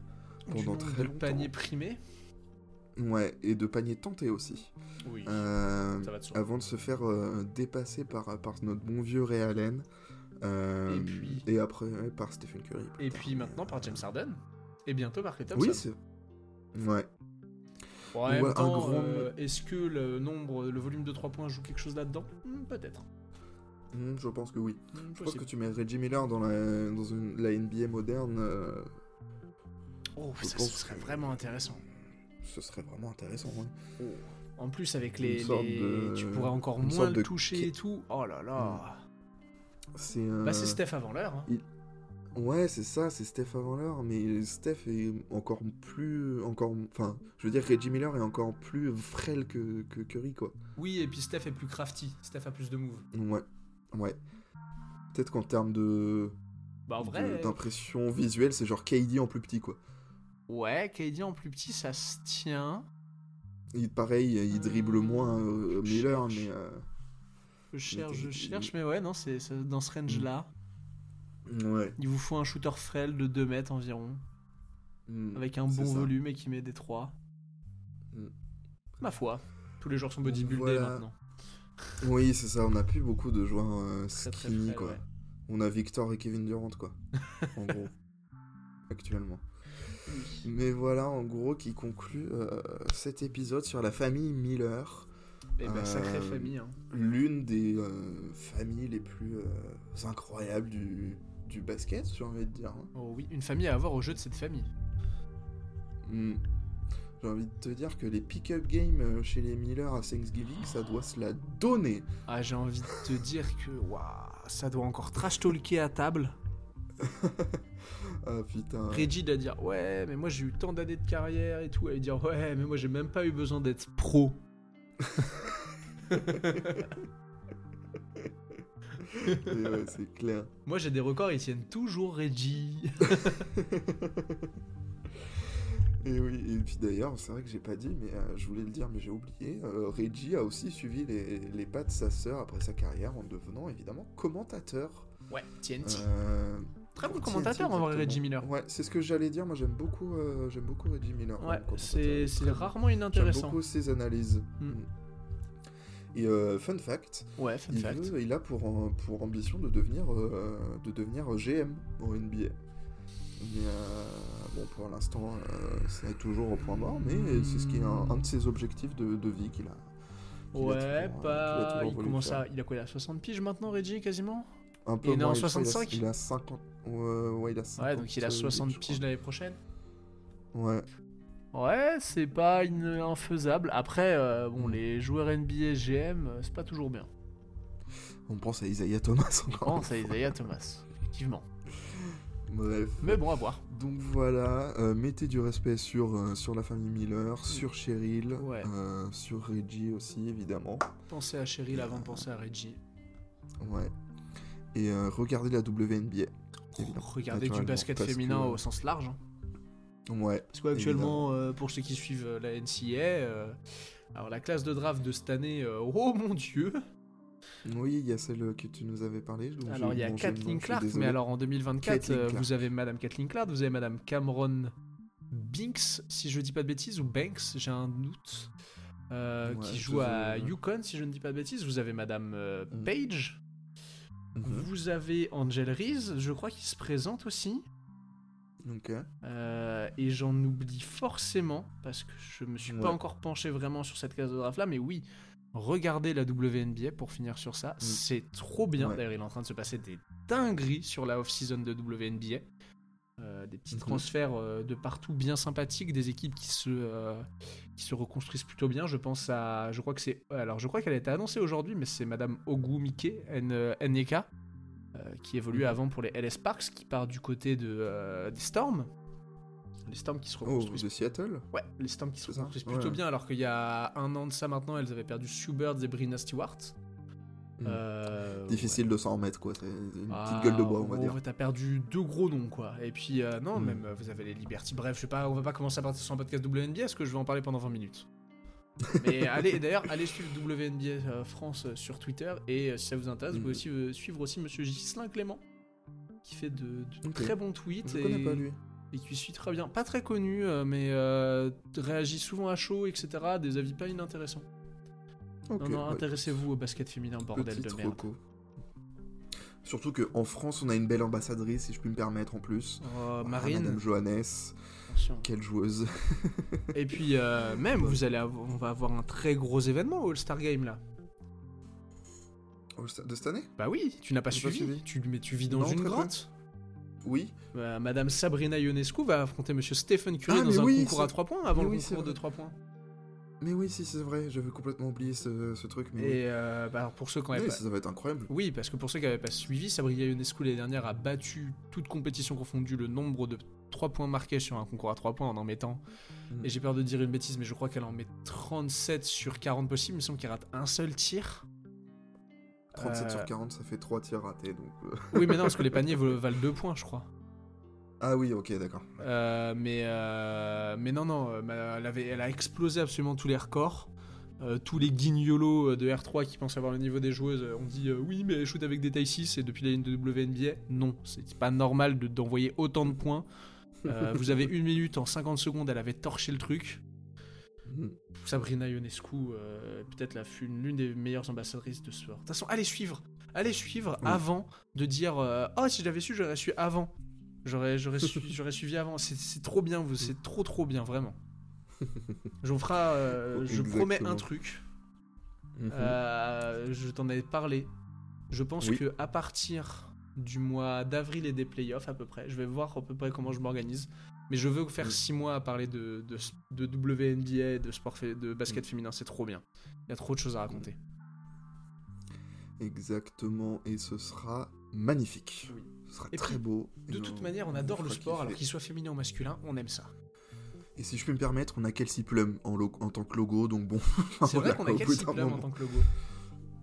Speaker 2: Du
Speaker 1: pendant
Speaker 2: nombre
Speaker 1: très
Speaker 2: de
Speaker 1: longtemps.
Speaker 2: paniers primés
Speaker 1: Ouais, et de panier tenté aussi.
Speaker 2: Oui,
Speaker 1: Euh,
Speaker 2: ça va de soi.
Speaker 1: avant de se faire euh, dépasser par, par notre bon vieux Ray Allen. euh,
Speaker 2: Et puis-
Speaker 1: et après ouais, par Stephen Curry. plus
Speaker 2: Et
Speaker 1: tard,
Speaker 2: puis
Speaker 1: mais,
Speaker 2: maintenant par
Speaker 1: euh,
Speaker 2: James Harden. Et bientôt par Klay Thompson.
Speaker 1: Oui, c'est. Ouais.
Speaker 2: Bon, en même
Speaker 1: ouais, un
Speaker 2: temps,
Speaker 1: grand-
Speaker 2: euh, est-ce que le nombre, le volume de 3 points joue quelque chose là-dedans Hmm, Peut-être.
Speaker 1: Mm, je pense que oui.
Speaker 2: Hmm,
Speaker 1: Je pense que
Speaker 2: possible.
Speaker 1: tu mets Reggie Miller dans la, dans une- la NBA moderne, euh,
Speaker 2: Oh,
Speaker 1: je
Speaker 2: ça,
Speaker 1: pense
Speaker 2: ce serait
Speaker 1: que-
Speaker 2: vraiment intéressant.
Speaker 1: ce serait vraiment intéressant. ouais.
Speaker 2: En plus, avec
Speaker 1: Une
Speaker 2: les.
Speaker 1: sorte
Speaker 2: les-
Speaker 1: de-
Speaker 2: Tu pourrais encore
Speaker 1: une
Speaker 2: moins
Speaker 1: sorte
Speaker 2: le
Speaker 1: de
Speaker 2: toucher
Speaker 1: ki-
Speaker 2: et tout. Oh là là.
Speaker 1: C'est euh,
Speaker 2: Bah, c'est Steph avant l'heure. hein.
Speaker 1: ouais, c'est ça, c'est Steph avant l'heure, mais Steph est encore plus, encore, enfin, je veux dire Reggie Miller est encore plus frêle que, que Curry quoi.
Speaker 2: Oui, et puis Steph est plus crafty. Steph a plus de moves.
Speaker 1: Ouais, ouais. Peut-être qu'en termes de
Speaker 2: Bah, en vrai.
Speaker 1: de- euh, d'impression visuelle, c'est genre KD en plus petit quoi.
Speaker 2: Ouais, KD en plus petit, ça se tient.
Speaker 1: Il, pareil, il dribble
Speaker 2: Hum,
Speaker 1: moins euh,
Speaker 2: je
Speaker 1: Miller,
Speaker 2: cherche.
Speaker 1: mais euh,
Speaker 2: Je cherche, je
Speaker 1: t'es-
Speaker 2: cherche, mais ouais, non, c'est c'est dans ce range-là.
Speaker 1: Hmm. ouais.
Speaker 2: Il vous faut un shooter frêle de 2 mètres environ,
Speaker 1: Mm.
Speaker 2: avec un
Speaker 1: C'est
Speaker 2: bon
Speaker 1: ça.
Speaker 2: volume et qui met des 3.
Speaker 1: Mm.
Speaker 2: Ma foi, tous les joueurs sont
Speaker 1: Donc
Speaker 2: bodybuildés
Speaker 1: voilà.
Speaker 2: maintenant.
Speaker 1: Oui, c'est ça, on a plus beaucoup de joueurs euh,
Speaker 2: Très très
Speaker 1: skinny,
Speaker 2: frêle,
Speaker 1: quoi.
Speaker 2: ouais.
Speaker 1: On a Victor et Kevin Durant,
Speaker 2: <laughs>
Speaker 1: quoi. En gros. Actuellement. Mais voilà, en gros, qui conclut euh, cet épisode sur la famille Miller.
Speaker 2: Eh ben, sacrée
Speaker 1: Euh,
Speaker 2: famille. hein.
Speaker 1: L'une des euh, familles les plus euh, incroyables du, du basket, j'ai envie de dire. hein.
Speaker 2: Oh oui, une famille à avoir au jeu de cette famille.
Speaker 1: Hmm. J'ai envie de te dire que les pick-up games euh, chez les Miller à Thanksgiving, ça doit se la donner.
Speaker 2: Ah, j'ai envie de te dire que waouh, ça doit encore trash talker à table.
Speaker 1: Ah putain. <laughs>
Speaker 2: Reggie doit dire ouais, mais moi j'ai eu tant d'années de carrière et tout. Elle dire ouais, mais moi j'ai même pas eu besoin d'être pro.
Speaker 1: Et Eh ouais, c'est clair.
Speaker 2: Moi j'ai des records, ils tiennent toujours Reggie. <laughs>
Speaker 1: Et Eh oui, et puis d'ailleurs, c'est vrai que j'ai pas dit, mais euh, je voulais le dire, mais j'ai oublié. euh, Reggie a aussi suivi les, les pas de sa sœur après sa carrière en devenant évidemment commentateur.
Speaker 2: Ouais, TNT.
Speaker 1: Euh,
Speaker 2: Très bon
Speaker 1: pour
Speaker 2: commentateur
Speaker 1: TNT,
Speaker 2: en vrai,
Speaker 1: exactement.
Speaker 2: Reggie Miller.
Speaker 1: Ouais, c'est ce que j'allais dire. Moi, j'aime beaucoup, euh, j'aime beaucoup Reggie Miller.
Speaker 2: Ouais,
Speaker 1: comme commentateur. Il
Speaker 2: c'est
Speaker 1: est
Speaker 2: c'est
Speaker 1: très bon.
Speaker 2: rarement
Speaker 1: J'aime
Speaker 2: inintéressant.
Speaker 1: beaucoup ses analyses. Hmm.
Speaker 2: Mm.
Speaker 1: Et euh, fun fact,
Speaker 2: Ouais, fun
Speaker 1: il,
Speaker 2: fact.
Speaker 1: veut- il a pour, en- pour ambition de devenir, euh, de devenir GM en NBA. Mais euh, bon, pour l'instant, euh, c'est toujours au point mort, mais c'est ce qui est un, un de ses objectifs de, de vie qu'il a. qu'il a toujours, euh,
Speaker 2: Ouais,
Speaker 1: qu'il a
Speaker 2: bah,
Speaker 1: toujours
Speaker 2: il
Speaker 1: voulu
Speaker 2: commence
Speaker 1: faire.
Speaker 2: à. Il a quoi, il a 60 piges maintenant, Reggie, quasiment
Speaker 1: Un peu
Speaker 2: il est né en
Speaker 1: moins, je crois, il a-
Speaker 2: 65?
Speaker 1: Il a 50. Ouais, ouais, il a 50.
Speaker 2: Ouais, donc il a 60
Speaker 1: je crois.
Speaker 2: piges l'année prochaine.
Speaker 1: Ouais.
Speaker 2: Ouais, c'est pas une- infaisable. Après, euh, bon,
Speaker 1: Mm.
Speaker 2: les joueurs NBA GM, euh, c'est pas toujours <laughs> bien.
Speaker 1: On pense à Isaiah Thomas encore.
Speaker 2: <laughs> Oh, ça Isaiah Thomas, effectivement.
Speaker 1: Bref.
Speaker 2: Mais bon, à voir.
Speaker 1: Donc voilà, euh, mettez du respect sur, euh, sur la famille Miller, sur Cheryl,
Speaker 2: Ouais.
Speaker 1: euh, sur Reggie aussi évidemment.
Speaker 2: Pensez à Cheryl avant de penser à Reggie.
Speaker 1: Ouais. Et euh, regardez la WNBA. évidemment.
Speaker 2: Regardez du
Speaker 1: Naturellement,
Speaker 2: basket
Speaker 1: parce
Speaker 2: féminin
Speaker 1: que-
Speaker 2: au sens large. hein.
Speaker 1: Ouais,
Speaker 2: Parce qu'actuellement, euh, pour ceux qui suivent euh, la NCA, euh, alors la classe de draft de cette année, euh, oh mon dieu
Speaker 1: oui, il y a celle que tu nous avais parlé. dont j'ai
Speaker 2: Alors il y a
Speaker 1: mangé le nom, je
Speaker 2: Kathleen
Speaker 1: suis
Speaker 2: Clark, mais
Speaker 1: désolé.
Speaker 2: alors en 2024,
Speaker 1: Kathleen
Speaker 2: euh,
Speaker 1: Clark.
Speaker 2: vous avez Madame Kathleen Clark, vous avez Madame Cameron Binks, si je dis pas de bêtises, ou Banks, j'ai un doute, euh,
Speaker 1: Ouais,
Speaker 2: qui
Speaker 1: je
Speaker 2: joue à
Speaker 1: sais.
Speaker 2: Yukon, si je ne dis pas de bêtises, vous avez Madame euh,
Speaker 1: Mm.
Speaker 2: Page,
Speaker 1: Mhm.
Speaker 2: vous avez Angel Reese, je crois qu'il se présente aussi,
Speaker 1: Ok.
Speaker 2: euh, et j'en oublie forcément, parce que je me suis
Speaker 1: Ouais.
Speaker 2: pas encore penché vraiment sur cette case de draft là, mais oui, regardez la WNBA pour finir sur ça, c'est trop bien.
Speaker 1: Mm. Ouais.
Speaker 2: D'ailleurs, il est en train de se passer des dingueries sur la off-season de WNBA. Euh, des petits
Speaker 1: Mhm.
Speaker 2: transferts euh, de partout bien sympathiques, des équipes qui se, euh, qui se reconstruisent plutôt bien. Je pense à. Je crois que c'est. Alors, je crois qu'elle a été annoncée aujourd'hui, mais c'est Madame Ogu Mike, N- euh, NEK, euh, qui évoluait
Speaker 1: Mhm.
Speaker 2: avant pour les LS Parks, qui part du côté de, euh, des Storms. Les Storms qui se
Speaker 1: Oh,
Speaker 2: reconstruisent
Speaker 1: de Seattle
Speaker 2: Ouais, les Storms qui se
Speaker 1: C'est ça
Speaker 2: reconstruisent
Speaker 1: Ouais,
Speaker 2: plutôt
Speaker 1: ouais.
Speaker 2: bien, alors qu'il y a un an de ça maintenant, elles avaient perdu Sue Bird et Brina Stewart.
Speaker 1: Mm.
Speaker 2: Euh,
Speaker 1: Difficile de s'en remettre, quoi. C'est une
Speaker 2: ouais.
Speaker 1: petite gueule de bois,
Speaker 2: Ah,
Speaker 1: on va
Speaker 2: bon,
Speaker 1: dire.
Speaker 2: ouais, T'as perdu deux gros noms, quoi. Et puis, euh, non,
Speaker 1: Mm.
Speaker 2: même euh, vous avez les Liberty. Bref, je sais pas, on va pas commencer à partir sur un podcast WNBA, parce que je vais en parler pendant 20 minutes. Mais allez, d'ailleurs, allez suivre WNBA euh, France euh, sur Twitter. Et euh, si ça vous intéresse, vous
Speaker 1: Mm.
Speaker 2: pouvez aussi euh, suivre aussi Monsieur Gislain Clément, qui fait de, de
Speaker 1: Ok.
Speaker 2: très bons
Speaker 1: <laughs>
Speaker 2: tweets.
Speaker 1: Je
Speaker 2: et...
Speaker 1: connais pas lui.
Speaker 2: et qui suit très bien. Pas très connu, euh, mais euh, réagit souvent à chaud, etc. Des avis pas inintéressants.
Speaker 1: Ok,
Speaker 2: non, non,
Speaker 1: ouais.
Speaker 2: intéressez-vous au basket féminin, bordel
Speaker 1: Petite
Speaker 2: de merde.
Speaker 1: reco. Surtout qu'en France, on a une belle ambassadrice, si je puis me permettre, en plus.
Speaker 2: Oh,
Speaker 1: Voilà,
Speaker 2: Marine,
Speaker 1: Ah, Madame Johannes,
Speaker 2: attention.
Speaker 1: quelle joueuse. <laughs>
Speaker 2: Et puis, euh, même, vous allez avoir- on va avoir un très gros événement au All-Star Game là.
Speaker 1: Oh, ça- De cette année
Speaker 2: Bah oui, tu n'as pas,
Speaker 1: J'ai pas
Speaker 2: suivi.
Speaker 1: suivi.
Speaker 2: Tu, mais tu vis dans
Speaker 1: Non,
Speaker 2: une
Speaker 1: très peu.
Speaker 2: grotte.
Speaker 1: Oui.
Speaker 2: Bah, Madame Sabrina Ionescu va affronter Monsieur Stephen Curry
Speaker 1: Ah, mais
Speaker 2: dans un
Speaker 1: oui,
Speaker 2: concours à
Speaker 1: c'est-
Speaker 2: 3 points avant
Speaker 1: Mais
Speaker 2: le
Speaker 1: oui, c'est
Speaker 2: concours de
Speaker 1: vrai.
Speaker 2: 3 points.
Speaker 1: Mais oui, si, c'est vrai, j'avais complètement oublié ce, ce truc. Mais oui.
Speaker 2: Et euh, bah, pour ceux qui n'avaient
Speaker 1: Oui,
Speaker 2: pas,
Speaker 1: ça, ça va être incroyable.
Speaker 2: Oui, parce que pour ceux qui n'avaient pas suivi, Sabrina Ionescu l'année dernière a battu toute compétition confondue le nombre de 3 points marqués sur un concours à 3 points en en mettant.
Speaker 1: Mm.
Speaker 2: Et j'ai peur de dire une bêtise, mais je crois qu'elle en met 37 sur 40 possibles. Il me semble qu'elle rate un seul tir.
Speaker 1: 37
Speaker 2: Euh,
Speaker 1: sur 40, ça fait 3 tirs ratés. Donc... euh. <laughs>
Speaker 2: Oui, mais non, parce que les paniers <laughs> val- valent 2 points, je crois.
Speaker 1: Ah oui, ok, d'accord.
Speaker 2: Euh, mais, euh, mais non, non, euh, ma- elle, avait- elle a explosé absolument tous les records. Euh, tous les guignolos euh, de R3 qui pensent avoir le niveau des joueuses euh, ont dit euh, oui, mais elle shoot avec des tailles 6 et depuis la ligne de WNBA. Non, c'est pas normal de- d'envoyer autant de points.
Speaker 1: <laughs>
Speaker 2: Euh, vous avez une minute en 50 secondes, elle avait torché le truc.
Speaker 1: Mm.
Speaker 2: Sabrina Ionescu, euh, peut-être la fut l'une des meilleures ambassadrices de ce sport. De toute façon, allez suivre, allez suivre
Speaker 1: Oui.
Speaker 2: avant de dire euh, oh si je l'avais su, j'aurais su avant, j'aurais
Speaker 1: <laughs>
Speaker 2: j'aurais su- j'aurais suivi avant. C'est- C'est trop bien, vous, c'est trop trop bien vraiment. J'en fera, euh, je promets un
Speaker 1: Exactement.
Speaker 2: truc.
Speaker 1: Mhm.
Speaker 2: Euh, je t'en avais parlé. Je pense
Speaker 1: Oui.
Speaker 2: que à partir du mois d'avril et des playoffs à peu près, je vais voir à peu près comment je m'organise. Mais je veux faire
Speaker 1: Oui.
Speaker 2: 6 mois à parler de, de, s- de WNBA, de sport fé- de
Speaker 1: Mhm.
Speaker 2: basket féminin, c'est trop bien. Il y a trop de choses à raconter.
Speaker 1: Exactement, et ce sera magnifique.
Speaker 2: Oui.
Speaker 1: Ce sera
Speaker 2: Et
Speaker 1: très
Speaker 2: puis,
Speaker 1: beau.
Speaker 2: De
Speaker 1: et
Speaker 2: toute
Speaker 1: on-
Speaker 2: manière, on
Speaker 1: on
Speaker 2: adore le
Speaker 1: fera
Speaker 2: sport,
Speaker 1: kiffer.
Speaker 2: alors qu'il soit féminin ou masculin, on
Speaker 1: <laughs>
Speaker 2: aime ça.
Speaker 1: Et si je peux me permettre, on a Kelsey Plum en, lo- en tant que logo, donc bon. <laughs>
Speaker 2: C'est vrai qu'on a Kelsey Plum en tant que logo.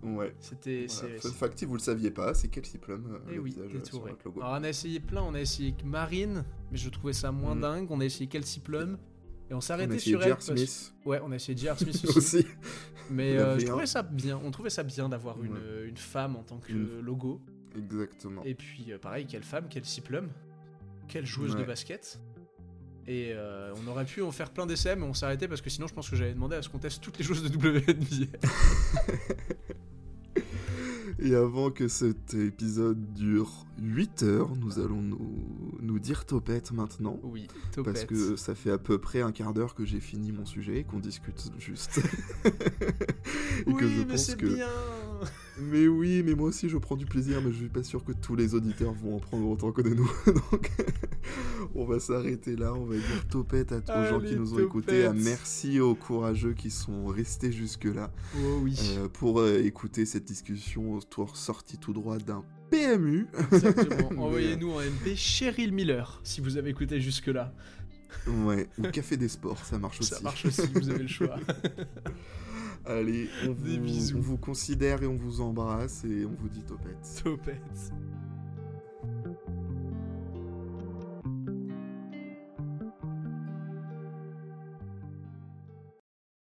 Speaker 1: que. Ouais.
Speaker 2: C'était.
Speaker 1: Voilà.
Speaker 2: c'est-
Speaker 1: Fun
Speaker 2: c'est-
Speaker 1: fact, si vous le saviez pas, c'est Kelsey Plum, euh,
Speaker 2: Eh
Speaker 1: le
Speaker 2: oui,
Speaker 1: visage euh, sur
Speaker 2: détouré.
Speaker 1: notre logo.
Speaker 2: Alors, on a essayé plein, on a essayé Marine, mais je trouvais ça moins
Speaker 1: Mm.
Speaker 2: dingue. On a essayé Kelsey Plum, et on s'est
Speaker 1: on a
Speaker 2: arrêté
Speaker 1: essayé
Speaker 2: sur elle.
Speaker 1: J.R.
Speaker 2: parce-
Speaker 1: Smith
Speaker 2: Ouais, on a essayé
Speaker 1: <laughs>
Speaker 2: J.R. Smith aussi.
Speaker 1: aussi.
Speaker 2: Mais
Speaker 1: La
Speaker 2: euh, je
Speaker 1: V1.
Speaker 2: trouvais ça bien. On trouvait ça bien d'avoir une,
Speaker 1: Ouais.
Speaker 2: euh, une femme en tant que
Speaker 1: Une-
Speaker 2: logo.
Speaker 1: Exactement.
Speaker 2: Et puis, euh, pareil, quelle femme, quelle cyplum, quelle joueuse de
Speaker 1: Ouais.
Speaker 2: basket. Et euh, on aurait pu en faire plein d'essais, mais on s'est arrêté parce que sinon, je pense que j'avais demandé à ce qu'on teste toutes les joueuses de WNBA.
Speaker 1: <laughs> Et avant que cet épisode dure 8 heures, nous allons nous, nous dire topette maintenant.
Speaker 2: oui,
Speaker 1: Parce
Speaker 2: topette.
Speaker 1: que ça fait à peu près un quart d'heure que j'ai fini mon sujet et qu'on discute juste.
Speaker 2: <laughs>
Speaker 1: et
Speaker 2: oui,
Speaker 1: que je
Speaker 2: mais
Speaker 1: pense
Speaker 2: c'est
Speaker 1: que. <laughs>
Speaker 2: bien
Speaker 1: Mais oui, mais moi aussi je prends du plaisir, mais je suis pas sûr que tous les auditeurs vont en prendre autant que de nous. <laughs> Donc on va s'arrêter là, on va dire topette à tous les gens
Speaker 2: Allez,
Speaker 1: qui nous ont écoutés, à
Speaker 2: topette.
Speaker 1: merci aux courageux qui sont restés jusque-là
Speaker 2: Oh oui,
Speaker 1: euh, pour euh, écouter cette discussion autour sortie tout droit d'un
Speaker 2: <laughs>
Speaker 1: PMU. <laughs>
Speaker 2: exactement. Envoyez-nous en MP Cheryl Miller, si vous avez écouté jusque-là.
Speaker 1: ouais, ou Café des Sports, ça marche aussi.
Speaker 2: Ça marche aussi, vous avez
Speaker 1: <laughs>
Speaker 2: le choix.
Speaker 1: Allez, on vous,
Speaker 2: Des bisous.
Speaker 1: on vous considère et on vous embrasse et on vous dit topette.
Speaker 2: topette.